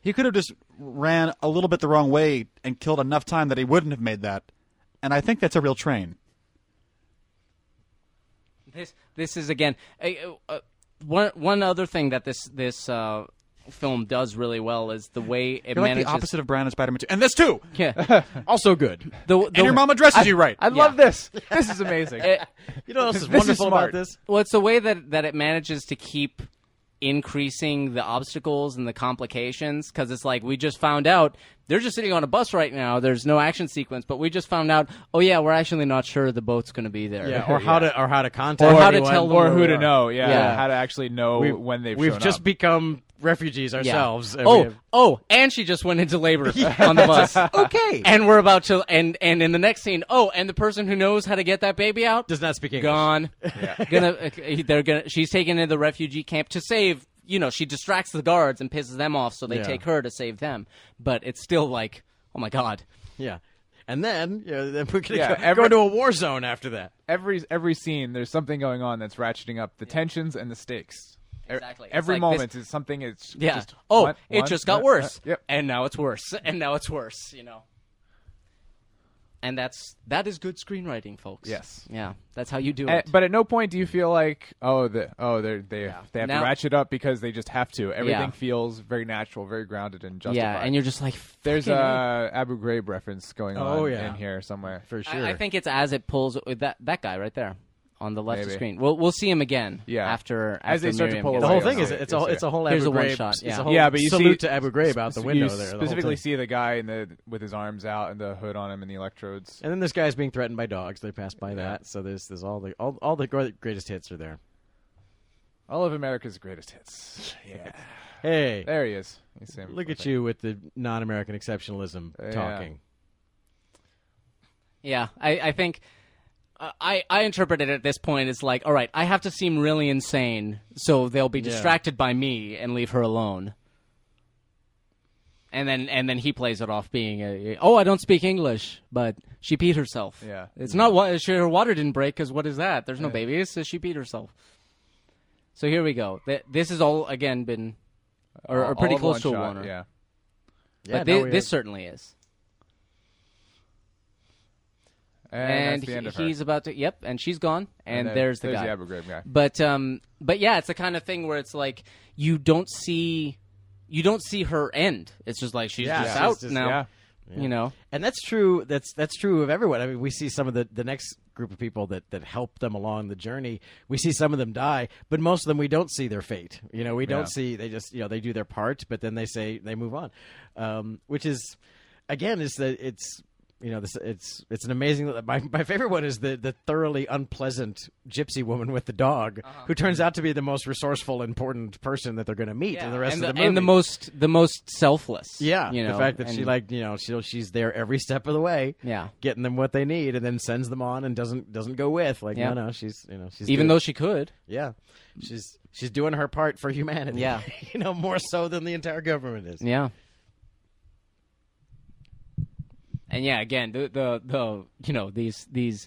B: He could have just ran a little bit the wrong way and killed enough time that he wouldn't have made that. And I think that's a real train.
D: This this is again a, uh, one one other thing that this this uh, film does really well is the way it
B: You're like
D: manages.
B: the opposite of Brown and Spider-Man 2. And this too.
D: Yeah.
C: Also good.
D: The, the,
B: And your mom addresses you right.
E: I love this. This is amazing.
D: it-
C: You know what else is
E: This is
C: wonderful about
E: smart.
C: this?
D: well, it's the way that that it manages to keep increasing the obstacles and the complications because it's like we just found out they're just sitting on a bus right now. There's no action sequence, but we just found out. Oh yeah, we're actually not sure the boat's going to be there.
C: Yeah, or how to or how to
D: Or
C: contact
D: how to
C: anyone.
D: tell them
E: or
D: where
E: who
D: we
E: to
D: are.
E: know? Yeah,
D: Yeah.
E: how to actually know
C: We-
E: when they've
C: we've
E: shown
C: just
E: up.
C: become refugees
D: Yeah.
C: ourselves. and we
D: Oh,
C: have-
D: oh, and she just went into labor on the bus.
C: okay.
D: and we're about to and and in the next scene oh and the person who knows how to get that baby out
C: does not speak English.
D: gone gonna uh, they're gonna she's taken into the refugee camp to save you know she distracts the guards and pisses them off so they
C: Yeah.
D: take her to save them but it's still like oh my god
C: Yeah, and then yeah, then we're gonna
E: Yeah,
C: go,
E: every-
C: go into a war zone after that.
E: every every scene there's something going on that's ratcheting up the tensions and the stakes. E-
D: Exactly. It's
E: Every
D: like
E: moment is something it's
D: yeah
E: just
D: oh
E: one-
D: it
E: one-
D: just got
E: uh, uh,
D: worse
E: yep.
D: and now it's worse and now it's worse you know and that's that is good screenwriting folks
E: Yes.
D: yeah that's how you do
E: And-
D: it
E: Eh, but at no point do you feel like oh the oh they they they have
D: Now-
E: to ratchet up because they just have to. Everything
D: Yeah.
E: feels very natural, very grounded and justified.
D: yeah and you're just like
E: there's
D: "Fucking A."
E: a Abu Ghraib reference going on
C: Oh, yeah.
E: in here somewhere.
C: For
D: I-
C: sure.
D: I, think it's as it pulls with that that guy right there on the left of the
E: Maybe.
D: screen. We'll we'll see him again.
E: Yeah.
D: After
E: As
D: after
E: they start to
D: Miriam
E: pull
D: gets
C: the
E: away.
C: whole
D: out.
C: thing is
E: Yes,
C: it's
E: yes,
C: a
E: yes.
C: it's a whole
D: Here's
C: Abu
D: a one
C: Ghraib-
D: shot,
C: it's a
D: yeah.
C: whole
E: Yeah, but you
C: salute
E: see-
C: to Abu Ghraib out the
E: You
C: window there. the whole
E: specifically
C: thing.
E: see the guy in the with his arms out and the hood on him and the electrodes.
C: And then this guy's being threatened by dogs. They pass by that. So there's there's all the all, all the gr- greatest hits are there.
E: All of America's greatest hits. Yeah.
C: Hey,
E: There he is. You see him.
C: look at you with the non-American exceptionalism
E: Yeah.
C: talking.
D: Yeah, I I think. uh, I, I interpret it at this point as like, all right, I have to seem really insane so they'll be distracted by me and leave her alone. And then and then he plays it off being a oh I don't speak English but she peed herself.
E: Yeah.
D: it's not what she, her water didn't break because what is that? There's no baby. It's just she peed herself. So here we go. Th- This has all again been or, or
E: All
D: pretty
E: of
D: close to a
E: shot,
D: Warner.
E: Yeah.
C: Yeah,
D: but
C: now
D: thi-
C: we
D: this
C: have-
D: certainly is.
E: And,
D: And,
E: that's the end of
D: he-
E: her.
D: he's about to. Yep, and she's gone. And,
E: then
D: there's the
E: there's
D: guy.
E: the Abu Ghraib guy.
D: But um, but yeah, it's the kind of thing where it's like you don't see, you don't see her end. It's just like she's
C: Yeah,
D: just
C: she's
D: out
C: just-
D: now.
E: yeah.
D: You know.
C: and that's true that's that's true of everyone i mean we see some of the the next group of people that that help them along the journey we see some of them die but most of them we don't see their fate you know we don't
E: Yeah.
C: see they just you know they do their part but then they say they move on um which is again is that it's you know, this it's it's an amazing. My, my favorite one is the the thoroughly unpleasant gypsy woman with the dog,
D: Uh-huh.
C: who turns out to be the most resourceful, important person that they're going to meet in the rest
D: and
C: of the,
D: the,
C: movie.
D: and the most the most selfless.
C: Yeah,
D: you know
C: the fact that she
D: and-
C: like you know she she's there every step of the way.
D: Yeah.
C: getting them what they need, and then sends them on and doesn't doesn't go with like
D: Yeah.
C: no no she's you know she's
D: even
C: doing-
D: though she could.
C: yeah she's she's doing her part for humanity.
D: Yeah.
C: you know more so than the entire government is.
D: Yeah. And yeah, again, the the, the you know these these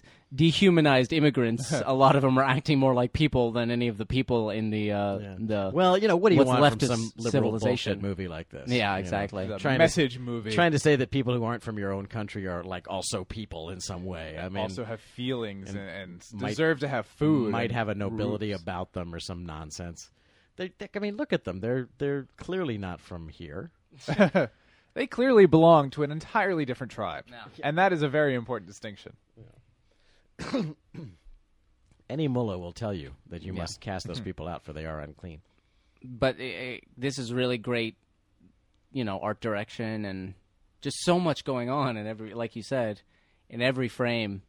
D: dehumanized immigrants. a lot of them are acting more like people than any of the people in the uh,
C: Yeah.
D: the
C: well you know what do you
D: what's
C: want
D: left
C: from
D: is
C: some liberal
D: civilization
C: bullshit movie like this? you
D: Yeah,
C: know?
D: exactly.
E: The
C: Trying to-
E: message movie
C: Trying to say that people who aren't from your own country are like also people in some way. I mean,
E: also have feelings and, and
C: might-
E: deserve to have food.
C: might
E: and
C: have a nobility
E: roots.
C: about them or some nonsense. They, they, I mean, look at them. They're they're clearly not from here.
E: They clearly belong to an entirely different tribe, and that is a very important distinction.
C: Any mullah will tell you that you must cast those people out for they are unclean.
D: but eh, eh, this is really great, you know, art direction and just so much going on in every, like you said, in every frame.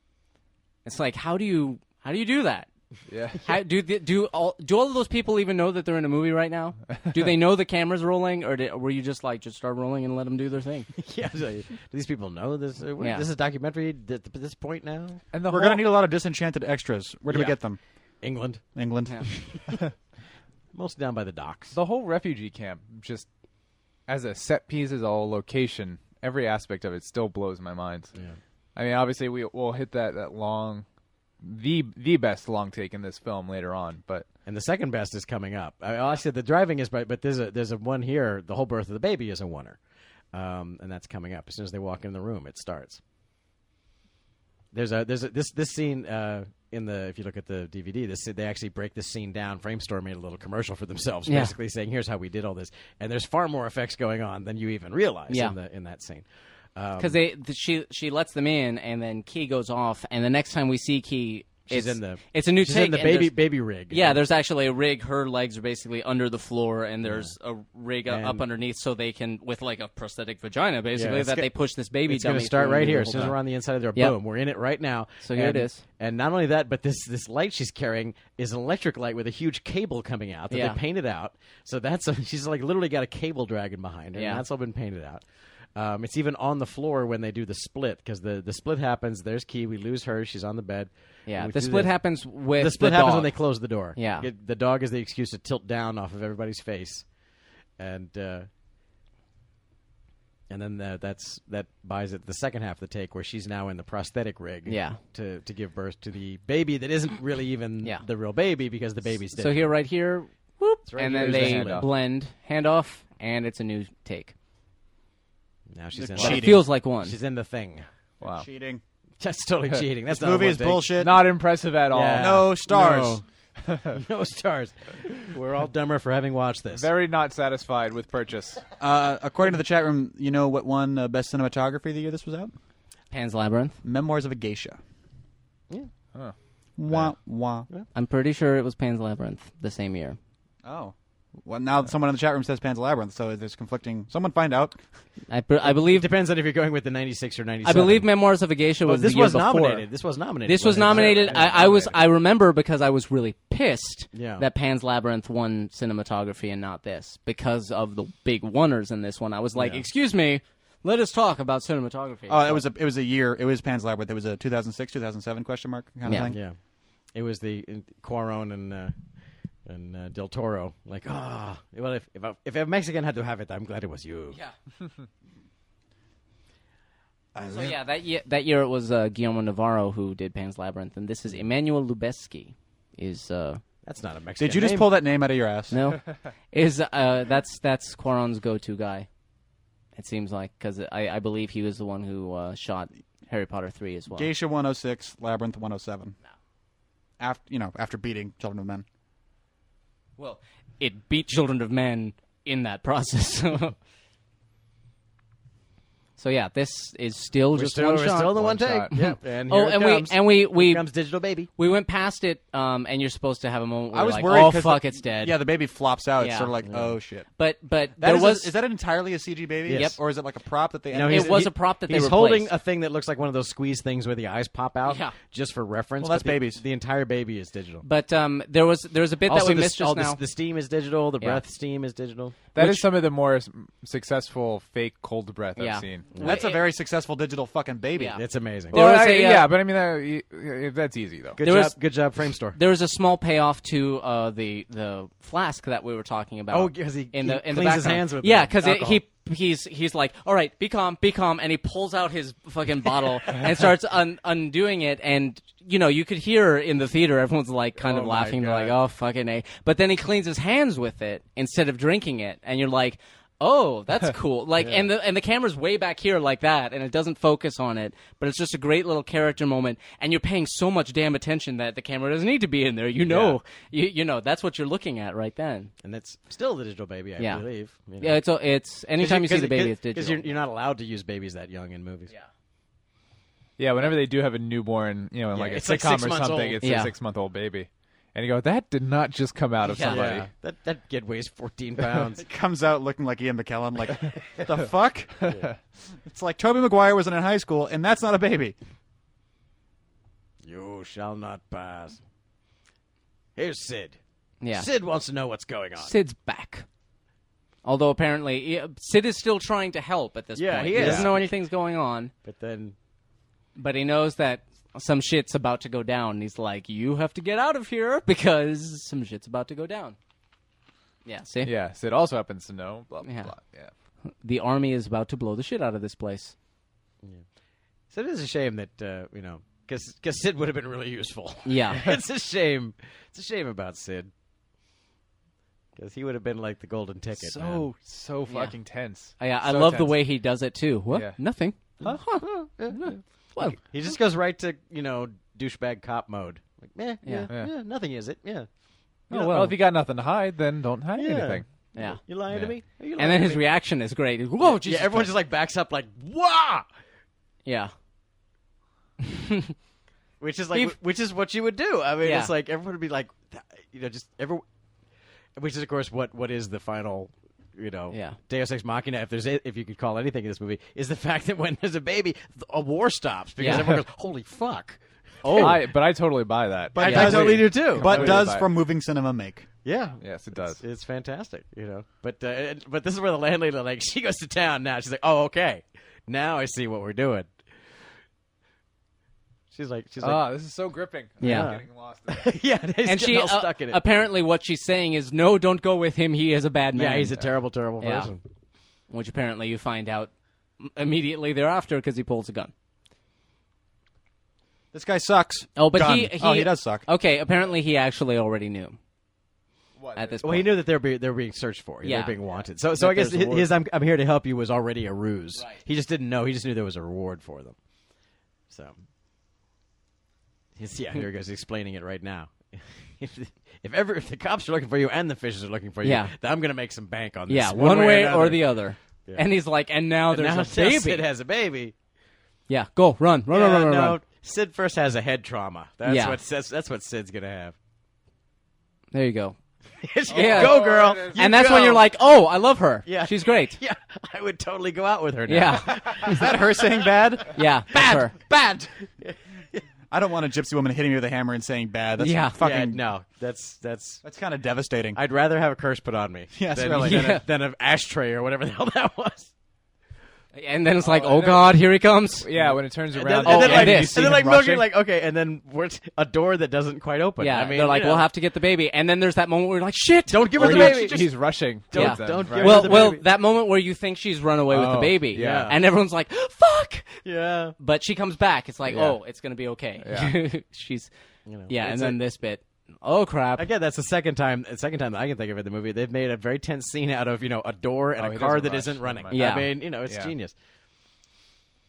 D: It's like how do you how do you do that?
E: Yeah.
D: How, do the- do all do all of those people even know that they're in a movie right now? Do they know the camera's rolling, or did, were you just like just start rolling and let them do their thing?
C: yeah, so you- do these people know this? Uh, what-
D: Yeah.
C: This is a documentary at th- this point now.
E: And the
B: We're going
E: whole,
B: to need a lot of disenchanted extras. Where do we
C: Yeah.
B: get them?
C: England,
B: England.
C: mostly down by the docks.
E: the whole refugee camp just as a set piece as a whole location every aspect of it still blows my mind i mean obviously we will hit that that long the the best long take in this film later on but
C: And the second best is coming up. I, I said the driving is, but but there's a there's a one here. The whole birth of the baby is a oneer, um, and that's coming up as soon as they walk in the room. It starts. There's a there's a, this this scene uh, in the if you look at the DVD, this they actually break this scene down. Framestore made a little commercial for themselves,
D: Yeah.
C: basically saying, "Here's how we did all this." And there's far more effects going on than you even realize
D: Yeah.
C: in the in that scene. Um,
D: because they th- she she lets them in, and then Key goes off, and the next time we see Key,
C: she's
D: it's
C: in the
D: it's a new
C: she's
D: take.
C: in the
D: and
C: baby
D: there's-
C: baby rig.
D: Yeah, there's actually a rig. Her legs are basically under the floor, and there's a rig u- up
C: And-
D: underneath, so they can with like a prosthetic vagina, basically
C: it's
D: that
C: go-
D: they push this baby.
C: It's going to
D: dummy
C: start
D: through
C: right
D: the
C: here. As
D: whole
C: soon as
D: time.
C: we're on the inside of there,
D: Yep.
C: boom, we're in it right now.
D: So here
C: And-
D: it is.
C: And not only that, but this this light she's carrying is an electric light with a huge cable coming out that
D: Yeah.
C: they painted out. So that's a, she's like literally got a cable dragging behind her.
D: Yeah.
C: And that's all been painted out. Um, it's even on the floor when they do the split because the, the split happens. There's Key. We lose her. She's on the bed.
D: Yeah,
C: We
D: the
C: do
D: split
C: the-
D: happens with
C: The split happens when
D: dog.
C: they close the door.
D: Yeah.
C: It- the dog is the excuse to tilt down off of everybody's face, and uh, and then the, that's that buys it the second half of the take where she's now in the prosthetic rig.
D: Yeah.
C: to to give birth to the baby that isn't really even
D: Yeah.
C: the real baby because the baby's dead.
D: So here, right here, whoop,
C: right
D: and
C: here is
D: then
C: the
D: they
C: handoff.
D: blend handoff, and it's a new take.
C: now she's in.
D: But
B: Cheating.
D: It feels like one.
C: She's in the thing.
E: Wow.
B: Cheating.
C: That's totally cheating. That's
B: This
C: not
B: movie
C: a
B: is
C: one take.
B: bullshit.
E: Not impressive at all.
C: Yeah.
B: no stars.
C: No. no stars. We're all dumber for having watched this.
E: Very not satisfied with purchase.
B: Uh, according to the chat room, you know what won uh, best cinematography the year this was out?
D: Pan's Labyrinth.
B: Memoirs of a Geisha.
C: Yeah.
E: Huh.
B: Wah wah.
D: I'm pretty sure it was Pan's Labyrinth the same year.
B: Oh. Well, now someone in the chat room says Pan's Labyrinth, so there's conflicting. Someone find out.
D: I, per- I
C: It
D: believe
C: depends on if you're going with the '96 or '97.
D: I believe Memoirs of a Geisha
C: Oh,
D: was
C: this
D: the year
C: was
D: before.
C: nominated. This was nominated.
D: This was
C: wasn't it?
D: nominated. I, I was. I remember because I was really pissed
C: Yeah.
D: that Pan's Labyrinth won cinematography and not this because of the big woners in this one. I was like,
C: Yeah.
D: "Excuse me, let us talk about cinematography."
B: Oh, it was a it was a year. It was Pan's Labyrinth. It was a 2006, 2007 question mark kind of
D: Yeah.
B: thing.
C: Yeah, it was the uh, Cuaron and uh, and uh, Del Toro. Like, ah, well, if if, I, if a Mexican had to have it, I'm glad it was you.
D: yeah. so yeah, that year that year it was uh, Guillermo Navarro who did Pan's Labyrinth, and this is Emmanuel Lubezki. Is uh
C: That's not a Mexican.
B: Did you just
C: name.
B: pull that name out of your ass?
D: no is uh that's that's Cuaron's go-to guy. It seems like because I I believe he was the one who uh, shot Harry Potter three as well.
B: Geisha 106, Labyrinth 107. After you know, after beating Children of Men.
D: Well, it beat Children of Men in that process. so yeah, this is still
C: We're
D: just
C: still,
D: one
C: we're
D: shot.
C: still the one,
E: One
C: take.
E: shot.
C: Yep. And here
D: oh,
C: it
D: and
C: comes.
D: we and we we
C: Here comes digital baby.
D: we went past it, um, and you're supposed to have a moment. Where
B: I was
D: like,
B: worried.
D: Oh
B: 'cause
D: fuck,
B: the-
D: it's dead.
B: Yeah, the baby flops out.
D: Yeah.
B: It's sort of like, oh shit.
D: but but
B: That
D: there
B: is a-
D: was
B: is that entirely a CG baby?
C: Yes.
B: Or is it like a prop that they?
C: No,
B: animated?
C: he's-
D: it was a prop that they
C: he's
D: replaced.
C: holding a thing that looks like one of those squeeze things where the eyes pop out.
D: Yeah.
C: Just for reference.
B: Well, that's
C: but the-
B: babies.
C: The entire baby is digital.
D: but um, there was there was a bit
C: also,
D: that we
C: the,
D: missed
C: all
D: just
C: the-
D: now.
C: the steam is digital. The
D: Yeah.
C: breath steam is digital.
E: That is some of the more s- successful fake cold breath
D: Yeah.
E: I've seen.
D: Yeah.
B: That's a
D: It-
B: very successful digital fucking baby.
D: Yeah.
C: It's amazing.
D: There
E: Well,
D: was
E: I-
D: a, uh,
E: yeah, but I mean that, y- y- that's easy though.
C: Good
D: there
C: job.
D: was-
C: good job. Frame store.
D: there was a small payoff to uh, the the flask that we were talking about.
C: Oh, 'cause he-
D: in the
C: he
D: in the
C: cleans his
D: background.
C: hands with
D: yeah,
C: the
D: because
C: alcohol.
D: he he's he's like, all right, be calm, be calm, and he pulls out his fucking bottle and starts un- undoing it, and you know you could hear in the theater everyone's like kind of
C: Oh my
D: laughing, they're
C: God.
D: like, oh fucking a, but then he cleans his hands with it instead of drinking it, and you're like. Oh, that's cool! Like, and the and the camera's way back here, like that, and it doesn't focus on it, but it's just a great little character moment. And you're paying so much damn attention that the camera doesn't need to be in there. You know, you you know that's what you're looking at right then.
C: and that's still the digital baby, I
D: Yeah.
C: believe. you know.
D: Yeah, it's it's anytime you see the baby, it's
C: Because
D: digital.
C: you're, you're not allowed to use babies that young in movies.
D: Yeah.
E: Yeah, whenever they do have a newborn, you know, in like a
C: it's like
E: sitcom
C: six
E: or
C: months
E: something,
C: old.
E: it's
D: Yeah.
E: a six month old baby. And you go, that did not just come out of
D: Yeah.
E: somebody.
C: Yeah. That that kid weighs 14 pounds.
B: It comes out looking like Ian McKellen. Like, the fuck? It's like Toby Maguire wasn't in high school, and that's not a baby.
C: you shall not pass. Here's Sid.
D: yeah,
C: Sid wants to know what's going on.
D: Sid's back. Although apparently yeah, Sid is still trying to help at this
C: Yeah,
D: point.
C: he is.
D: doesn't know anything's going on,
C: But then,
D: but he knows that some shit's about to go down. and He's like, "You have to get out of here because some shit's about to go down." Yeah, see,
E: Yeah, Sid also happens to know. Blah blah
D: Yeah.
E: blah. Yeah.
D: the army is about to blow the shit out of this place.
C: so it is a shame that uh, you know, because Sid would have been really useful.
D: Yeah.
C: it's a shame. It's a shame about Sid. because he would have been like the golden ticket. man.
E: so so fucking tense.
D: Yeah, I
E: So
D: love the
E: tense.
D: way he does it too. What?
E: Yeah.
D: Nothing. Huh. Well,
C: He just goes right to you know douchebag cop mode. Like, meh, yeah,
D: Yeah.
C: yeah, nothing is it. Yeah,
E: You
D: Oh,
E: know,
D: well.
E: if you got nothing to hide, then don't hide
C: Yeah.
E: anything.
D: yeah.
C: you lying to
E: Yeah.
C: me? Are you lying
D: And then
C: to
D: his
C: me?
D: reaction is great. Whoa, Jesus.
C: yeah, everyone just like backs up, like wah,
D: Yeah.
C: which is like
D: We've-
C: which is what you would do. I mean,
D: Yeah.
C: it's like everyone would be like, "Th- you know, just every, which is of course what what is the final. You know,
D: Yeah.
C: Deus Ex Machina. If there's, a- if you could call anything in this movie, is the fact that when there's a baby, th- a war stops because
D: Yeah.
C: everyone goes, "Holy fuck!"
E: Oh, I, but I totally buy that.
B: But
C: I Oh, totally do too.
B: But
E: Completely
B: does
E: buy it.
B: from moving cinema make?
C: Yeah.
E: Yes, it does.
C: It's, it's fantastic, you know. But uh, and- but this is where the landlady like she goes to town now. She's like, "Oh, okay. Now I see what we're doing." She's like she's like,
E: Ah, this is so gripping.
D: Yeah.
E: I'm getting lost.
C: "Yeah, he's
D: And she
C: all
D: uh,
C: stuck in it."
D: apparently what she's saying is no, don't go with him. He is a bad man.
C: yeah, he's a terrible terrible
D: Yeah.
C: person.
D: which apparently you find out immediately thereafter because he pulls a gun.
B: This guy sucks.
D: Oh, but
B: Gun.
D: he, he
B: oh he does suck.
D: Okay, apparently he actually already knew
E: What?
D: at this
C: Well, he
D: point.
C: knew that they're being, they're being searched for.
D: Yeah.
C: They're being wanted. So so I guess
B: there's a
C: his,
B: war.
C: "I'm I'm here to help you" was already a ruse.
D: Right.
C: He just didn't know. He just knew there was a reward for them. So He's- yeah, here he goes explaining it right now. If the- if ever if the cops are looking for you and the fishes are looking for you,
D: Yeah.
C: then I'm going to make some bank on this.
D: yeah, one, way, or,
C: another.
D: the other.
C: Yeah.
D: And he's like, and now
C: And
D: there's
C: now
D: a baby.
C: Sid has a baby.
D: Yeah, go run, run, run,
C: Yeah,
D: run, run,
C: no,
D: run.
C: Sid first has a head trauma. That's
D: Yeah.
C: what that's, that's what Sid's going to have.
D: There you go.
C: yeah. Go girl. You
D: Oh, and that's
C: go.
D: when you're like, oh, I love her.
C: Yeah.
D: she's great.
C: yeah, I would totally go out with her now.
D: Yeah,
B: Is that her saying bad?
D: yeah, that's her.
C: Bad.
B: I don't want a gypsy woman hitting me with a hammer and saying bad. That's
D: Yeah.
B: fucking
C: yeah, no. That's that's
B: That's kind of devastating.
C: I'd rather have a curse put on me
B: Yes,
C: than,
B: really.
C: than,
D: Yeah.
C: a, than an ashtray or whatever the hell that was.
D: And then it's like, oh
E: and then-
D: god, here he comes.
E: yeah, when it turns
C: And
E: around.
C: then, and
D: oh,
C: then, like,
D: this.
C: and
D: You see
C: then,
B: him
C: like, milking,
B: rushing?
C: like, okay, and then we're a door that doesn't quite open.
D: Yeah,
C: I mean,
D: they're like,
C: you know.
D: we'll have to get the baby. And then there's that moment where you're like, shit,
C: Don't give her
E: Or
C: the
E: he-
C: baby.
E: he's, rushing.
C: Don't-
E: towards them,
C: don't give
E: right?
C: her
D: Well,
C: the
D: well,
C: baby.
D: that moment where you think she's run away with the
E: Oh,
D: baby,
E: yeah.
D: and everyone's like, "Fuck!"
C: yeah,
D: But she comes back. It's like,
E: Yeah.
D: "Oh, it's gonna be okay." she's,
C: know,
D: yeah. And
C: it's
D: then
C: a-
D: this bit, oh crap!
C: again, that's the second time. The second time that I can think of in the movie, they've made a very tense scene out of you know a door and
E: Oh,
C: a
E: he
C: car
E: doesn't
C: that
E: rush
C: not
E: very
C: running.
E: much.
D: Yeah.
C: I mean, you know, it's
E: Yeah.
C: genius.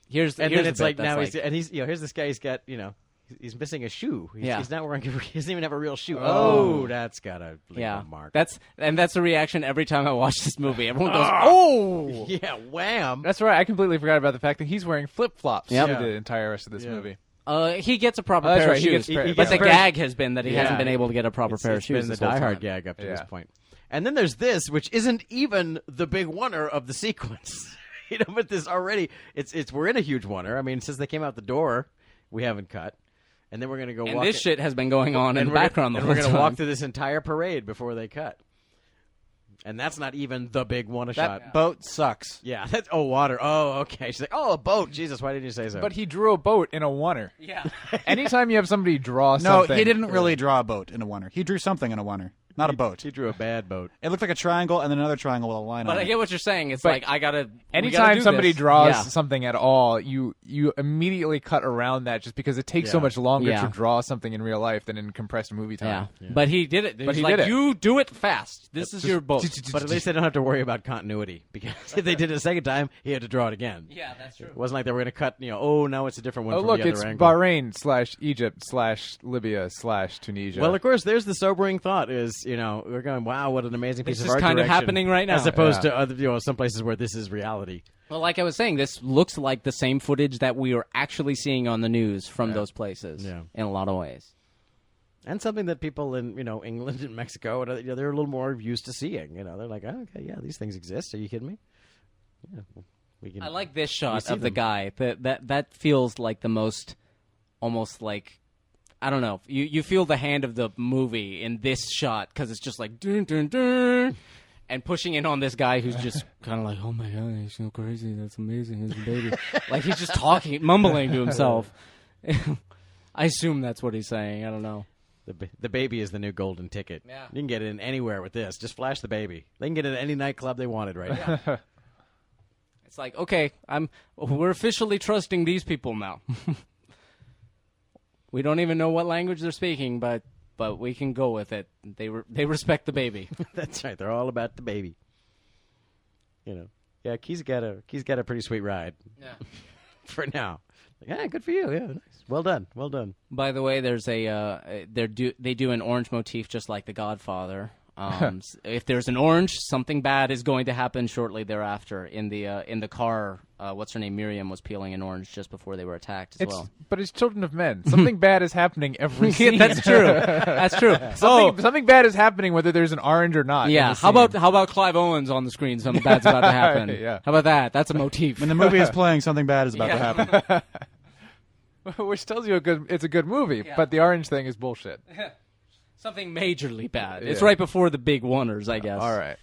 D: Here's
C: And
D: here's
C: then it's
D: the
C: like
D: bit that's
C: now he's
D: like-
C: and he's you know here's this guy. He's got you know he's- he's missing a shoe. He's,
D: Yeah.
C: he's not wearing. He doesn't even have a real shoe.
E: Oh.
C: Oh, that's got a leave
D: yeah.
C: a "Oh, mark.
D: That's and that's the reaction every time I watch this movie. Everyone
C: Ah!
D: goes, "Oh,
C: yeah, wham.
E: That's right. I completely forgot about the fact that he's wearing flip flops
D: Yep.
E: for
C: Yeah.
E: the entire rest of this movie.
D: uh, he gets a proper
E: Oh, that's
D: pair
E: right,
D: of
E: he
D: shoes."
E: gets pair- he
D: but
E: gets
D: the
E: pair-
D: gag has been that he
C: Yeah.
D: hasn't been able to get a proper
C: It's-
D: pair of
C: it's
D: shoes.
C: Been
D: this
C: the
D: whole
C: Die
D: time.
C: Hard gag up to this
E: Yeah.
C: point, and then there's this, which isn't even the big oneer of the sequence. you know, but this already it's it's we're in a huge oneer. I mean, since they came out the door, we haven't cut, and then we're gonna go.
D: And
C: walk
D: this
C: it-
D: shit has been going on in the
C: we're gonna-
D: background the
C: and
D: whole
C: we're gonna
D: time.
C: walk through this entire parade before they cut, and that's not even the big oneer
B: that
C: shot.
B: boat sucks.
C: Yeah, that's oh water. Oh, okay. She's like, oh, a boat. Jesus, why didn't you say so?
E: But he drew a boat in a oneer.
D: yeah.
E: Anytime you have somebody draw
B: No,
E: something,
B: he didn't really draw a boat in a oneer. He drew something in a oneer, not a boat.
C: he drew a bad boat.
B: It looked like a triangle and then another triangle with a line
D: But
B: on
D: I
B: it.
D: get what you're saying. It's like I gotta. we gotta
E: Anytime
D: do
E: somebody
D: this.
E: draws
D: Yeah.
E: something at all, you you immediately cut around that just because it takes so
C: Yeah.
E: much longer
D: Yeah.
E: to draw something in real life than in compressed movie
D: Yeah.
E: time.
D: But he did it. But
E: he
D: like,
E: did it.
D: You do it fast. This is your boat.
C: But at least they don't have to worry about continuity because if they did it a second time, he had to draw it again.
D: yeah, that's true.
C: It wasn't like they were going to cut, you know, oh, now it's a different one
E: Oh
C: from
E: look,
C: the other
E: it's
C: angle.
E: Bahrain slash Egypt slash Libya slash Tunisia.
C: Well, of course, there's the sobering thought is, you know, we're going, wow, what an amazing piece
D: This
C: of
D: is
C: art
D: kind of
C: direction,"
D: happening right now.
C: As opposed
E: Yeah.
C: to other, you know, some places where this is reality.
D: Well, like I was saying, this looks like the same footage that we are actually seeing on the news from those places.
C: Yeah.
D: In a lot of ways.
C: And something that people in, you know, England and Mexico, and other- you know, they're a little more used to seeing. You know, they're like, oh, okay, yeah, these things exist. Are you kidding me? Yeah, well, we can.
D: I like this
C: We
D: shot
C: see
D: of the
C: them.
D: guy. That that that feels like the most, almost like. I don't know. You you feel the hand of the movie in this shot because it's just like dun dun dun, and pushing in on this guy who's just kind of like, oh my god, he's so crazy. That's amazing. He's a baby. like he's just talking, mumbling to himself. I assume that's what he's saying. I don't know.
C: The, ba- the baby is the new golden ticket.
D: Yeah.
C: You can get in anywhere with this. Just flash the baby. They can get in any nightclub they wanted right now.
D: It's like, okay, I'm we're officially trusting these people now. we don't even know what language they're speaking, but but we can go with it. They re- they respect the baby.
C: That's right. They're all about the baby. You know. Yeah, Key's got a Key's got a pretty sweet ride
D: yeah.
C: for now. Like, yeah, good for you. Yeah, nice. Well done. Well done.
D: By the way, there's a uh, they do they do an orange motif just like The Godfather. Um, s- if there's an orange, something bad is going to happen shortly thereafter. In the uh, in the car, uh, what's her name? Miriam was peeling an orange just before they were attacked as
E: It's
D: well.
E: but it's Children of Men. Something bad is happening every
D: Yeah,
E: scene.
D: that's true. That's true.
E: Something,
D: oh,
E: something bad is happening whether there's an orange or not. in
D: yeah.
E: the
D: How
E: scene.
D: about how about Clive Owens on the screen? Something bad's about to happen.
E: Yeah.
D: How about that? That's a motif.
B: When the movie is playing, something bad is about to
D: Yeah.
B: happen.
E: which tells you a good it's a good movie, but the orange thing is bullshit.
D: Something majorly bad. It's
E: Yeah.
D: right before the big wonders, I guess.
E: All right.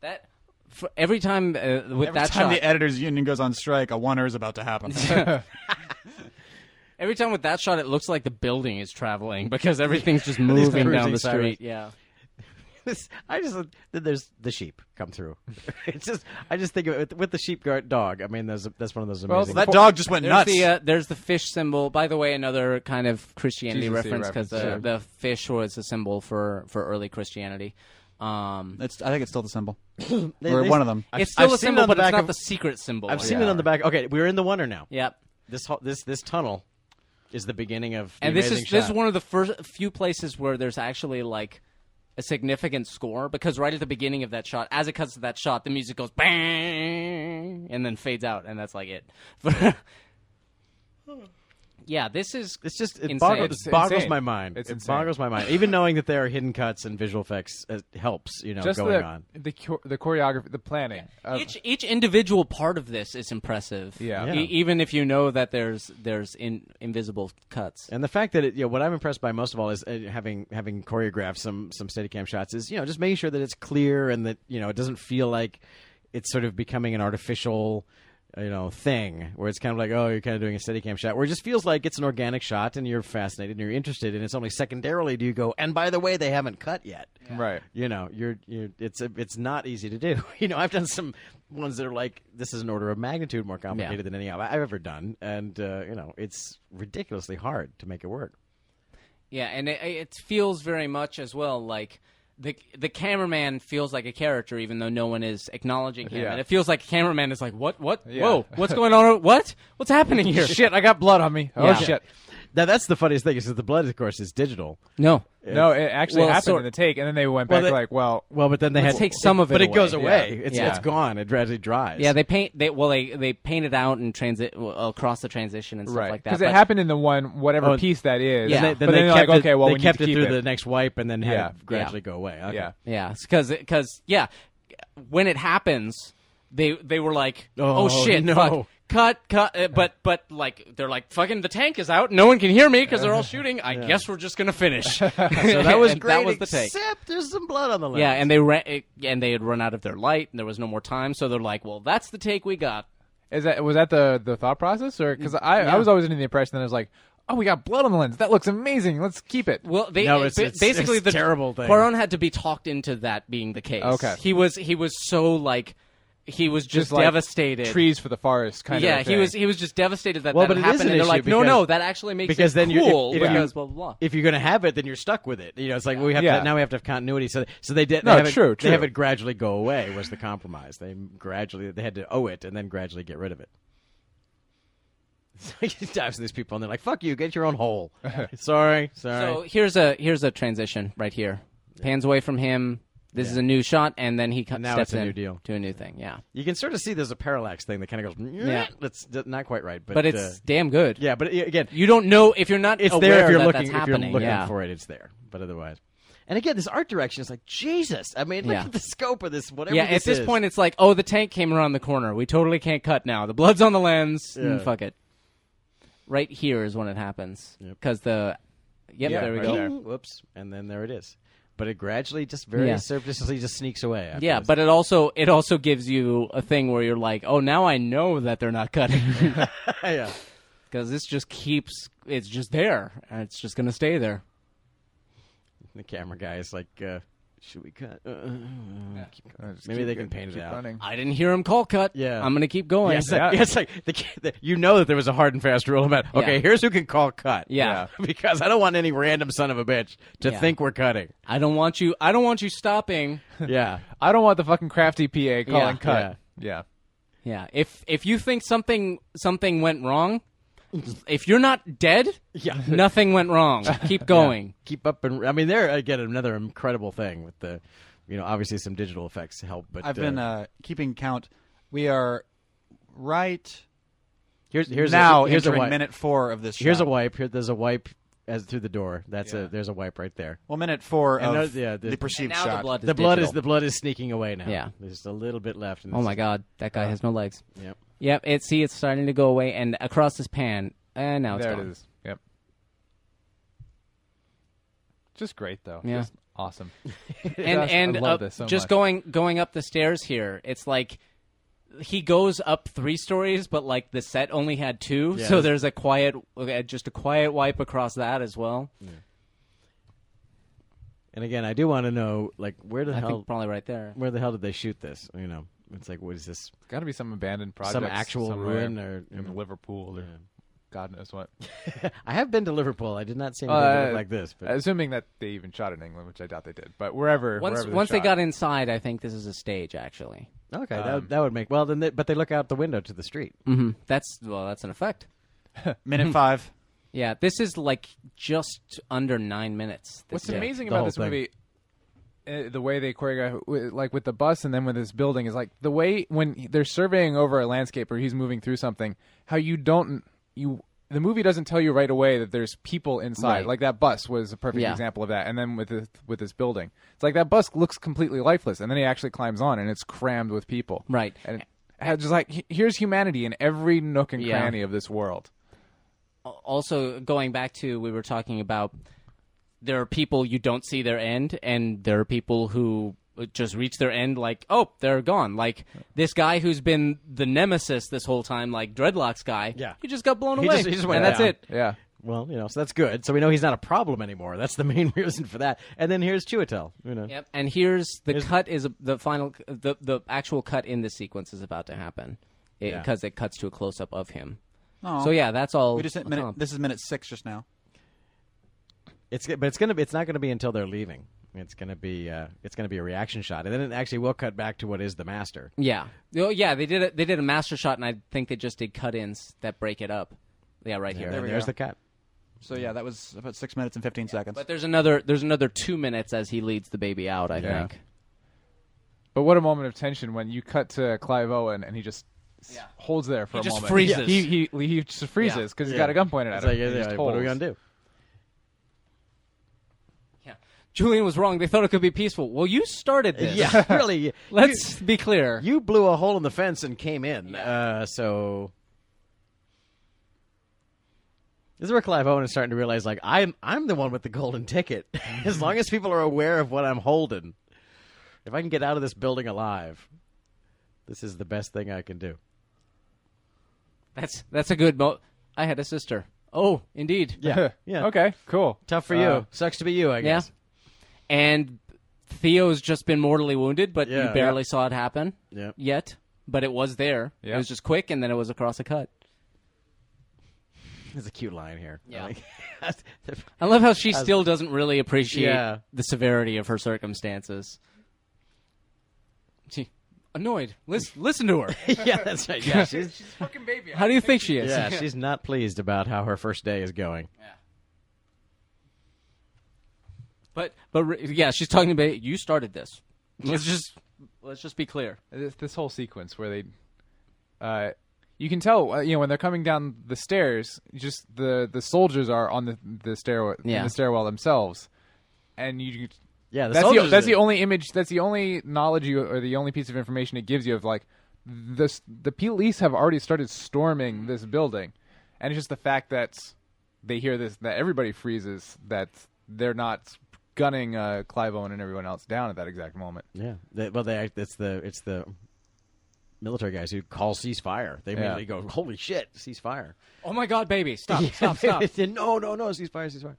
D: That for every time uh, with
B: Every
D: that
B: time
D: shot,
B: the editors union goes on strike, a oneer is about to happen. e-
D: every time with that shot, it looks like the building is traveling because everything's just moving down
C: cruising
D: the street.
C: sirens.
D: Yeah.
C: This, I just there's the sheep come through. it's just I just think of it with, with the sheep guard dog. I mean, there's a, that's one of those
E: Well,
C: amazing.
B: that dog just went
D: There's
B: nuts.
D: the uh, there's the fish symbol. By the way, another kind of Christianity
E: Jesus-y
D: reference because the,
E: reference,
D: the fish was a symbol for for early Christianity. Um,
B: it's, I think it's still the symbol.
C: They-
B: or
C: they-
B: one of them.
C: I've-
D: it's still
C: I've
D: a
C: seen it
D: symbol,
C: on the
D: but it's
C: back
D: not
C: of-
D: the secret symbol.
C: I've seen it on the back. Okay, we're in the wonder now.
D: Yep.
C: This whole, this this tunnel, is the beginning of. the
D: and this is
C: amazing
D: this is
C: shot.
D: one of the first few places where there's actually like a significant score because right at the beginning of that shot, as it cuts to that shot, the music goes bang and then fades out, and that's like it. yeah, this is
C: It's just it
D: Insane.
C: boggles,
D: It's
C: it boggles
E: insane.
C: my mind.
E: It's
C: it
E: insane.
C: boggles my mind. Even knowing that there are hidden cuts and visual effects it helps. You know,
E: Just
C: going
E: the
C: on.
E: the chor- the choreography, the planning. Uh, of-
D: uh, each each individual part of this is impressive.
E: Yeah.
D: E-
E: Yeah.
D: even if you know that there's there's in, invisible cuts.
C: And the fact that it, you know, what I'm impressed by most of all is uh, having having choreographed some some Steadicam shots is you know just making sure that it's clear and that you know it doesn't feel like it's sort of becoming an artificial uh, you know thing where it's kind of like oh you're kind of doing a Steadicam shot where it just feels like it's an organic shot and you're fascinated and you're interested and it's only secondarily do you go and by the way they haven't cut yet
E: Right.
C: you know you're you're it's it's not easy to do you know i've done some ones that are like this is an order of magnitude more complicated than any i've ever done and uh, you know it's ridiculously hard to make it work
D: Yeah, and it, it feels very much as well like the the cameraman feels like a character, even though no one is acknowledging him,
E: Yeah.
D: and it feels like cameraman is like, what, what,
E: Yeah.
D: whoa, what's going on? What, what's happening here?
E: shit, I got blood on me. Oh
D: Yeah.
E: shit.
C: now that's the funniest thing is that the blood of course is digital
D: No,
E: No, it actually
D: Well,
E: happened
D: sort-
E: in the take, and then they went
C: Well,
E: back
C: they-
E: like, well,
C: well but then they had
D: take some of it
C: but it
D: away.
C: goes
D: Yeah.
C: away it's
D: Yeah.
C: it's gone it gradually dries
D: yeah, they paint they well they they paint it out and transit well, across the transition and stuff
E: right,
D: like that.
E: because it
D: but-
E: happened in the one whatever
C: Oh,
E: piece that is.
C: then
D: Yeah.
C: they,
E: but
C: then
E: then
C: they
E: they're
C: kept
E: like, okay,
C: it,
E: well,
C: they
E: we
C: kept
E: need to
C: it
E: keep
C: through
E: it.
C: the next wipe and then had
E: Yeah.
C: it gradually go away. Okay.
E: yeah.
D: Yeah, because because yeah, when it happens, they they were like, oh,
C: Oh,
D: shit,
C: no.
D: fuck. cut cut, uh, but but like they're like fucking the tank is out, no one can hear me because they're all shooting. I guess we're just gonna finish. so that
C: was
D: that
C: great,
D: was the take.
C: Except there's some blood on the lens.
D: Yeah, and they ran it- and they had run out of their light, and there was no more time. So they're like, well, that's the take we got.
E: Is that was that the the thought process, or because I I was always under the impression that I was like, oh, we got blood on the lens. That looks amazing. Let's keep it.
D: Well, they
C: No,
D: it-
C: it's-
D: ba-
C: it's-
D: basically
C: it's
D: the
C: terrible thing.
D: Cuaron had to be talked into that being the case.
E: Okay.
D: he was he was so like he was just,
E: Just, like,
D: devastated.
E: Trees for the forest, kind
D: yeah,
E: of. a
D: he was
E: thing.
D: he was just devastated that
C: Well,
D: that
C: but it
D: happened.
C: is an
D: and they're
C: issue
D: like, no,
C: because-
D: no, that actually makes
C: because
D: it
C: then you're- if-
D: cool
C: if you-
D: because blah blah blah.
C: if you're going to have it, then you're stuck with it. You know, it's like we have
E: Yeah.
C: to, now we have to have continuity. So, so they did.
E: No,
C: they have
E: true,
C: It,
E: true.
C: They have it gradually go away was the compromise. They gradually they had to owe it and then gradually get rid of it. So you dive to these people and they're like, "Fuck you, get your own hole." sorry, sorry.
D: so here's a here's a transition right here. Pans away from him. This is a new shot, and then he co-
C: now
D: steps
C: it's a
D: in
C: new deal.
D: to a new thing. Yeah,
C: you can sort of see there's a parallax thing that kind of goes. Yeah, that's d- not quite right, but
D: but it's
C: uh,
D: damn good.
C: yeah, but uh, again,
D: you don't know if you're not.
C: it's
D: aware
C: there if you're
D: that
C: looking
D: That's
C: if you're
D: happening.
C: looking
D: yeah.
C: for it it's there but otherwise and again this art direction is like jesus i mean look
D: Yeah.
C: at the scope of this whatever
D: Yeah, at this
C: is.
D: point, it's like, oh, the tank came around the corner. We totally can't cut now. The blood's on the lens. Mm,
C: Yeah.
D: fuck it. Right here is when it happens because the. Yep,
E: Yeah,
D: there we
E: right
D: go.
E: there.
C: Ping, whoops and then there it is but it gradually just very
D: Yeah.
C: surreptitiously just sneaks away after
D: Yeah,
C: this.
D: but it also it also gives you a thing where you're like, oh, now I know that they're not cutting
C: yeah
D: because this just keeps it's just there and it's just gonna stay there.
C: the camera guy is like uh Should we cut? Uh, uh, keep going.
E: Uh, just
C: Maybe
E: keep
C: they
E: go-
C: can paint
E: keep
C: it out.
E: running.
D: I didn't hear him call cut.
C: Yeah.
D: I'm gonna keep going.
C: Yes, yeah. it's like the, the, you know that there was a hard and fast rule about okay,
D: Yeah.
C: here's who can call cut.
D: Yeah.
C: because I don't want any random son of a bitch to
D: Yeah.
C: think we're cutting.
D: I don't want you. I don't want you stopping.
C: Yeah,
E: I don't want the fucking crafty PA
D: Yeah.
E: calling cut. Yeah.
D: Yeah. If if you think something something went wrong, if you're not dead,
C: Yeah.
D: nothing went wrong. Keep going.
C: keep up and I mean, there again another incredible thing with the, you know, obviously some digital effects help, but
B: I've been uh, keeping count. We are right
C: here's here's
B: now
C: a, here's a
B: entering
C: wipe.
B: minute four of this.
C: Here's a
B: shot.
C: wipe. Here, there's a wipe as through the door. That's
B: Yeah.
C: a there's a wipe right there.
B: well minute four
C: And
B: of
C: no- yeah,
B: the,
C: the-
B: perceived
D: Now
B: shot.
D: the blood.
C: The blood is
D: digital.
C: the blood is sneaking away now.
D: Yeah.
C: there's just a little bit left. And
D: Oh
C: this
D: my
C: is-
D: God, that guy has no legs.
C: Uh, Yep.
D: Yep. It see, it's starting to go away, and across this pan, and now it's
E: there
D: gone.
E: it is. Yep. Just great though.
D: Yeah.
E: Just awesome.
D: and
E: Just- I
D: and
E: love
D: uh,
E: this so
D: just
E: much.
D: going going up the stairs here it's like he goes up three stories but like the set only had two
C: Yeah.
D: so there's a quiet uh, just a quiet wipe across that as well
C: And again, I do want to know like where the
D: i
C: hell
D: think probably right there
C: where the hell did they shoot this? You know, it's like what is this?
E: It's got to be some abandoned project.
C: Some actual
E: somewhere
C: ruin or you know.
E: in Liverpool or God knows what.
C: I have been to Liverpool. I did not see anything that
E: Uh,
C: looked like this. But
E: Assuming that they even shot in England, which I doubt they did, but wherever.
D: once
E: wherever
D: once they
E: shot.
D: got inside i think this is a stage actually
C: okay,
D: um,
C: that, that would make well. Then, they, but they look out the window to the street.
D: mm-hmm. that's well that's an effect
B: minute five.
D: yeah this is like just under nine minutes this
E: What's
D: is-
E: amazing
C: the
E: about
C: whole
E: this
C: thing.
E: movie, uh, the way they choreograph, wi- like with the bus and then with this building, is like the way when they're surveying over a landscape or he's moving through something, how you don't you. The movie doesn't tell you right away that there's people inside.
D: Right.
E: Like that bus was a perfect
D: Yeah.
E: example of that. And then with this, with this building, it's like that bus looks completely lifeless, and then he actually climbs on, and it's crammed with people.
D: Right.
E: And it's just like he- here's humanity in every nook and
D: Yeah.
E: cranny of this world.
D: also going back to we were talking about there are people you don't see their end and there are people who just reach their end like oh they're gone like this guy who's been the nemesis this whole time like dreadlocks guy
C: Yeah.
D: he just got blown
C: He
D: away
C: just- he just went
D: and that's
C: down.
D: it
E: Yeah.
C: Well, you know, so that's good. So we know he's not a problem anymore. That's the main reason for that. And then here's Chiwetel. You know,
D: yep and here's the cut is the final the the actual cut in this sequence is about to happen
C: Yeah.
D: because it cuts to a close up of him
B: Aw.
D: so yeah that's all
B: We just hit minute. This is minute six just now.
C: it's but it's gonna be, it's not gonna be until they're leaving. It's gonna be uh, it's gonna be a reaction shot, and then it actually will cut back to what is the master.
D: Yeah. Oh, yeah. They did. A, they did a master shot, and I think they just did cut-ins that break it up. Yeah, right here.
C: and
B: we
C: there's
B: go.
C: the cut.
B: So yeah, that was about six minutes and fifteen seconds.
D: But there's another. There's another two minutes as he leads the baby out. I
E: Yeah.
D: think.
E: But what a moment of tension when you cut to Clive Owen and he just s- holds there for
D: He
E: a
D: just
E: moment.
D: freezes.
E: He he, he, he just freezes because he's got a gun pointed at
C: It's
E: him.
C: like,
E: He
C: yeah,
E: just
C: yeah, what are we
E: holds.
C: gonna do?
D: Yeah. Julian was wrong. They thought it could be peaceful. Well, you started this.
C: Yeah, really.
D: Let's be clear.
C: You blew a hole in the fence and came in. Uh, so this is where Clive Owen is starting to realize, like, I'm I'm the one with the golden ticket. as long as people are aware of what I'm holding, if I can get out of this building alive, this is the best thing I can do.
D: that's that's a good. Mo- I had a sister. Oh, indeed.
C: Yeah, yeah.
E: Okay, cool.
C: Tough for
E: Uh,
C: you. Sucks to be you, I
D: Yeah.
C: guess.
D: And Theo's just been mortally wounded, but
C: Yeah.
D: you barely saw it happen
C: Yeah.
D: yet. But it was there. It
E: Yeah.
D: was just quick, and then it was across a cut.
C: There's a cute line here.
D: Yeah.
C: Like,
D: I love how she still doesn't really appreciate
C: Yeah.
D: the severity of her circumstances. She annoyed. Listen, listen to her.
C: yeah, that's right. Yeah, she's
E: fucking baby.
D: How do you think she is?
C: yeah, she's not pleased about how her first day is going.
D: But but re- yeah, she's talking about you started this. Let's just let's just be clear.
E: This, this whole sequence where they, uh, you can tell uh, you know when they're coming down the stairs, just the the soldiers are on the the stairwell
D: Yeah.
E: in the stairwell themselves, and you.
C: Yeah, the
E: that's the,
C: soldiers
E: that's
C: are-
E: the only image. That's the only knowledge you or the only piece of information it gives you of like this. The police have already started storming this building, and it's just the fact that they hear this that everybody freezes that they're not gunning uh, Clive Owen and everyone else down at that exact moment.
C: Yeah. They, well, they act, it's the it's the military guys who call ceasefire. They
E: Yeah.
C: immediately go, "Holy shit, ceasefire!"
D: Oh my god, baby, stop, stop, stop.
C: no, no, no, ceasefire, ceasefire.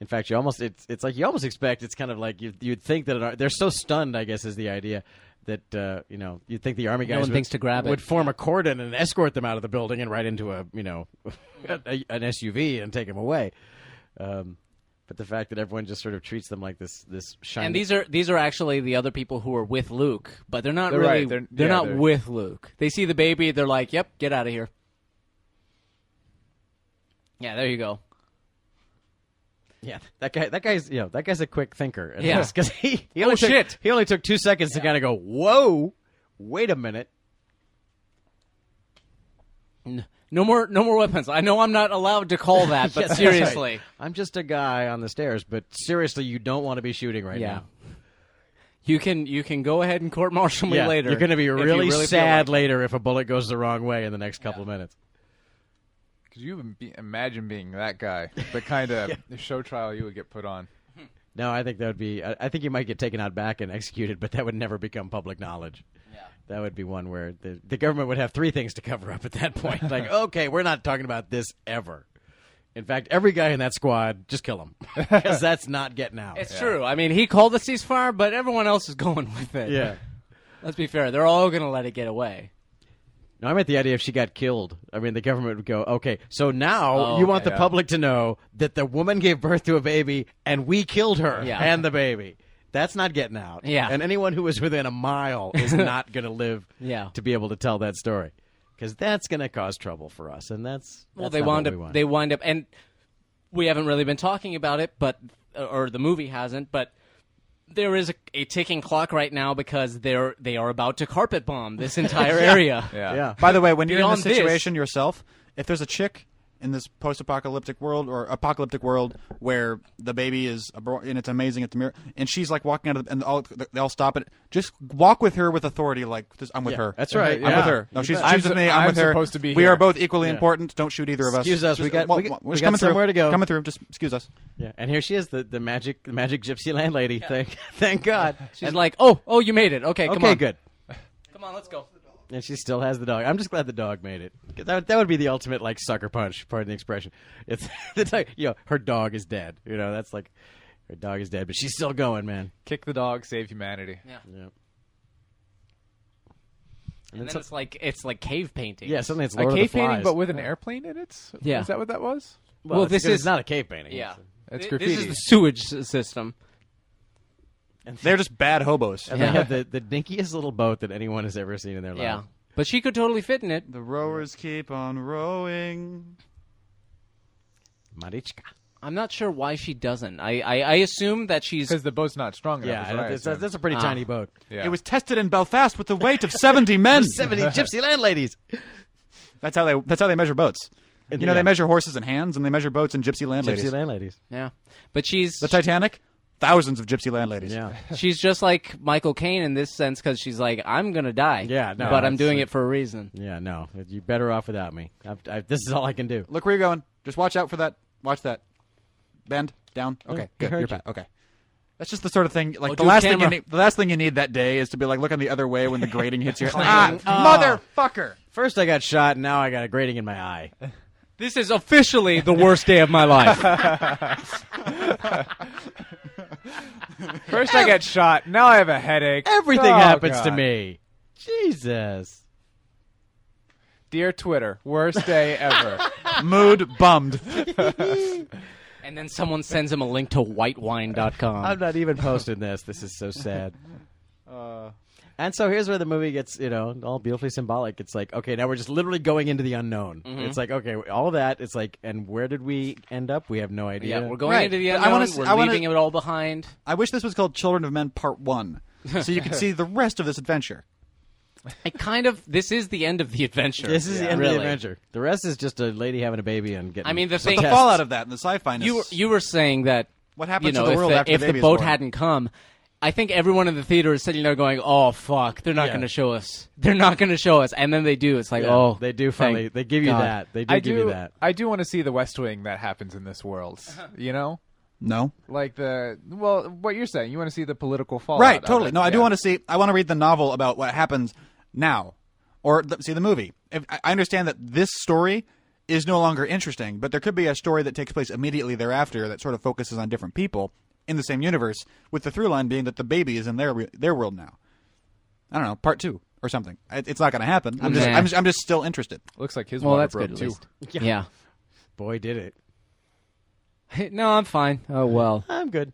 C: In fact, you almost it's it's like you almost expect it's kind of like you you'd think that an, ar- they're so stunned. I guess is the idea that uh, you know you'd think the army guys
D: one
C: would,
D: thinks to grab it.
C: would form a cordon and escort them out of the building and right into a you know a, an SUV and take them away. Um, but the fact that everyone just sort of treats them like this this shiny
D: And these are these are actually the other people who are with Luke, but they're not
E: They're
D: really
E: right,
D: they're,
E: they're- yeah,
D: not
E: they're-
D: with Luke. They see the baby, they're like, "Yep, get out of here." Yeah, there you go.
C: Yeah, that guy. That guy's. You know, that guy's a quick thinker. And
D: Yeah.
C: because he he
D: Oh,
C: only took,
D: shit.
C: He only took two seconds to kind of go. Whoa, wait a minute.
D: N- No more no more weapons. I know I'm not allowed to call that, but
C: Yes, that's right.
D: seriously.
C: I'm just a guy on the stairs. But seriously, you don't want to be shooting right
D: Yeah.
C: now.
D: You can you can go ahead and court martial me
C: Yeah,
D: later.
C: you're going to be
D: if you
C: really,
D: feel
C: sad
D: like-
C: later if a bullet goes the wrong way in the next couple of minutes.
E: Could you even be, imagine being that guy? The kind of show trial you would get put on.
C: No, I think that would be. I, I think you might get taken out back and executed, but that would never become public knowledge. Yeah. That would be one where the, the government would have three things to cover up at that point. like, okay, we're not talking about this ever. In fact, every guy in that squad, just kill him because that's not getting out.
D: It's true. I mean, he called the ceasefire, but everyone else is going with it.
C: yeah.
D: Let's be fair. They're all going to let it get away.
C: No, I meant the idea if she got killed. I mean, the government would go, okay, so now
D: Oh,
C: you want
D: okay.
C: the public to know that the woman gave birth to a baby and we killed her
D: Yeah.
C: and the baby. That's not getting out.
D: Yeah.
C: And anyone who is within a mile is not going to live
D: Yeah.
C: to be able to tell that story because that's going to cause trouble for us. And that's,
D: Well,
C: that's
D: they
C: not
D: wound
C: what
D: up.
C: we want.
D: They wind up, and we haven't really been talking about it, but or the movie hasn't, but there is a, a ticking clock right now because they're they are about to carpet bomb this entire area.
E: Yeah.
C: yeah.
B: By the way, when you're in
D: Beyond
B: this
D: this-
B: situation yourself, if there's a chick in this post-apocalyptic world or apocalyptic world where the baby is abro- and it's amazing at the mirror, and she's like walking out of the, and all they all stop it. Just walk with her with authority, like just, I'm with her.
C: That's right.
B: I'm
C: yeah.
B: with her. No, she's,
E: bet.
B: she's with me. I'm,
E: I'm
B: with her.
E: supposed to be
B: we
E: here.
B: are both equally important. Don't shoot either of us.
C: Excuse us, we
B: Just-
C: got-
B: well,
C: we got-
B: we're
C: we
B: just
C: got
B: coming through.
C: somewhere to go.
B: Coming through. Just excuse us.
C: Yeah. And here she is, the, the magic the magic gypsy landlady. Thank, thank God.
D: She's like, oh, oh, you made it. Okay, come
C: okay,
D: on,
C: good.
D: Come on, let's go.
C: And she still has the dog. I'm just glad the dog made it. 'Cause That, that would be the ultimate like sucker punch. Pardon the expression. It's the dog, you know, her dog is dead. You know that's like her dog is dead, but she's still going, man.
E: Kick the dog, save humanity.
D: Yeah.
C: Yeah. And, then
D: And then
C: some-
D: it's like it's like cave painting.
C: yeah, suddenly it's
E: A
C: Lord
E: cave
C: of the
E: painting,
C: Flies.
E: but with an airplane in it.
D: Yeah.
E: Is that what that was?
C: well,
D: well,
C: it's
D: this
C: because
D: is-
C: it's not a cave painting.
D: yeah.
E: That's
D: Th- This
E: graffiti.
D: is the sewage s- system.
B: They're just bad hobos.
C: And they have the, the dinkiest little boat that anyone has ever seen in their life.
D: Yeah, but she could totally fit in it.
B: The rowers keep on rowing.
C: Marichka.
D: I'm not sure why she doesn't. I I, I assume that she's
E: Because the boat's not strong enough.
C: Yeah,
E: is
C: and
E: what I
C: it's-
E: assumed.
C: that's, that's a pretty
D: Ah.
C: tiny boat.
E: yeah.
B: It was tested in Belfast with the weight of 70 men.
C: Seventy gypsy landladies.
B: That's how they. That's how they measure boats. You know,
C: yeah.
B: they measure horses and hands, and they measure boats and gypsy landladies.
C: Gypsy landladies.
D: yeah, but she's
B: the Titanic, thousands of gypsy landladies.
C: Yeah.
D: she's just like Michael Caine in this sense because she's like, I'm gonna die.
C: Yeah, no,
D: but I'm
C: that's
D: doing
C: like-
D: it for a reason.
C: Yeah, no, you're better off without me. I've, i this is all I can do.
B: Look where you're going. Just watch out for that. Watch that. Bend down. Okay,
C: he
B: good.
C: Oh, heard
B: You're
C: you.
B: back. Okay. That's just the sort of thing. Like
D: Oh,
B: the
D: dude,
B: last thing
D: camera.
B: you need. The last thing you need that day is to be like looking the other way when the grating hits your. ah,
C: Oh.
B: motherfucker!
C: First I got shot, and now I got a grating in my eye.
D: This is officially the worst day of my life.
E: First I get shot. Now I have a headache.
C: Everything
E: Oh,
C: happens to
E: God.
C: me. Jesus.
E: Dear Twitter, worst day ever.
B: Mood bummed.
D: and then someone sends him a link to whitewine.com.
C: I'm not even posting this. This is so sad. and so here's where the movie gets, you know, all beautifully symbolic. It's like, okay, now we're just literally going into the unknown.
D: Mm-hmm.
C: It's like, okay, all that. It's like, and where did we end up? We have no idea.
D: yeah, we're going
B: Right.
D: into the
B: But I
D: unknown.
B: wanna s-
D: we're
B: I wanna-
D: leaving it all behind.
B: I wish this was called Children of Men Part One, so you could see the rest of this adventure.
D: I kind of. This is the end of the adventure.
C: This is the end of
D: really.
C: the adventure. The rest is just a lady having a baby and getting.
D: I mean, the
C: some
D: thing-
B: The
C: tests.
B: fallout of that and the sci-fi.
D: You were, you were saying that
B: What happens
D: you know,
B: to the
D: if
B: world
D: the,
B: after
D: if
B: the
D: the
B: baby is
D: boat
B: born?
D: hadn't come? I think everyone in the theater is sitting there going, "Oh fuck, they're not
C: Yeah.
D: going to show us. They're not going to show us." And then they do. It's like,
C: Yeah,
D: "Oh,
C: they do
D: thank
C: finally. They give you
D: God.
C: that. They do
E: I
C: give
E: do.
C: you that.
E: I do want to see the West Wing that happens in this world. You know,
B: no.
E: like the well, what you're saying. You want to see the political fallout.
B: Right,
E: of
B: totally.
E: it.
B: No, I do
E: Yeah.
B: want to see. I want to read the novel about what happens now, or th- see the movie. If, I I understand that this story is no longer interesting, but there could be a story that takes place immediately thereafter that sort of focuses on different people in the same universe, with the through line being that the baby is in their re- their world now. I don't know, part two or something. It, it's not going to happen. I'm just,
D: Nah.
B: I'm just I'm just still interested.
E: Looks like his
D: Well,
E: water
D: that's
E: broke
D: good. At
E: too.
D: least. Yeah.
C: Boy, did it.
D: no, I'm fine. Oh well.
C: I'm good.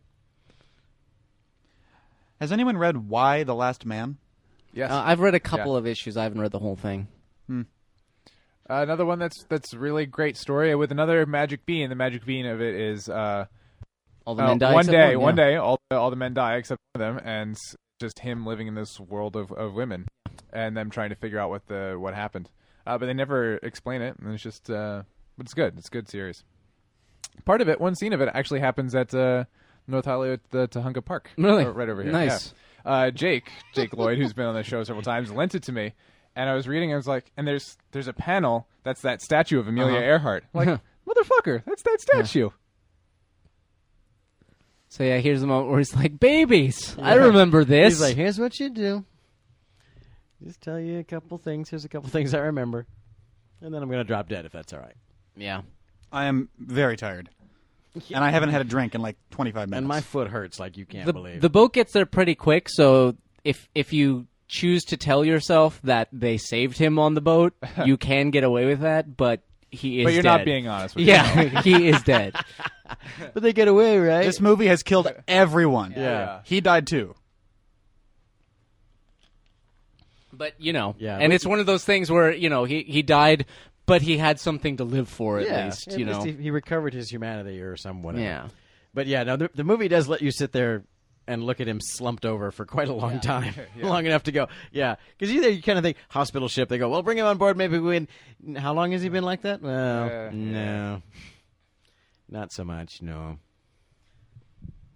B: Has anyone read Why the Last Man?
E: Yes.
D: Uh, I've read a couple of issues. I haven't read the whole thing.
E: Uh, another one that's that's a really great story with another magic bean. The magic bean of it is uh,
D: All the
C: Oh,
E: uh,
D: men die.
E: one
D: except
E: day, one
D: yeah.
E: day, all the, all the men die except for them, and s- just him living in this world of, of women, and them trying to figure out what the what happened. Uh, but they never explain it, and it's just uh, but it's good. It's a good series. Part of it, one scene of it, actually happens at uh, North Hollywood, the Tahunga Park,
D: Really?
E: Uh, right over here.
D: Nice.
E: Yeah. Uh, Jake, Jake Lloyd, who's been on the show several times, lent it to me, and I was reading. I was like, and there's there's a panel that's that statue of Amelia
D: Uh-huh.
E: Earhart. I'm like, motherfucker, that's that statue.
D: So yeah, here's the moment where he's like, "Babies, I remember this."
C: He's like, here's what you do. Just tell you a couple things. Here's a couple things I remember, and then I'm gonna drop dead if that's all right.
D: yeah.
B: I am very tired, and I haven't had a drink in like 25 minutes.
C: And my foot hurts like you can't
D: The,
C: believe.
D: the boat gets there pretty quick, so if if you choose to tell yourself that they saved him on the boat, you can get away with that, but he is
E: But you're
D: dead.
E: not being honest. With yourself.
D: Yeah, he is dead.
C: but they get away, right?
B: this movie has killed everyone.
C: Yeah.
B: he died too.
D: But you know,
C: Yeah,
D: and
C: we-
D: it's one of those things where you know he he died, but he had something to live for at
C: yeah.
D: least.
C: At
D: you know,
C: he, he recovered his humanity or some whatever.
D: yeah.
C: But yeah, no, the, the movie does let you sit there and look at him slumped over for quite a long time, long enough to go, yeah. Because either you kind of think hospital ship, they go, well, bring him on board, maybe we. Can... How long has he been like that? Well,
E: Yeah.
C: no, not so much. No,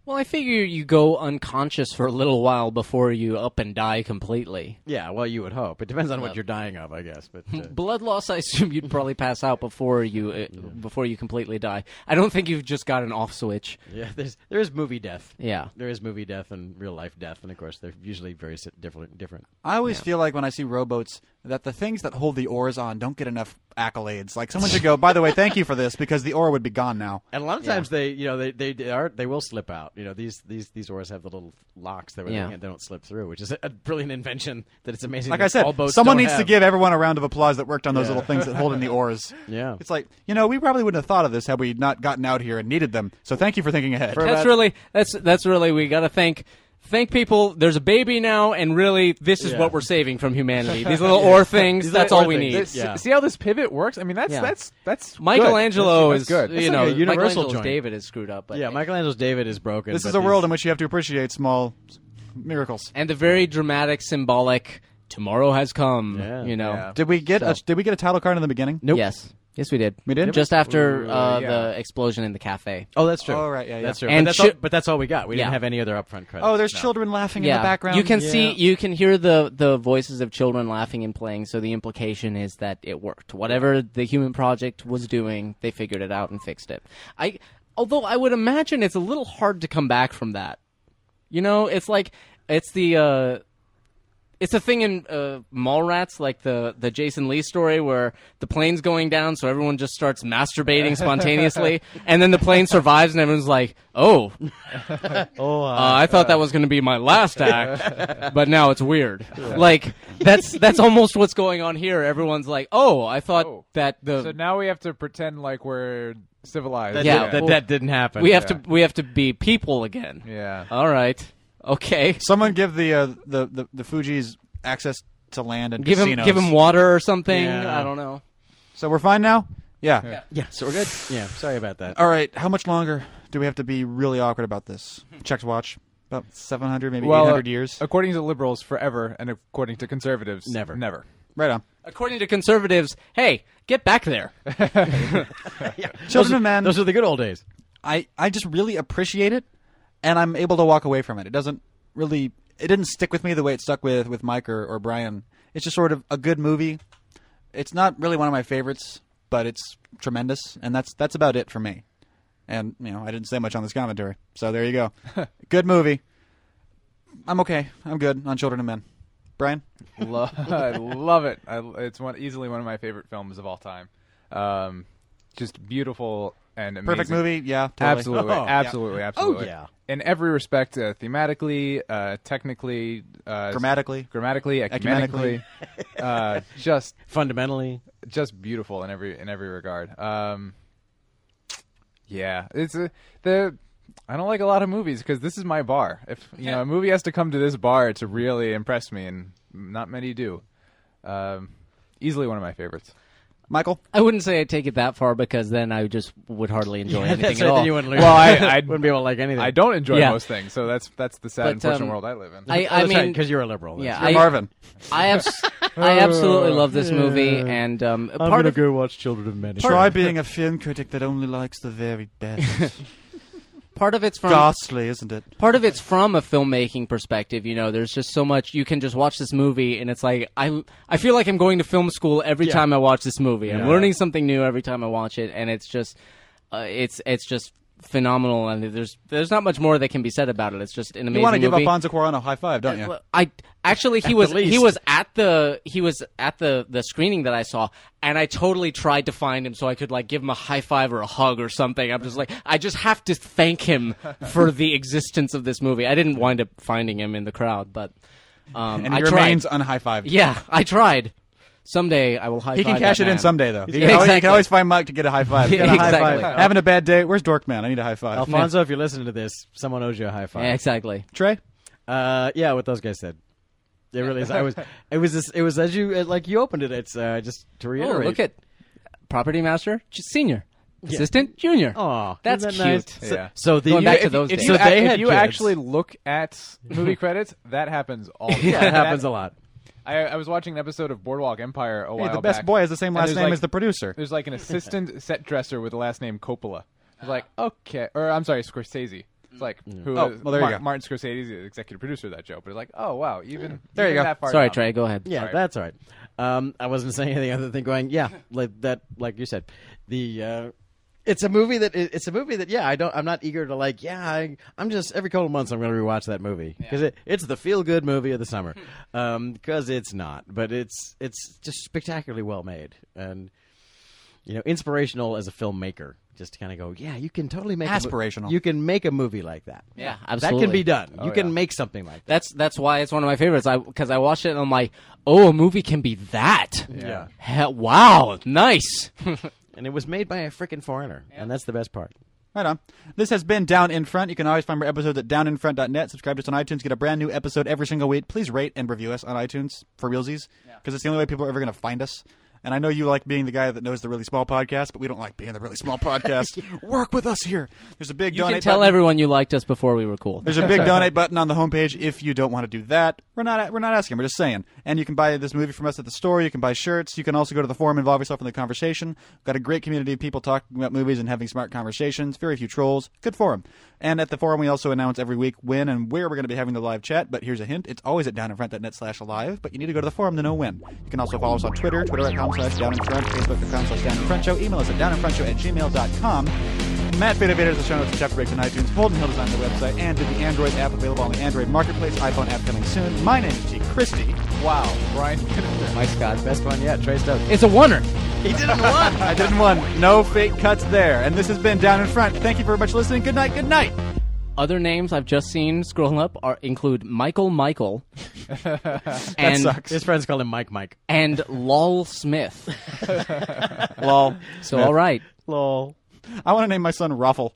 D: Well, I figure you go unconscious for a little while before you up and die completely.
C: yeah. Well, you would hope. It depends on
D: Well-
C: what you're dying of, I guess. But uh,
D: Blood loss, I assume you'd probably pass out before you uh, before you completely die. I don't think you've just got an off switch.
C: yeah, there's there is movie death.
D: Yeah.
C: There is movie death and real life death, and of course they're usually very si- different. Different.
B: I always feel like when I see rowboats that the things that hold the oars on don't get enough accolades. Like someone should go, by the way, thank you for this because the oar would be gone now.
C: And a lot of times they, you know, they, they, they are they will slip out. You know, these these these oars have the little locks that where
D: Yeah.
C: they, can't, they don't slip through, which is a, a brilliant invention. That it's amazing.
B: Like
C: that
B: I
C: all
B: said,
C: boats
B: someone
C: don't
B: needs to
C: have.
B: give everyone a round of applause that worked on those
C: Yeah.
B: little things that hold in the oars.
C: Yeah.
B: It's like, you know, we probably wouldn't have thought of this had we not gotten out here and needed them. So thank you for thinking ahead.
D: That's really that's that's really we got to thank thank people. There's a baby now, and really this is
C: Yeah.
D: what we're saving from humanity. These little or things.
C: These
D: that's
C: little
D: all
C: or
D: we
C: things.
D: need.
E: S-
C: Yeah.
E: See how this pivot works? I mean, that's
D: Yeah.
E: that's that's
D: Michelangelo
E: good. That's- that's
D: is
E: good.
D: you
C: That's
D: know
C: like a universal
D: Michelangelo's
C: joint.
D: David is screwed up, but
C: yeah, Michelangelo's David is broken.
B: this
C: but
B: is a world
C: these-
B: in which you have to appreciate small miracles.
D: and the very dramatic symbolic tomorrow has come.
C: Yeah.
D: you know.
E: Yeah.
B: Did we get a, did we get a title card in the beginning?
C: Nope.
D: Yes. Yes, we did. We
B: did?
D: just after
C: Ooh,
D: uh,
E: yeah.
D: the explosion in the cafe.
C: Oh, that's true.
B: Oh, right, yeah, yeah.
C: that's true.
D: And
C: but, that's
D: chi-
C: all, but that's all we got. We
D: Yeah.
C: didn't have any other upfront credits.
B: Oh, there's
C: no.
B: children laughing
D: yeah,
B: in the background.
D: you can see,
C: Yeah.
D: you can hear the the voices of children laughing and playing. So the implication is that it worked. Whatever the human project was doing, they figured it out and fixed it. I, although I would imagine it's a little hard to come back from that. You know, it's like it's the. Uh, it's a thing in uh, Mallrats, like the the Jason Lee story, where the plane's going down, so everyone just starts masturbating spontaneously, and then the plane survives, and everyone's like, "Oh,
C: Oh, uh,
D: uh, I thought that was going to be my last act, but now it's weird. Like that's that's almost what's going on here. Everyone's like, "Oh, I thought
E: Oh.
D: that the
E: So now we have to pretend like we're civilized.
C: that,
D: yeah,
C: did, that,
D: well-
C: that didn't happen.
D: we have to we have to be people again."
E: yeah.
D: All right. Okay.
B: Someone give the uh, the, the the Fuji's access to land and
D: Give him
B: casinos.
D: give him water or something.
C: Yeah.
D: I don't know.
B: So we're fine now? yeah.
C: Yeah, so we're good. Yeah, sorry about that.
B: All right, how much longer do we have to be really awkward about this? Checked watch about 700 maybe
E: Well,
B: 800
E: uh,
B: years.
E: According to liberals, forever, and according to conservatives,
C: Never.
E: never.
B: right on.
D: According to conservatives, hey, get back there.
B: Children of Men.
C: Those are the good old days.
B: I I just really appreciate it and I'm able to walk away from it. It doesn't really it didn't stick with me the way it stuck with with Mike or, or Brian. It's just sort of a good movie. It's not really one of my favorites, but it's tremendous and that's that's about it for me. And you know, I didn't say much on this commentary. So there you go. good movie. I'm okay. I'm good on Children of Men. Brian?
E: Lo- I love it. I, it's one easily one of my favorite films of all time. Um, just beautiful and amazing.
B: Perfect movie, yeah, totally.
E: Absolutely,
C: Oh.
E: absolutely, absolutely.
C: yeah.
E: In every respect, uh, thematically, uh, technically, uh,
B: Grammatically.
E: grammatically,
B: Ecumenically.
E: ecumenically, uh, just
C: Fundamentally,
E: just beautiful in every in every regard. Um, yeah, it's a, the. I don't like a lot of movies because this is my bar. If you know a movie has to come to this bar to really impress me, and not many do. Um, easily one of my favorites.
B: Michael,
D: I wouldn't say I take it that far because then I just would hardly enjoy
C: Yeah,
D: anything
C: that's
D: at
C: right,
D: all.
C: then you wouldn't, learn-
E: Well, I- I-
C: wouldn't be able to like anything.
E: I don't enjoy
D: Yeah.
E: most things, so that's that's the sad,
D: But,
E: unfortunate
D: um,
E: world I live in.
D: I, I mean,
C: because you're a liberal.
D: yeah,
B: you're
D: I,
B: Marvin.
D: I, abs- I absolutely love this movie, and um, part of
C: go watch Children of Men.
B: Try being a film critic that only likes the very best.
D: part of it's from
B: Ghastly, isn't it?
D: part of it's from a filmmaking perspective you know there's just so much you can just watch this movie and it's like i i feel like i'm going to film school every time i watch this movie i'm
C: Yeah.
D: learning something new every time i watch it and it's just uh, it's it's just phenomenal and there's there's not much more that can be said about it it's just an amazing
B: You want to give
D: movie.
B: Alfonso Cuarón a high five, don't you?
D: Well, I actually he was he
C: least.
D: was at the he was at the the screening that I saw, and I totally tried to find him so I could like give him a high five or a hug or something. I'm just like I just have to thank him for the existence of this movie. I didn't wind up finding him in the crowd, but um,
B: and
D: I
B: he
D: tried.
B: remains unhigh fived.
D: Yeah, I tried. Someday I will high.
B: He can cash it in someday, though. He can, always, he
D: Exactly.
B: can always find Mike to get a high five. Get a high
D: Exactly.
B: five. Having a bad day. Where's Dorkman? I need a high five.
C: Alfonso, if you're listening to this, someone owes you a high five.
D: Exactly.
B: Trey?
C: Uh, yeah, what those guys said. It really is. I was. It was. This, it was as you it, like. You opened it. It's uh, just to
D: Oh,
C: reiterate.
D: look at property master j- senior assistant junior.
C: Aw,
D: that's
C: isn't
D: cute.
C: that nice?
E: So- Yeah.
C: So the
D: Going back to
C: if-
D: those
C: if
D: days.
C: you
E: you,
D: So
C: act-
E: ac-
C: if
E: if you actually look at movie credits, that happens all. The time.
C: yeah, it happens a lot.
E: I, I was watching an episode of Boardwalk Empire a while
B: Hey, the best
E: back,
B: boy has the same
E: and
B: last
E: there's
B: name
E: like-
B: as the producer.
E: There's like an assistant set dresser with the last name Coppola. It's like okay, or I'm sorry, Scorsese. It's like who?
B: Ah. Oh, well, there you
E: Mar-
B: go.
E: Martin Scorsese is the executive producer of that show, but it's like oh wow, even
B: There you
E: even
B: go.
E: That far
D: Sorry,
E: down.
D: Trey. Go ahead.
C: Yeah,
E: Sorry.
C: that's all right. Um, I wasn't saying anything other than going, yeah, like that, like you said, the. Uh, it's a movie that it- it's a movie that yeah I don't I'm not eager to like yeah I, I'm just every couple of months I'm going to rewatch that movie because it, it's the feel good movie of the summer because it's not but it's it's just spectacularly well made and you know inspirational as a filmmaker just to kind of go yeah you can totally make a mo-
B: Aspirational.
C: you can make a movie like that
D: Yeah,
C: that
D: absolutely.
C: can be done you can
E: yeah.
C: make something like that
D: That's that's why it's one of my favorites. I because I watched it and I'm like, oh, a movie can be that.
C: Yeah.
D: He- wow, nice.
C: and it was made by a freaking foreigner and that's the best part
B: Right on. This has been Down in Front. You can always find more episodes at downinfront.net. Subscribe to us on iTunes. Get a brand new episode every single week. Please rate and review us on iTunes for realsies because it's the only way people are ever going to find us. And I know you like being the guy that knows the really small podcast, but we don't like being the really small podcast. Work with us here. There's a big
D: you
B: donate
D: can tell
B: button.
D: everyone you liked us before we were cool.
B: There's a big donate button on the homepage if you don't want to do that. We're not we're not asking. We're just saying. And you can buy this movie from us at the store. You can buy shirts. You can also go to the forum, involve yourself in the conversation. We've got a great community of people talking about movies and having smart conversations. Very few trolls. Good forum. And at the forum, we also announce every week when and where we're going to be having the live chat. But here's a hint: it's always at downinfront.net slash alive. But you need to go to the forum to know when. You can also follow us on Twitter, twitter.com slash downinfront, facebook.com slash downinfrontshow, email us at downinfrontshow at gmail.com. Matt Fade Vader is the show notes and chapter breaks on iTunes. Holden Hill is on the website and did the Android app available on the Android Marketplace. iPhone app coming soon. My name is G. Christie.
E: Wow, Brian.
C: Mike Scott, best one yet. Trey Stokes.
D: It's a wonder.
B: He didn't one. I didn't one. No fake cuts there. And this has been Down in Front. Thank you very much for listening. Good night. Good night.
D: Other names I've just seen scrolling up are include Michael Michael and
B: sucks.
C: His friends call him Mike Mike.
D: and Lol Smith.
B: Lol.
D: So all right.
C: Lol.
B: I want to name my son Ruffle.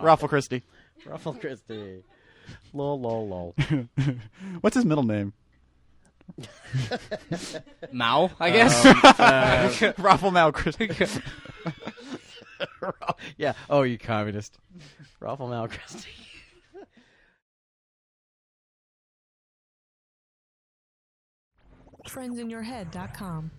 B: Ruffle Christie.
C: Ruffle Christie. Lol, lol, lol.
B: What's his middle name?
D: Mao,
E: Uh,
B: Um,
D: I guess.
B: Ruffle Mal Christie.
C: yeah. Oh, you communist. Ruffle Mal Christie.
A: Friendsinyourhead.com.